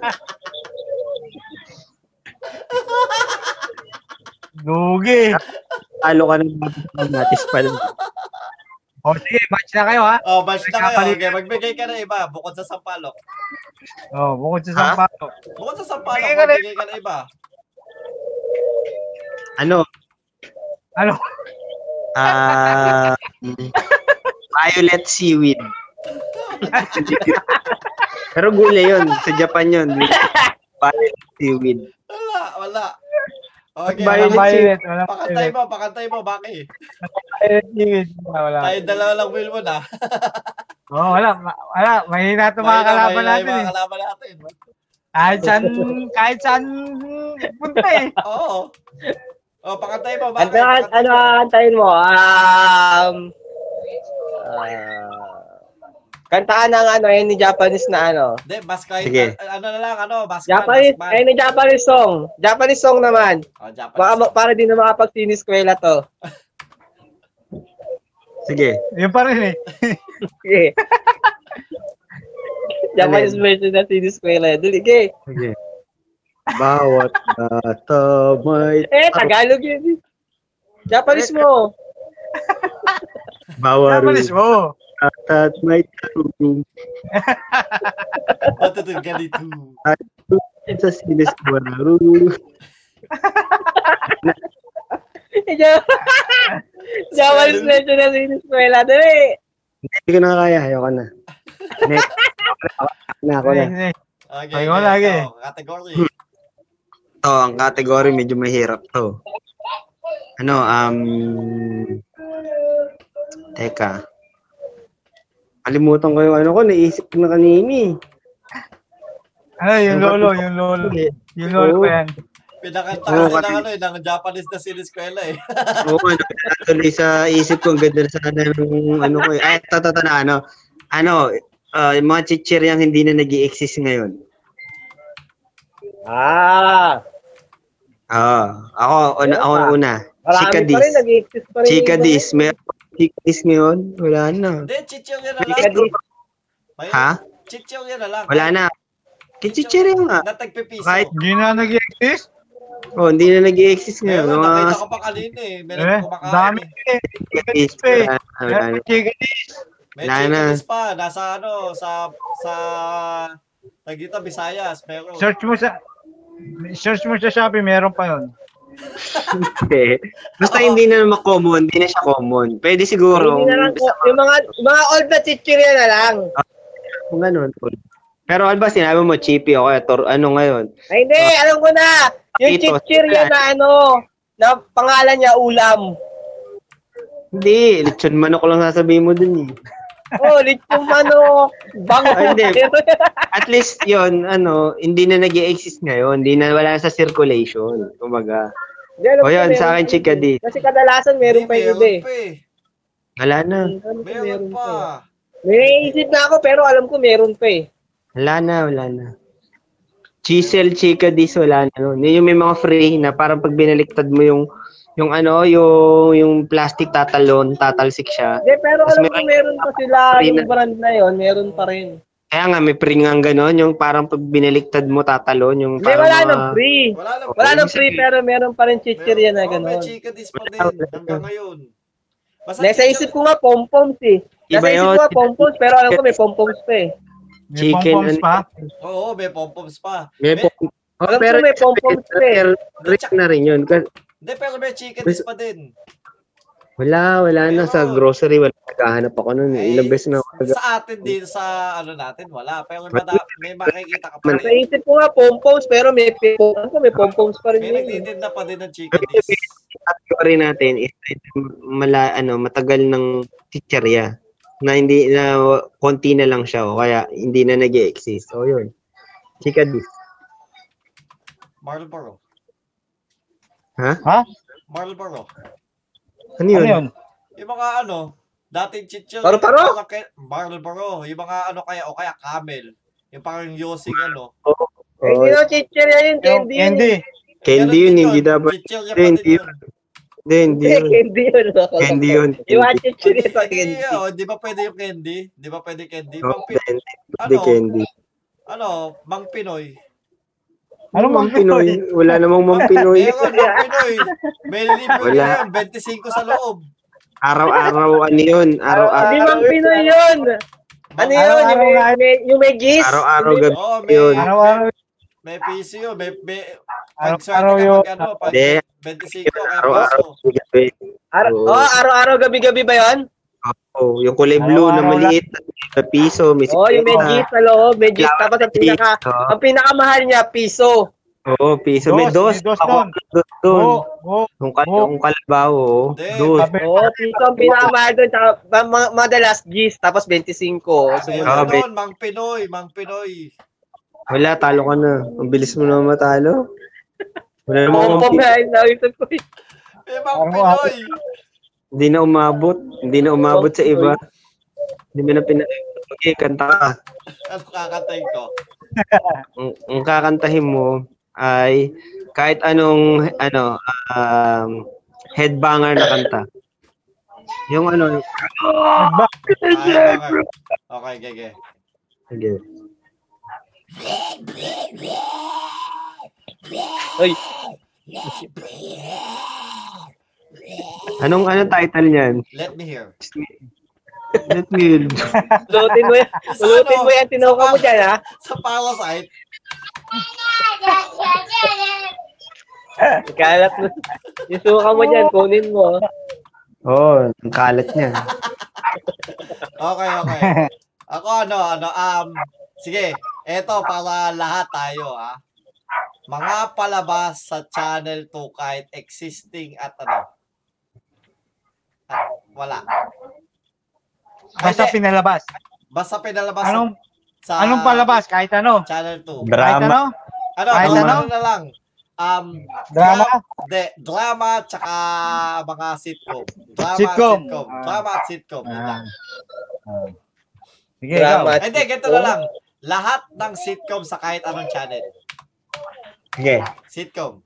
Speaker 2: Lugi.
Speaker 8: Talo ka ng kamatis pa lang.
Speaker 2: O sige, batch na kayo ha.
Speaker 1: Oh, bash na kayo.
Speaker 2: Nagkapalit.
Speaker 1: Okay, magbigay ka na iba bukod sa sampalok.
Speaker 2: O, bukod sa sampato.
Speaker 1: Bukod sa sampalok,
Speaker 2: Magbigay ka na-
Speaker 1: magbigay ka na iba.
Speaker 8: Ano,
Speaker 2: Ano?
Speaker 8: ah, mm, violet seaweed. Pero gulay yun. Sa Japan yun. Violet seaweed.
Speaker 1: Wala, wala. Okay,
Speaker 2: Walang
Speaker 8: Violet.
Speaker 2: violet. Walang
Speaker 1: pakantay
Speaker 2: violet.
Speaker 1: mo, pakantay mo, Baki.
Speaker 2: Violet seaweed. Wala, wala.
Speaker 1: Tayo dalawa lang will mo na.
Speaker 2: Oo, wala. ma- Wala. Mahina ito mga kalaban natin eh.
Speaker 1: Kalaban natin.
Speaker 2: Kahit saan, kahit saan punta eh.
Speaker 1: Oo. Oh, pakantay mo, Baki.
Speaker 7: Ano,
Speaker 1: pakantay
Speaker 7: ano,
Speaker 1: mo.
Speaker 7: antayin mo? Um, ah, kantaan ng ano, yun ni Japanese na ano.
Speaker 1: Hindi, mas kahit,
Speaker 8: Sige.
Speaker 1: ano na lang, ano, mas ka,
Speaker 7: Japanese,
Speaker 1: mas man.
Speaker 7: ayun ni Japanese song. Japanese song naman.
Speaker 1: Oh, Japanese.
Speaker 7: Baka, ma- para di na makapag-siniskwela to.
Speaker 8: Sige.
Speaker 2: Yun pa rin eh.
Speaker 7: Sige. Japanese
Speaker 8: Ano
Speaker 7: version na siniskwela. Dulige.
Speaker 8: Sige. Bawat bata may...
Speaker 7: Eh, Tagalog yun. eh. Japanese mo.
Speaker 8: Bawat
Speaker 2: Japanese mo.
Speaker 8: bata may tarong
Speaker 1: Matutugan ganito.
Speaker 8: sa sinis wararo.
Speaker 7: Jawal Flecho na sa iniskwela. Dali.
Speaker 8: Hindi ko na kaya. Ayoko na. Next. Ako na, ako na.
Speaker 2: Next, next.
Speaker 1: Okay,
Speaker 2: Ay, wala,
Speaker 1: okay,
Speaker 2: eh.
Speaker 1: ikaw, Category.
Speaker 8: Ito, ang category medyo mahirap to. Ano, um... Teka. Kalimutan ko yung ano ko, naisip ko na kanini.
Speaker 2: Ano, yung lolo, yung lolo.
Speaker 8: eh.
Speaker 2: Yung lolo
Speaker 8: Oo.
Speaker 2: pa yan.
Speaker 1: Pinakanta
Speaker 8: Oo,
Speaker 1: kasi ng
Speaker 8: Kati.
Speaker 1: ano eh, ng Japanese na series ko eh.
Speaker 8: Oo, ano, natuloy sa isip ko, ang ganda na sana yung ano ko eh. Ay, tatata na, ano, ano, ah, yung mga chichiryang hindi na nag exist ngayon.
Speaker 7: Ah,
Speaker 8: Ah, ako, una, ako na una. Chika
Speaker 7: marami pa rin.
Speaker 8: Dis.
Speaker 7: Nag-exist pa rin.
Speaker 8: Chika Dis. Meron Chika Dis ngayon? Wala na.
Speaker 1: Hindi, chichong yun na
Speaker 7: Chika
Speaker 1: lang.
Speaker 7: Dis.
Speaker 1: May-
Speaker 8: Ha?
Speaker 1: Chichong yun na lang.
Speaker 8: Wala na. Kichichiryang nga.
Speaker 1: Natagpipiso.
Speaker 8: Kahit-
Speaker 2: Hindi na nag-exist?
Speaker 8: ah, Oh, hindi na nag exist ngayon.
Speaker 1: Meron,
Speaker 8: Mga
Speaker 1: nakita ko pa kanina eh. Meron
Speaker 2: Eh,
Speaker 1: kumakain
Speaker 2: dami
Speaker 1: eh.
Speaker 2: eh.
Speaker 8: Chika Dis.
Speaker 7: eh.
Speaker 8: Wala na, wala na.
Speaker 2: Meron chicken
Speaker 1: May
Speaker 8: Wala
Speaker 1: chicken
Speaker 8: na.
Speaker 1: is pa. Nasa ano, sa, sa, tag dito, Visayas. Meron.
Speaker 2: Search mo sa Search mo sa Shopee, meron pa yun.
Speaker 8: Hindi. Basta hindi na makommon, hindi na siya common. Pwede siguro.
Speaker 7: Hindi na lang ko. Yung mga, mga old na chichirya na lang.
Speaker 8: Kung ganun. Pero ano ba sinabi mo, Chippy, o kaya tor, ano ngayon?
Speaker 7: Ay, hindi. alam ko na. Yung
Speaker 8: Dito,
Speaker 7: chichirya
Speaker 8: saan?
Speaker 7: na ano, na pangalan niya ulam.
Speaker 8: Hindi, lechon manok lang sasabihin mo dun eh.
Speaker 7: Oh, lechong manok. Bango.
Speaker 8: Ay, hindi. At least yon ano, hindi na nag exist ngayon. Hindi na wala na sa circulation. Kumbaga.
Speaker 7: Hindi, alam
Speaker 8: O
Speaker 7: ko
Speaker 8: yan,
Speaker 7: meron
Speaker 8: sa akin,
Speaker 7: pa
Speaker 8: chika
Speaker 7: yun.
Speaker 8: di.
Speaker 7: Kasi kadalasan meron
Speaker 1: Hindi,
Speaker 7: pa yung iba eh.
Speaker 1: pa eh.
Speaker 8: Wala na.
Speaker 7: Alam ko
Speaker 1: Meron pa.
Speaker 7: eh. May naisip na ako pero alam ko meron pa eh.
Speaker 8: Wala na, wala na. Chisel, chika dis, wala na nun. Yun yung may mga free na parang pag binaliktad mo yung yung ano, yung yung plastic tatalon, tatalsik siya.
Speaker 7: Hindi, pero
Speaker 8: Mas
Speaker 7: alam ko
Speaker 8: meron-
Speaker 7: meron pa sila
Speaker 8: Free
Speaker 7: yung
Speaker 8: na.
Speaker 7: brand na yon, meron pa rin.
Speaker 8: Kaya nga, may free nga ganon, yung parang pag binaliktad mo tatalon, yung
Speaker 7: Hindi,
Speaker 8: parang
Speaker 7: wala
Speaker 8: mga-
Speaker 7: nang free.
Speaker 1: Wala na.
Speaker 7: Wala
Speaker 8: Oo,
Speaker 7: nang
Speaker 8: ibig
Speaker 7: free
Speaker 8: sabihin-
Speaker 7: pero meron pa rin chichirya
Speaker 1: Meron-
Speaker 7: na
Speaker 1: Oh, may
Speaker 7: gano'n.
Speaker 1: chicken is pa din hanggang ngayon. Basta
Speaker 7: Nasa
Speaker 1: chichong-
Speaker 7: isip ko nga pompoms eh. Nasa
Speaker 8: Iba
Speaker 7: isip
Speaker 8: yun.
Speaker 7: ko nga pompoms pero alam ko may pompoms pa eh.
Speaker 2: May
Speaker 8: Chicken,
Speaker 2: pompoms
Speaker 8: ano-
Speaker 2: pa.
Speaker 1: Oo, may pompoms pa.
Speaker 8: May pom- Oh,
Speaker 7: Alam ko
Speaker 8: pero
Speaker 7: may pompoms pa eh.
Speaker 8: pero free na rin yun. Kasi
Speaker 1: Hindi, pero may chicken is pa din.
Speaker 8: Wala, wala na sa
Speaker 1: Meron.
Speaker 8: grocery, wala naghahanap ako noon eh. Ilang
Speaker 1: Eh,
Speaker 8: beses na ako nag-
Speaker 1: Sa atin din, sa ano natin, wala. Pero may, mada- may makikita ka pa
Speaker 7: Nasa
Speaker 1: rin.
Speaker 7: isip ko nga pompoms pero may alam ko may pompoms pa
Speaker 1: May
Speaker 7: rin yun. eh.
Speaker 1: nagtitinda pa din ng chicken is.
Speaker 8: category natin is mala ano, matagal ng chicherya na hindi na konti na lang siya o kaya hindi na nag-exist. So yun. Chika dis.
Speaker 1: Marlboro.
Speaker 8: Ha?
Speaker 2: Ha?
Speaker 1: Marlboro.
Speaker 8: Ano
Speaker 2: Ano
Speaker 8: yun?
Speaker 2: yun?
Speaker 1: Yung mga ano, dating chichir.
Speaker 7: Paru-paro?
Speaker 1: yung mga kay- Marlboro. Yung mga ano kaya, o kaya camel. Yung parang yosing ano.
Speaker 7: Eh, Hindi
Speaker 8: Oh,
Speaker 7: lang chichirya yun,
Speaker 2: Yung
Speaker 7: candy yun.
Speaker 2: candy.
Speaker 7: eh.
Speaker 8: candy yun, hindi dapat.
Speaker 1: Chichir pa din
Speaker 8: Hindi, hindi
Speaker 1: yun.
Speaker 8: Hindi, hindi
Speaker 7: Hindi,
Speaker 8: yun.
Speaker 7: eh. candy yun. Ako lang
Speaker 8: Candy
Speaker 7: to.
Speaker 8: yun.
Speaker 7: Yung mga
Speaker 8: Hindi,
Speaker 7: chichirya sa
Speaker 1: Hindi,
Speaker 7: candy.
Speaker 1: oh, di ba pwede yung candy? Di ba pwede candy?
Speaker 8: Oh,
Speaker 1: Pang,
Speaker 8: hindi,
Speaker 1: Pi-
Speaker 8: hindi
Speaker 1: ano,
Speaker 8: candy.
Speaker 1: ano, mang Pinoy.
Speaker 2: Ano mang Pinoy?
Speaker 8: Wala namang mga Pinoy.
Speaker 1: Meron, mang Pinoy. May libre
Speaker 8: Wala.
Speaker 1: na yun, 25 sa loob.
Speaker 8: Araw-araw ano yun?
Speaker 7: Hindi
Speaker 8: Araw-araw.
Speaker 7: mang Pinoy yun. Ano yun? Yung may,
Speaker 2: Araw-araw
Speaker 7: may, yung may gis?
Speaker 8: Araw-araw gabi.
Speaker 1: Oh, may,
Speaker 8: Yun.
Speaker 2: Araw-araw.
Speaker 1: may piso yun, may, may,
Speaker 2: Araw-
Speaker 1: pag swerte
Speaker 2: araw
Speaker 1: ka
Speaker 2: yun.
Speaker 1: pag ano, pag
Speaker 8: Hindi.
Speaker 1: 25, kaya
Speaker 8: Araw-araw
Speaker 1: piso.
Speaker 8: gabi.
Speaker 7: Ara-
Speaker 8: Oo.
Speaker 7: oh, araw-araw, gabi-gabi ba yun?
Speaker 8: Oo, yung kulay blue na
Speaker 2: Araw-araw
Speaker 8: maliit na piso, may
Speaker 7: Oh, yung may
Speaker 8: sikleta.
Speaker 7: gis sa loob, may gis. Tapos ang pinaka,
Speaker 8: Piso.
Speaker 7: ang pinakamahal niya, piso.
Speaker 8: Oo, piso. May
Speaker 2: Dos, may
Speaker 8: dos.
Speaker 2: dos
Speaker 8: Ako,
Speaker 2: doon. Oh.
Speaker 8: dos doon.
Speaker 2: Oo, oo.
Speaker 8: Yung, kal-
Speaker 2: Oo.
Speaker 8: yung kalabaw, oo.
Speaker 1: Hindi,
Speaker 8: Dos.
Speaker 2: Sabi-
Speaker 7: Oo, oh, piso ang pinakamahal doon. Tapos ma- ma- madalas gis, tapos 25. Sumunod
Speaker 1: Meron
Speaker 8: Ah, may-
Speaker 1: doon, mang Pinoy, mang Pinoy.
Speaker 8: Wala, talo ka na. Ang bilis mo na matalo. Wala
Speaker 7: na.
Speaker 8: namang
Speaker 7: Pompom
Speaker 8: umpi-
Speaker 7: na yun. Naisip ko yun.
Speaker 1: May "Eh, mang
Speaker 2: Araw-araw.
Speaker 1: Pinoy.
Speaker 8: Hindi na umabot. Hindi na umabot sa iba. Hindi mo na pina... Okay, kanta ka.
Speaker 1: Ano kakantay ko?
Speaker 8: Ang, ang kakantahin mo ay kahit anong ano um, headbanger na kanta. Yung ano,
Speaker 2: Nagba-
Speaker 1: Ay, banger. Okay, gege.
Speaker 8: sige.
Speaker 7: Uy,
Speaker 8: Anong anong title niyan?
Speaker 1: Let me hear.
Speaker 8: Let me
Speaker 7: lutin mo yan. Lutin mo yan. Tinuka mo dyan, ha?
Speaker 1: Sa Parasite,
Speaker 7: Kalat mo. Yung suka mo dyan, kunin mo.
Speaker 8: Oo, Oh, ang kalat niya.
Speaker 1: Okay, okay. Ako ano, ano, um, sige, eto para lahat tayo, ha. Mga palabas sa Channel 2 kahit existing at ano. At wala.
Speaker 2: Basta
Speaker 1: Hindi.
Speaker 2: pinalabas.
Speaker 1: Basta pinalabas
Speaker 2: Anong
Speaker 1: sa
Speaker 2: anong palabas kahit ano?
Speaker 1: Channel 2.
Speaker 2: Kahit
Speaker 15: Drama.
Speaker 2: ano?
Speaker 1: Ano,
Speaker 2: Kahit
Speaker 1: ano,
Speaker 2: ano?
Speaker 1: ano na lang. Um,
Speaker 2: Drama?
Speaker 1: dra- De, drama tsaka mga sitcom. Drama
Speaker 2: Sitcom.
Speaker 1: at sitcom.
Speaker 2: Ah.
Speaker 1: Drama at sitcom. yun lang.
Speaker 2: Sige, ikaw.
Speaker 7: Drama.
Speaker 1: Hindi, ganito na lang. Lahat ng sitcom sa kahit anong channel.
Speaker 15: Sige.
Speaker 1: Sitcom.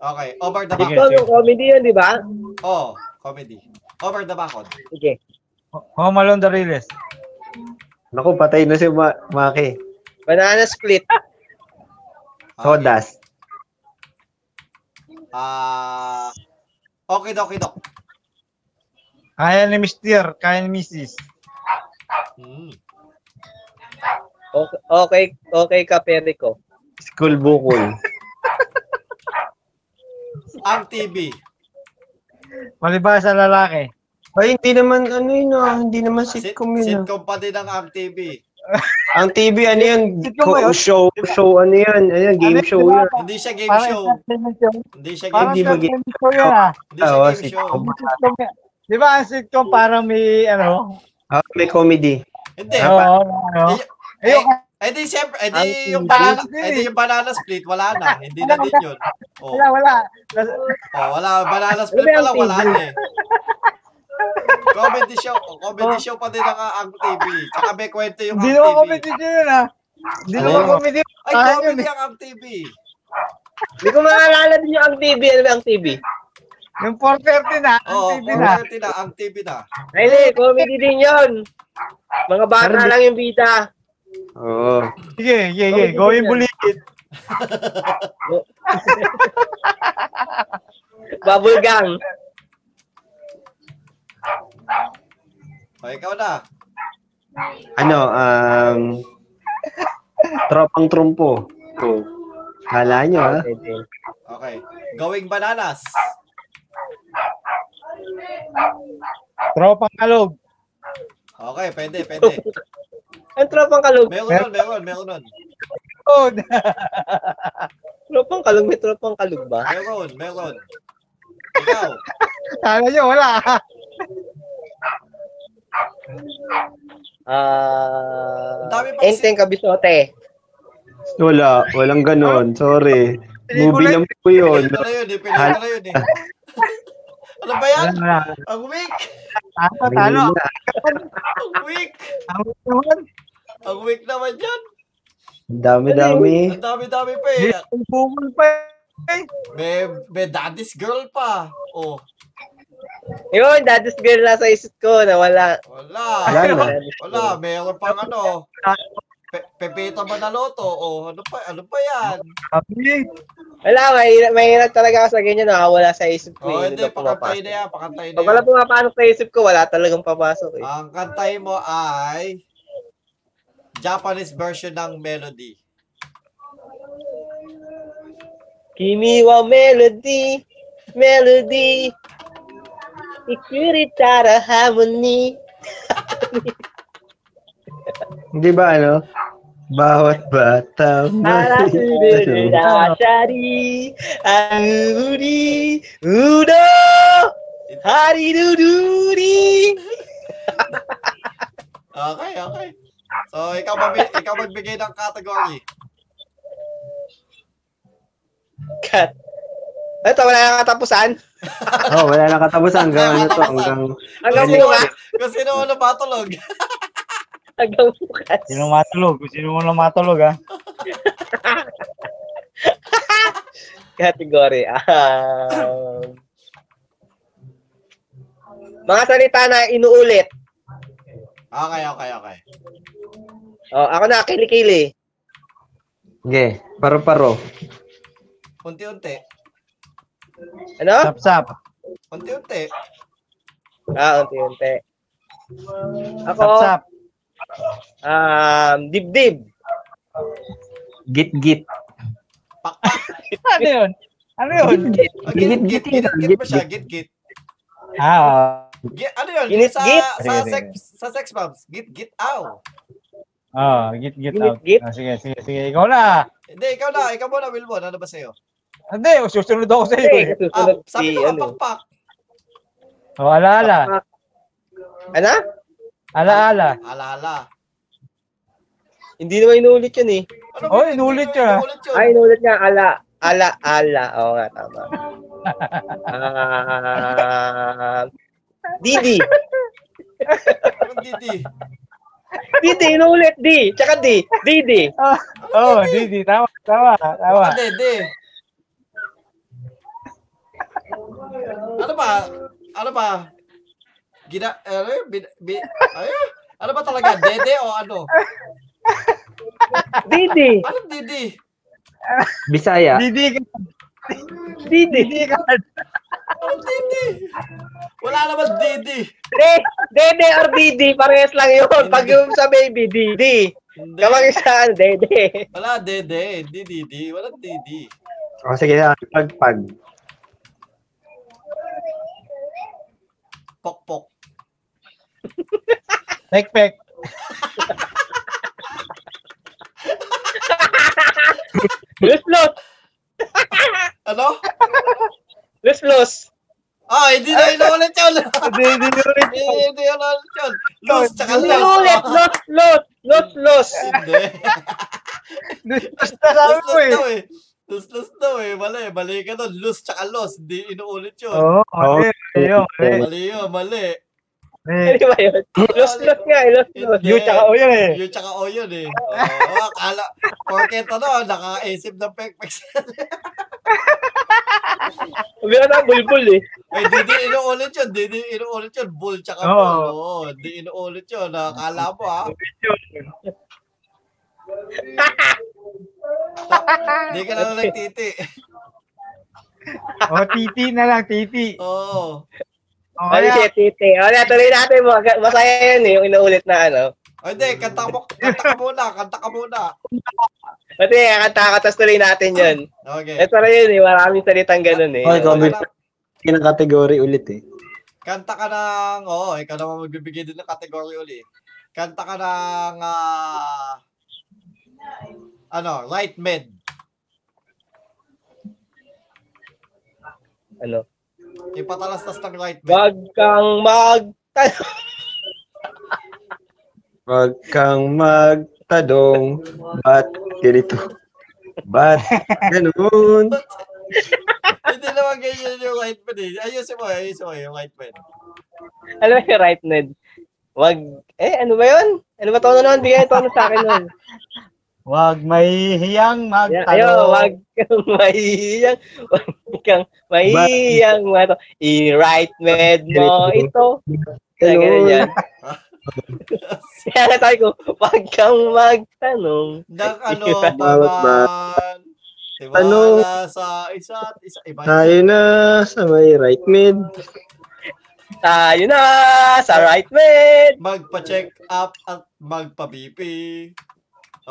Speaker 1: Okay, over the
Speaker 7: Ito
Speaker 1: backboard.
Speaker 7: yung comedy yan, di ba?
Speaker 1: Oh, comedy. Over the backboard.
Speaker 7: Sige.
Speaker 2: Home Alone the Realist.
Speaker 8: Naku, patay na si Ma- Maki.
Speaker 7: Banana split.
Speaker 8: Sodas.
Speaker 1: Ah. okay, okay, dok.
Speaker 2: Kaya ni Mr. Kaya ni Mrs.
Speaker 1: Hmm.
Speaker 7: Okay, okay, okay ka, Perico.
Speaker 8: School bukol.
Speaker 1: Ang TV.
Speaker 2: Palibasa lalaki.
Speaker 8: Ay, hindi naman, ano yun ah, hindi naman
Speaker 1: Sit-
Speaker 8: sitcom yun ah.
Speaker 1: sitcom pa din ang ang TV.
Speaker 8: Ang TV, ano yun,
Speaker 2: Sitcom ba yun?
Speaker 8: co- show, show, ano yun, ayun,
Speaker 2: Ano
Speaker 8: game
Speaker 2: yun,
Speaker 8: show
Speaker 2: diba?
Speaker 8: yun.
Speaker 1: Hindi siya game
Speaker 2: Parang
Speaker 1: show.
Speaker 2: entertainment yun.
Speaker 1: Hindi siya game,
Speaker 2: Parang
Speaker 8: Hindi mag-
Speaker 2: entertainment show yan ah.
Speaker 1: hindi siya
Speaker 8: Oo,
Speaker 1: game show.
Speaker 8: sitcom.
Speaker 2: Hindi sitcom yan. Di ba ang sitcom parang may ano?
Speaker 8: Ah, may comedy.
Speaker 1: Hindi.
Speaker 2: Oo, ano?
Speaker 1: Eh, Eh, eh, di siyempre, eh, di
Speaker 7: Ang
Speaker 1: yung
Speaker 7: TV.
Speaker 1: banana, eh, di yung banana split, wala na. Hindi na din yun. Oh,
Speaker 2: Wala, wala.
Speaker 1: oh wala. Banana split
Speaker 7: Ano ba
Speaker 1: pala,
Speaker 7: ang
Speaker 1: wala
Speaker 7: TV?
Speaker 1: na eh. Comedy show, oh, comedy show pa din ang ah, ang TV. Tsaka may kwento yung
Speaker 2: Hindi
Speaker 1: ang
Speaker 2: naman
Speaker 1: TV.
Speaker 2: comedy yun ah. Hindi
Speaker 8: Ano?
Speaker 2: naman comedy
Speaker 1: Ay,
Speaker 2: Ah,
Speaker 1: comedy
Speaker 2: yun
Speaker 1: ang ang TV.
Speaker 7: Hindi ko maalala din yung ang TV. Ano ba ang TV?
Speaker 2: Yung 4.30 na, ang
Speaker 1: Oo, oh,
Speaker 2: TV na.
Speaker 1: na, ang TV na.
Speaker 7: Ay, hindi, comedy din yun. Mga bata lang yung bida.
Speaker 8: Oo.
Speaker 2: Sige, sige, sige.
Speaker 7: Comedy
Speaker 2: Going
Speaker 7: din yan.
Speaker 2: bulikit.
Speaker 7: Bubble gang.
Speaker 1: O, Oh, ikaw na.
Speaker 8: Ano, um, tropang trumpo. Oh. Hala nyo ah.
Speaker 1: Okay. Going bananas.
Speaker 2: Tropang kalog.
Speaker 1: Okay, pwede, pwede.
Speaker 7: Ang tropang kalog.
Speaker 1: Meron nun, meron, meron nun.
Speaker 2: Good.
Speaker 7: Tropang kalog, may tropang kalog ba?
Speaker 1: Meron, meron. Ikaw.
Speaker 2: Kala nyo, wala.
Speaker 7: Ah,
Speaker 1: Ang dami pang
Speaker 7: Enteng Kabisote.
Speaker 8: Wala, walang ganon. Sorry. Movie lang po yun.
Speaker 1: Pinito na yun, eh. Pinito na yun, eh. Ano ba yan?
Speaker 2: Wala, wala.
Speaker 1: Ang weak!
Speaker 2: Talo, talo.
Speaker 1: Ang weak!
Speaker 2: Ang yun.
Speaker 1: Ang weak naman yan.
Speaker 8: Dami-dami.
Speaker 1: Ang dami-dami pa eh.
Speaker 2: Ang bukol pa eh.
Speaker 1: May, may daddy's girl pa. Oh,
Speaker 7: Yun, that is girl na sa isip ko na wala.
Speaker 1: wala.
Speaker 8: Wala na.
Speaker 1: Wala, meron pang ano. Pe- Pepito Manaloto. Oh, ano pa, ano pa yan?
Speaker 2: Sabi.
Speaker 7: Wala, mahirap, mahirap talaga ako sa ganyan. Nakawala sa isip ko.
Speaker 1: Oh,
Speaker 7: eh,
Speaker 1: hindi,
Speaker 7: na pumapasok.
Speaker 1: pakantay na yan, pakantay na
Speaker 7: Pag wala
Speaker 1: yan.
Speaker 7: pumapasok sa isip ko, wala talagang papasok eh.
Speaker 1: Ang kantay mo ay Japanese version ng melody.
Speaker 7: Kimi wa melody, melody. Ikuritara harmony.
Speaker 8: Hindi ba ano? Bawat bata
Speaker 7: Para
Speaker 8: may ano.
Speaker 7: sururasari, aruri, udo, hariduduri.
Speaker 1: Okay, okay. So, ikaw, mami- ikaw magbigay ng category.
Speaker 7: Kat. Ito, wala na katapusan.
Speaker 8: Oh, wala na katapusan hanggang ano to, hanggang
Speaker 7: Hanggang
Speaker 1: Kasi-
Speaker 7: bukas.
Speaker 1: Kung sino ano matulog.
Speaker 7: Hanggang bukas.
Speaker 2: Sino matulog? Sino mo na matulog ah?
Speaker 7: Category. Um, mga salita na inuulit.
Speaker 1: Okay, okay, okay.
Speaker 7: Oh, ako na, kilikili.
Speaker 8: Sige, paro-paro.
Speaker 1: Unti-unti.
Speaker 7: Ano?
Speaker 2: Sap-sap.
Speaker 1: Unti-unti.
Speaker 7: Ah, unti-unti. Ako,
Speaker 2: Sap-sap.
Speaker 7: um, dibdib.
Speaker 8: Git-git.
Speaker 2: Ano yun? Ano yun?
Speaker 1: Ah, git, git, git, git ba siya? Git, git.
Speaker 2: Ah,
Speaker 1: Git- ano yun?
Speaker 7: Ginit,
Speaker 1: sa,
Speaker 7: git.
Speaker 1: sa sex, sa sex bombs. Git, git, ow.
Speaker 2: ah, git git
Speaker 7: Git,
Speaker 2: out.
Speaker 7: git.
Speaker 2: Ah, sige, sige, sige. Ikaw na.
Speaker 1: Hindi, ikaw na. Ikaw muna, Wilbon. Ano ba sa'yo?
Speaker 2: Hindi, susunod ako sa
Speaker 7: Hindi,
Speaker 2: iyo. Eh.
Speaker 1: Ah,
Speaker 7: kasusunod
Speaker 1: sabi
Speaker 7: si,
Speaker 1: ko,
Speaker 7: ano.
Speaker 1: pakpak.
Speaker 2: Oh, alaala.
Speaker 7: Ano?
Speaker 2: Alaala.
Speaker 1: Alala.
Speaker 7: Hindi naman inuulit yun eh.
Speaker 1: Ano
Speaker 2: Oy, inulit yun, ah.
Speaker 1: Inulit yun.
Speaker 7: Ay, inulit nga, ala. Ala, ala. Oo nga, tama. Ah, Didi.
Speaker 1: Anong Didi.
Speaker 7: Didi, inulit. Di. Tsaka di. Didi.
Speaker 2: Oh, Didi, tama, tama, tama.
Speaker 1: Ano, Didi? Ano ba? Ano ba? Gina, ano yun? Bin, bin, ay, ano ba talaga? Dede o ano?
Speaker 7: Didi.
Speaker 1: Ano Didi?
Speaker 8: Bisaya.
Speaker 2: Didi ka.
Speaker 7: Didi.
Speaker 2: Didi ka.
Speaker 1: Ano Didi? Wala naman Didi.
Speaker 7: De, Dede or Didi. Parehas lang yun. Pag yung sa baby, Didi.
Speaker 1: Hindi.
Speaker 7: Kamang isa, Dede.
Speaker 1: Wala Dede. Hindi Didi. Wala Didi.
Speaker 15: O sige ah, na, pagpag.
Speaker 1: Pokpok.
Speaker 2: Pek, pek.
Speaker 7: Luslos.
Speaker 1: Ano?
Speaker 2: Eh,
Speaker 7: Luslos.
Speaker 1: Ah, hindi
Speaker 2: eh,
Speaker 1: na inulit yun.
Speaker 2: Hindi, hindi, hindi.
Speaker 1: Hindi hindi inulit yun. Lose, tsaka
Speaker 7: Hindi
Speaker 1: lose.
Speaker 7: ulit. Los, los. Los, los.
Speaker 1: Hindi.
Speaker 2: Lustos na
Speaker 1: Lose,
Speaker 2: sabi ko
Speaker 1: lose
Speaker 2: eh.
Speaker 1: daw eh. Lose, lose daw eh. Mali, mali ka nun. Lose, tsaka loss. Hindi inuulit yun.
Speaker 2: Oo, mali. Ayun, mali.
Speaker 1: Mali yun, mali.
Speaker 2: mali.
Speaker 7: Ano ba yun? Los, los nga. eh, Los, los.
Speaker 2: Yun, tsaka o yun eh.
Speaker 1: Yun tsaka o yun eh. Oo, akala. Porket ano, nakaisip ng pekpek sa...
Speaker 7: Sabi ko na, bulbul eh.
Speaker 1: Ay, di di inuulit yun. Di di inuulit yun. Bull tsaka
Speaker 2: Oo.
Speaker 1: bull. Oo, di inuulit yun. Nakakala mo ha. Di ka na lang nagtiti.
Speaker 2: O, titi oh, na lang, titi.
Speaker 1: Oo.
Speaker 2: O,
Speaker 7: Ano
Speaker 2: kaya,
Speaker 7: siya, titi. O, na, tuloy natin mo. Masaya yun eh, yung inuulit na ano.
Speaker 1: O hindi, kanta mo. Kanta ka muna. Kanta ka muna.
Speaker 7: Pati kakanta ka, tapos tuloy natin yun.
Speaker 1: Okay.
Speaker 7: Ito rin yun eh, maraming salitang ganun eh.
Speaker 15: Ay,
Speaker 1: Kanta ka
Speaker 15: gawin.
Speaker 1: ng-
Speaker 15: Kinakategory ulit eh.
Speaker 1: Kanta ka ng... Oo, ikaw naman magbibigay din ng kategory uli. Kanta ka ng... ah, ano, right med.
Speaker 7: Ano?
Speaker 1: Ipatalastas ng
Speaker 3: eh.
Speaker 1: right med.
Speaker 7: Wag kang mag...
Speaker 15: Huwag kang magtadong, ba't ganito? Ba't ganun?
Speaker 1: But, hindi naman ganyan yung right med eh. Ayusin mo, ayusin mo yung right med.
Speaker 7: Ano ba yung right ned? Wag... Eh, ano ba yun? Ano ba tono nun? Bigay yung tono sa akin nun.
Speaker 2: wag may hiyang
Speaker 7: Yan, Ayun,
Speaker 2: magtalo.
Speaker 7: wag kang mahiyang. Wag kang mahiyang. Mato. I-right med mo ito. Kaya ganun yan. Kaya nga sabi ko, wag kang magtanong.
Speaker 1: Ng ano
Speaker 7: Yun.
Speaker 15: Bawat
Speaker 1: paman.
Speaker 15: Ano?
Speaker 1: Tiwala sa isa't isa. Iba
Speaker 15: Tayo na sa may right mid.
Speaker 7: Tayo na sa right med.
Speaker 1: magpa-check up at magpa-BP.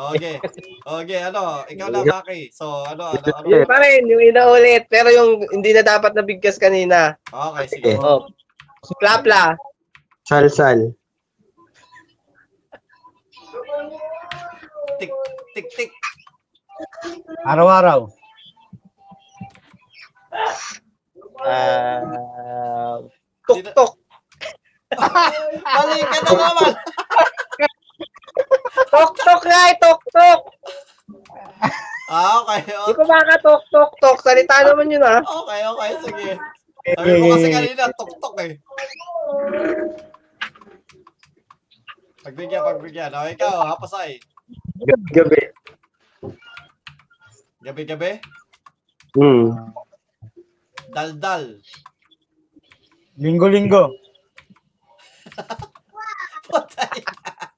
Speaker 1: Okay. Okay, ano? Ikaw na, Maki. So, ano, ano, ano?
Speaker 7: Yun pa rin, yung inaulit. Pero yung hindi na dapat nabigkas kanina.
Speaker 1: Okay, sige.
Speaker 7: Oh. Plapla.
Speaker 15: Salsal.
Speaker 1: Tik, tik, tik.
Speaker 2: Araw-araw.
Speaker 7: Ah, tuktok.
Speaker 1: Mali ka na naman!
Speaker 7: Tuktok nga eh, tuktok.
Speaker 1: Ah, okay.
Speaker 7: Di
Speaker 1: o-
Speaker 7: ko baka tuktok, tok. Salita naman yun ah.
Speaker 1: Okay, okay, sige. Sabi mo kasi kanina, tok-tok eh. Pagbigyan, pagbigyan. O, ikaw, hapasay.
Speaker 15: Gabi.
Speaker 1: Gabi-gabi,
Speaker 15: Hmm.
Speaker 1: dal-dal.
Speaker 2: Linggo-linggo.
Speaker 1: Patay.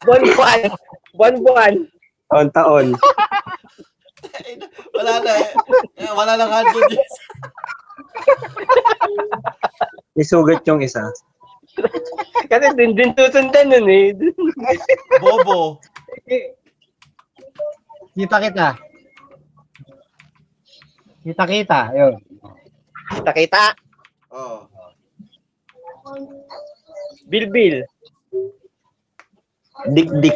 Speaker 7: Buwan-buwan. Buwan-buwan.
Speaker 15: Taon-taon.
Speaker 1: Wala na eh. Wala na 100 years.
Speaker 15: Isugat yung isa.
Speaker 7: Kasi din din susundan nun eh.
Speaker 1: Bobo.
Speaker 2: Kita kita. Kita kita. Ayun.
Speaker 8: Kita-kita.
Speaker 1: Oh.
Speaker 3: Bilbil.
Speaker 8: Dik-dik.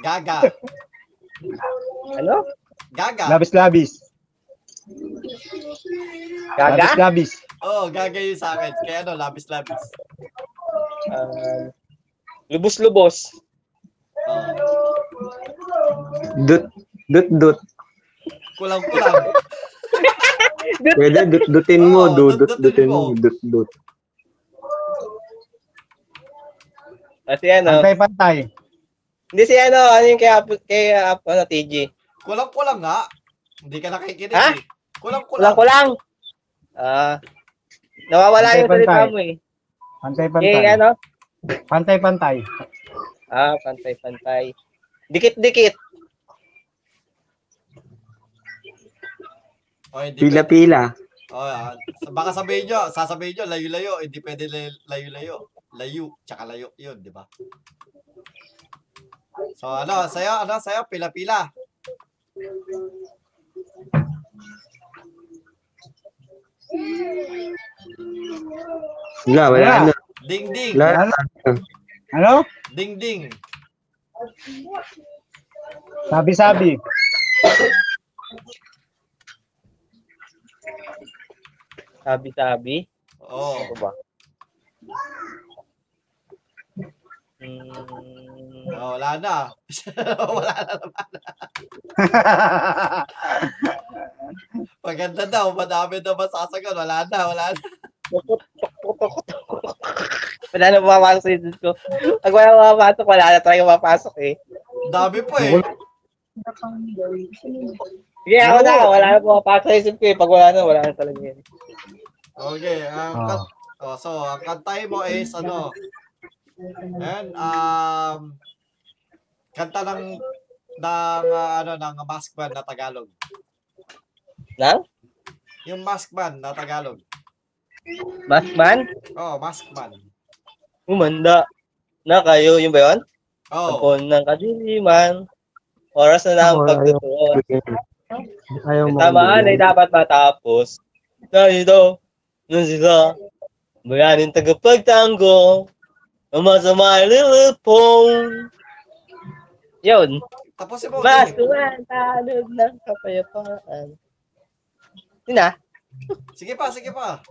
Speaker 1: Gaga.
Speaker 3: Ano?
Speaker 1: Gaga.
Speaker 16: Labis-labis.
Speaker 8: Gaga?
Speaker 16: Labis-labis.
Speaker 1: Oh, gaga yun sa akin. Kaya ano, labis-labis.
Speaker 3: Um, lubos-lubos.
Speaker 1: Oh.
Speaker 8: Dut. Dut-dut.
Speaker 1: Kulang-kulang.
Speaker 8: Pwede, dut-dutin
Speaker 1: Oo,
Speaker 8: mo. dut
Speaker 1: dut-dutin
Speaker 8: Dut-dutin
Speaker 1: mo.
Speaker 8: mo. Dut-dut.
Speaker 3: At si ano?
Speaker 2: Pantay-pantay.
Speaker 3: Hindi si ano, ano yung kaya, kaya ano, TG?
Speaker 1: Kulang-kulang nga. Hindi ka nakikinig.
Speaker 3: Ha?
Speaker 1: eh. Kulang-kulang.
Speaker 3: Kulang-kulang. Ah. nawawala yung
Speaker 2: Pantay-pantay.
Speaker 3: salita mo eh.
Speaker 2: Pantay-pantay.
Speaker 3: Eh, ano?
Speaker 2: Pantay-pantay.
Speaker 3: Ah, pantay-pantay. Dikit-dikit.
Speaker 1: Oh, hindi pwede.
Speaker 8: Pila-pila.
Speaker 1: Oh, ah. Sa- baka sabihin nyo, sasabihin nyo, layo-layo. Hindi pwede lay- layo-layo. Layo, tsaka layo. Yun, di ba? So, ano, sayo, ano, sayo, pila-pila.
Speaker 8: Wala, wala
Speaker 2: Wala.
Speaker 8: na.
Speaker 1: Ding-ding.
Speaker 8: Wala
Speaker 2: Wala
Speaker 8: na.
Speaker 2: Ano?
Speaker 1: Ding-ding.
Speaker 2: Sabi-sabi.
Speaker 3: Sabi-sabi.
Speaker 1: Oh.
Speaker 3: Ano ba? Hmm.
Speaker 1: oh wala na. wala na naman. Maganda daw, madami na masasagot. Wala na, wala na.
Speaker 3: Wala na pumapasok sa isip ko. Pag wala pumapasok, wala na talaga pumapasok eh.
Speaker 1: Dami po eh.
Speaker 3: Sige, ako na. Wala na pumapasok sa isip ko eh. Pag wala na, wala na talaga yun.
Speaker 1: Okay, ang
Speaker 2: Ah.
Speaker 1: kan- oh, so ang kantahin mo is ano? And um kanta ng ng uh, ano ng mask band na Tagalog.
Speaker 3: Lang?
Speaker 1: Yung mask band na Tagalog.
Speaker 3: Maskman?
Speaker 1: Oh, mask band.
Speaker 3: Umanda. Na kayo, yun ba yun?
Speaker 1: Oh,
Speaker 3: Tapon ng kadiliman. Oras na lang
Speaker 8: Ako,
Speaker 3: pagtutuon.
Speaker 8: Ayaw mo.
Speaker 3: Tamaan ay dapat matapos. Narito, nun sila. Bayanin tagapagtanggol. Ang masama ay lilipong. Yun.
Speaker 1: tapos mo.
Speaker 3: Mas
Speaker 1: Dave.
Speaker 3: tumatalog ng kapayapaan. Yun na.
Speaker 1: Sige pa, sige pa.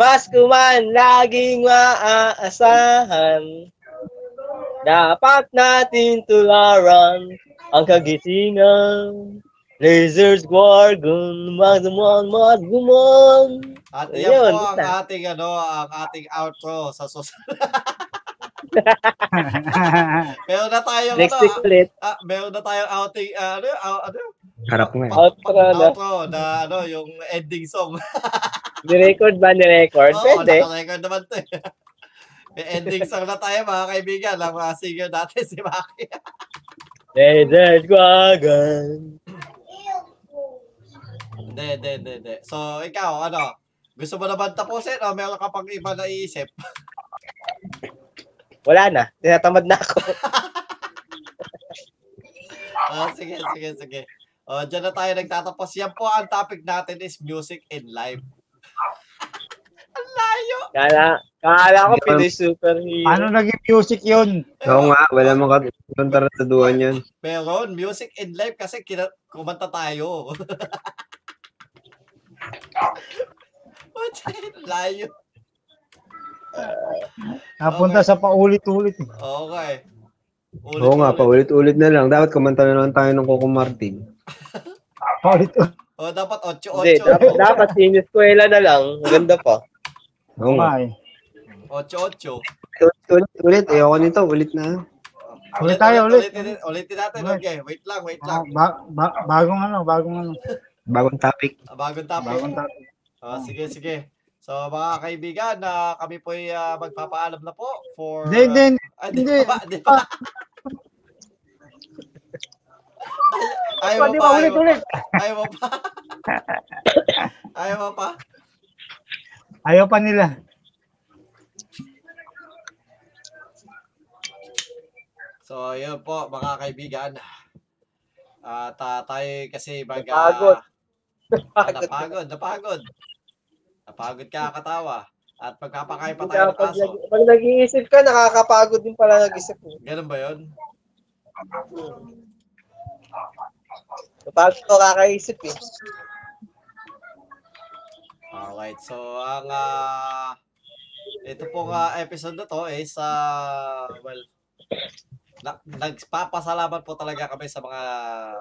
Speaker 3: Mas kuman laging maaasahan. Dapat natin tularan ang kagitingan. Lasers, Gorgon, Magdamon, Magdamon.
Speaker 1: At yan
Speaker 3: Ayun,
Speaker 1: po ang
Speaker 3: basta.
Speaker 1: ating ano, ang ating outro sa susunod. Meron na tayong
Speaker 3: Next
Speaker 1: ano,
Speaker 3: week ulit,
Speaker 1: ah, meron na tayong outing, ah, ano, ah, ano,
Speaker 8: Harap mo eh.
Speaker 3: outro na.
Speaker 1: outro na ano, yung ending song.
Speaker 3: Nirecord ba nirecord?
Speaker 1: Oo,
Speaker 3: Pwede.
Speaker 1: nakarecord naman to. eh. May ending song na tayo mga kaibigan. Ang mga singer natin si Maki.
Speaker 3: Lasers, Gorgon.
Speaker 1: Hindi, hindi, hindi, hindi. So, ikaw, ano? Gusto mo naman tapusin o meron ka pang iba na iisip?
Speaker 3: Wala na. Tinatamad na ako.
Speaker 1: Oh, sige, sige, sige. O, oh, dyan na tayo nagtatapos. Yan po ang topic natin is music in life. ang layo!
Speaker 3: Kala, kala ko Pinoy superhero.
Speaker 2: ano naging music yun?
Speaker 8: Oo nga, wala mong katuntunan tarataduhan yun.
Speaker 1: Meron, music in life kasi kina- kumanta tayo. What? Layo.
Speaker 2: Napunta sa paulit-ulit. eh.
Speaker 1: Okay. Ulit,
Speaker 8: Oo nga,
Speaker 1: ulit.
Speaker 8: paulit-ulit na lang. Dapat kumanta na lang tayo ng Coco Martin.
Speaker 2: Paulit-ulit.
Speaker 1: O, Oh, dapat 8-8.
Speaker 3: Hindi, dapat, dapat siniskwela na lang. Maganda pa.
Speaker 8: Oo nga.
Speaker 2: nga eh.
Speaker 1: 8-8.
Speaker 8: Ulit-ulit, ayoko nito. Ulit na.
Speaker 2: Ulit tayo, ulit.
Speaker 1: Ulitin, ulitin natin.
Speaker 2: Ulit.
Speaker 1: Okay, wait lang, wait lang.
Speaker 2: Ah, ba- ba- bagong ano, bagong ano.
Speaker 8: Bagong topic.
Speaker 1: Bagong topic.
Speaker 2: Ah. Bagong topic.
Speaker 1: Ah, sige, sige. So, mga kaibigan, na kami po ay ah, magpapaalam na po for...
Speaker 2: Hindi, hindi,
Speaker 1: ah, di
Speaker 2: hindi.
Speaker 1: pa, di pa. Ay- Ayaw mo
Speaker 2: Pwede
Speaker 1: pa,
Speaker 2: ba
Speaker 1: ayaw mo
Speaker 2: ulit-ulit?
Speaker 1: pa. Ayaw mo pa. Ayaw mo pa.
Speaker 2: Ayaw pa nila.
Speaker 1: So, yun po, mga kaibigan. At ah, tayo kasi mag...
Speaker 3: Napagod.
Speaker 1: ah, Napagod, napagod. Napagod ka katawa. At pagkapakain pa tayo ng
Speaker 17: Pag,
Speaker 1: aso.
Speaker 17: nag- pag nag-iisip ka, nakakapagod din pala nag-isip
Speaker 7: eh.
Speaker 17: mo.
Speaker 1: Ganun ba yun?
Speaker 17: Napagod ko kakaisip eh.
Speaker 1: Alright, so ang ah, ito pong ah, episode na to is ah, well na, nagpapasalamat po talaga kami sa mga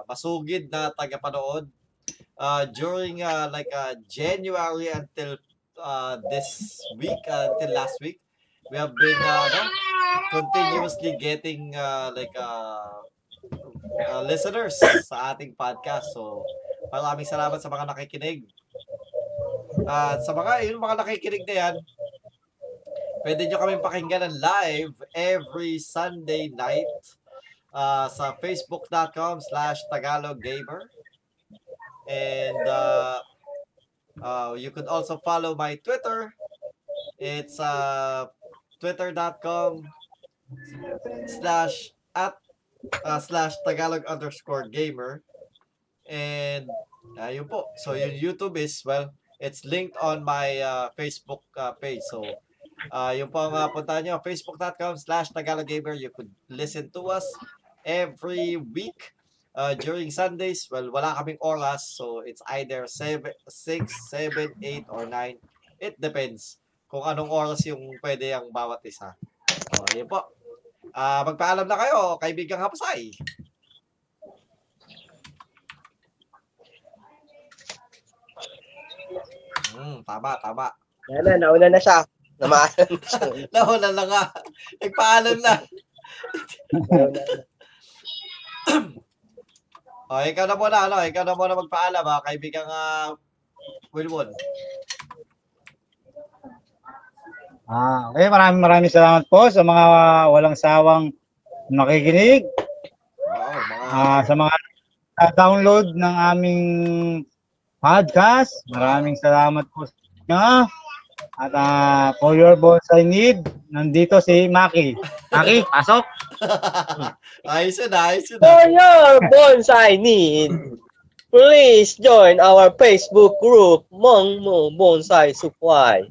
Speaker 1: masugid na tagapanood ah, during ah, like ah, January until ah, this week ah, until last week we have been ah, ano, continuously getting ah, like ah, ah, listeners sa ating podcast so maraming salamat sa mga nakikinig at sa mga, yung mga nakikinig na yan, pwede nyo kami pakinggan ng live every Sunday night ah, sa facebook.com slash Tagalog Gamer. And uh, you could also follow my Twitter. It's uh, twitter.com slash at ah, slash Tagalog underscore gamer. And ayun po. So yung YouTube is, well, it's linked on my uh, Facebook uh, page. So, uh, yung po ang uh, punta nyo, facebook.com slash Tagalog Gamer. You could listen to us every week uh, during Sundays. Well, wala kaming oras. So, it's either 7, 6, 7, 8, or 9. It depends kung anong oras yung pwede ang bawat isa. So, yun po. Ah, magpaalam na kayo, kaibigang Hapsay. Mm, tama, tama.
Speaker 17: Yan na, nauna na siya. Namaalam na siya.
Speaker 1: Nauna na nga. Nagpaalam na.
Speaker 17: Nauna na.
Speaker 1: O, ikaw na muna, ano, ikaw na muna magpaalam, ha, kaibigang uh, Wilwon.
Speaker 2: Ah, okay, maraming maraming salamat po sa mga walang sawang nakikinig,
Speaker 1: Oo, mga,
Speaker 2: ah, sa mga download ng aming podcast. Maraming salamat po sa inyo. At ah, for your boss I need, nandito si Maki. Maki, pasok.
Speaker 1: ayos yun, ayos yun.
Speaker 17: For your bonsai need, please join our Facebook group, Mong Mo Bonsai Supply.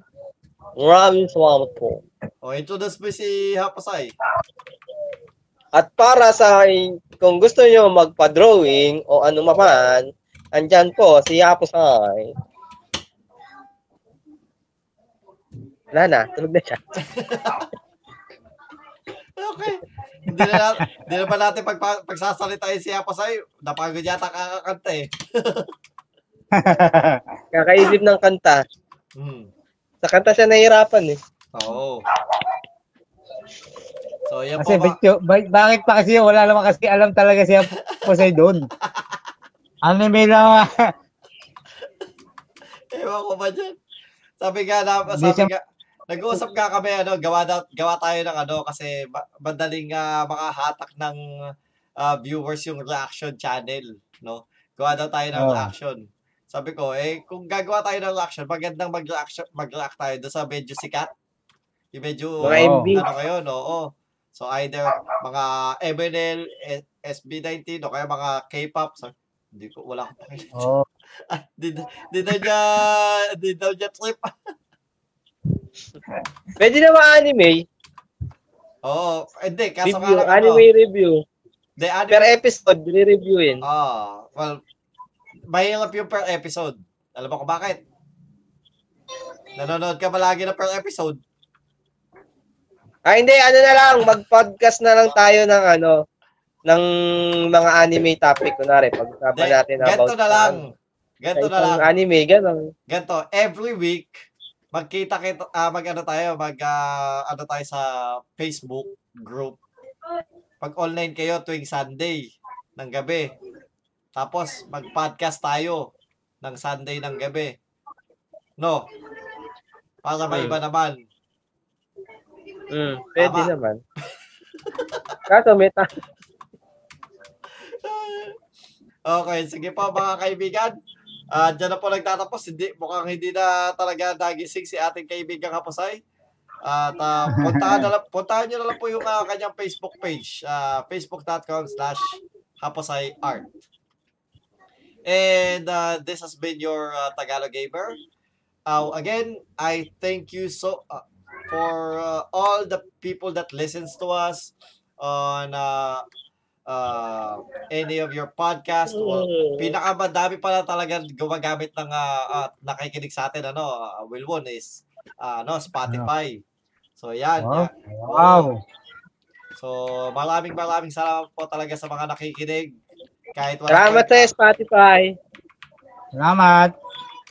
Speaker 17: Maraming salamat po.
Speaker 1: O, Oh, introduce mo si Hapasay.
Speaker 17: At para sa kung gusto nyo magpa-drawing o ano man, andyan po si Hapusay. Wala na, tulog na siya.
Speaker 1: Okay. Hindi na, nat- hindi na pa natin pagpa, pagsasalitain si Hapasay. Napagod yata kakakanta eh.
Speaker 17: Kakaisip ng kanta.
Speaker 1: Hmm.
Speaker 17: Sa kanta siya nahihirapan eh.
Speaker 1: Oo. So, yan po
Speaker 2: Kasi
Speaker 1: ba?
Speaker 2: bityo, ba- bakit pa kasi yun? wala naman kasi alam talaga siya Poseidon. Anime lang. ah.
Speaker 1: Ewan ko ba dyan? Sabi nga, na,
Speaker 2: Hindi
Speaker 1: sabi
Speaker 2: siya-
Speaker 1: nga, nag-uusap nga kami, ano, gawa, da, gawa tayo ng ano, kasi ma- madaling ah, makahatak ng ah, viewers yung reaction channel, no? Gawa daw tayo ng
Speaker 2: Oo.
Speaker 1: reaction. Sabi ko, eh, kung gagawa tayo ng reaction, magandang mag-reaction, mag-react tayo doon sa medyo sikat. Yung medyo,
Speaker 17: Mga
Speaker 2: Oo.
Speaker 17: MV.
Speaker 1: ano ngayon, oo. So either mga MNL, S- SB19, o kaya mga K-pop, sabi, hindi ko, wala akong pakialam.
Speaker 2: Oh,
Speaker 1: Ah, di, di daw niya, di daw niya trip.
Speaker 17: Pwede na ma-anime.
Speaker 1: Oo, hindi, kaso nga
Speaker 17: Review,
Speaker 1: lang ano,
Speaker 17: anime review.
Speaker 1: the
Speaker 17: Per
Speaker 1: anime,
Speaker 17: episode, re-reviewin.
Speaker 1: ah, well, mahirap yung per episode. Alam mo kung bakit? Nanonood ka palagi na per episode.
Speaker 17: Ah, hindi, ano na lang, mag-podcast na lang tayo ng ano, ng mga anime topic. Kunwari,
Speaker 1: Hindi,
Speaker 17: pag-usapan natin about
Speaker 1: ganito na lang. Ganito na lang.
Speaker 17: Isang anime, gano'n.
Speaker 1: Ganito, every week, magkita kita, ah, mag ano tayo, mag ah, ano tayo sa Facebook group. Pag online kayo tuwing Sunday ng gabi. Tapos mag-podcast tayo ng Sunday ng gabi. No. Para may iba naman.
Speaker 17: Mm, pwede
Speaker 1: Tama.
Speaker 17: naman. Kaso may ta-
Speaker 1: Okay, sige po mga kaibigan. Ah, diyan na po nagtatapos. Hindi, mukhang hindi na talaga nagising si ating kaibigan Kaposay. At ah, puntahan, na lang, puntahan nyo na lang po yung ah, kanyang Facebook page. ah, facebook.com slash Haposay Art. And uh, this has been your uh, Tagalog Gamer. Uh, again, I thank you so uh, for uh, all the people that listens to us on uh, uh, any of your podcast. Well, pinakamadami pala talaga gumagamit ng uh, uh, nakikinig sa atin, ano, uh, Wilwon is uh, ano, Spotify. So, yan.
Speaker 2: Wow.
Speaker 1: yan.
Speaker 2: Wow.
Speaker 1: So, maraming maraming salamat po talaga sa mga nakikinig. Kahit wala
Speaker 17: Salamat sa Spotify.
Speaker 2: Salamat.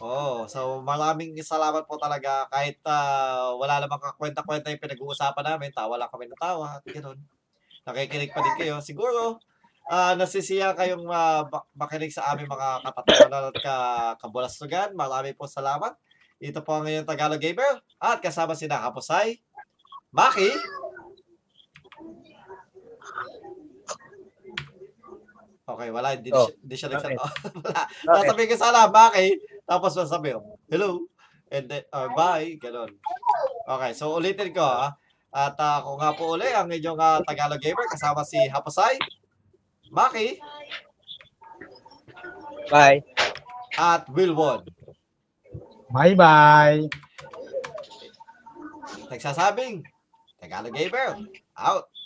Speaker 1: Oo, so maraming salamat po talaga kahit ah, wala namang kakwenta-kwenta yung pinag-uusapan namin, tawa lang kami ng tawa at gano'n. Nakikinig pa din kayo. Siguro, ah, nasisiya kayong ah, ma- makinig sa aming mga katatawanan at ka kabulastugan. Marami po salamat. Ito po ang ngayon Tagalog Gamer at kasama si Nakapusay, Maki, Okay, wala. Hindi
Speaker 7: Oh,
Speaker 1: siya, hindi siya
Speaker 7: bakit?
Speaker 1: nagsalita. wala. Sasabihin ko sana, Maki. Tapos masabi, ko, hello. And then, or bye. Ganon. Okay, so ulitin ko ha. At ah, ako nga po uli ang inyong ah, Tagalog Gamer kasama si Hapasay, Maki,
Speaker 17: Bye.
Speaker 1: at Wilwon.
Speaker 2: Bye-bye.
Speaker 1: Nagsasabing, Tagalog Gamer, out.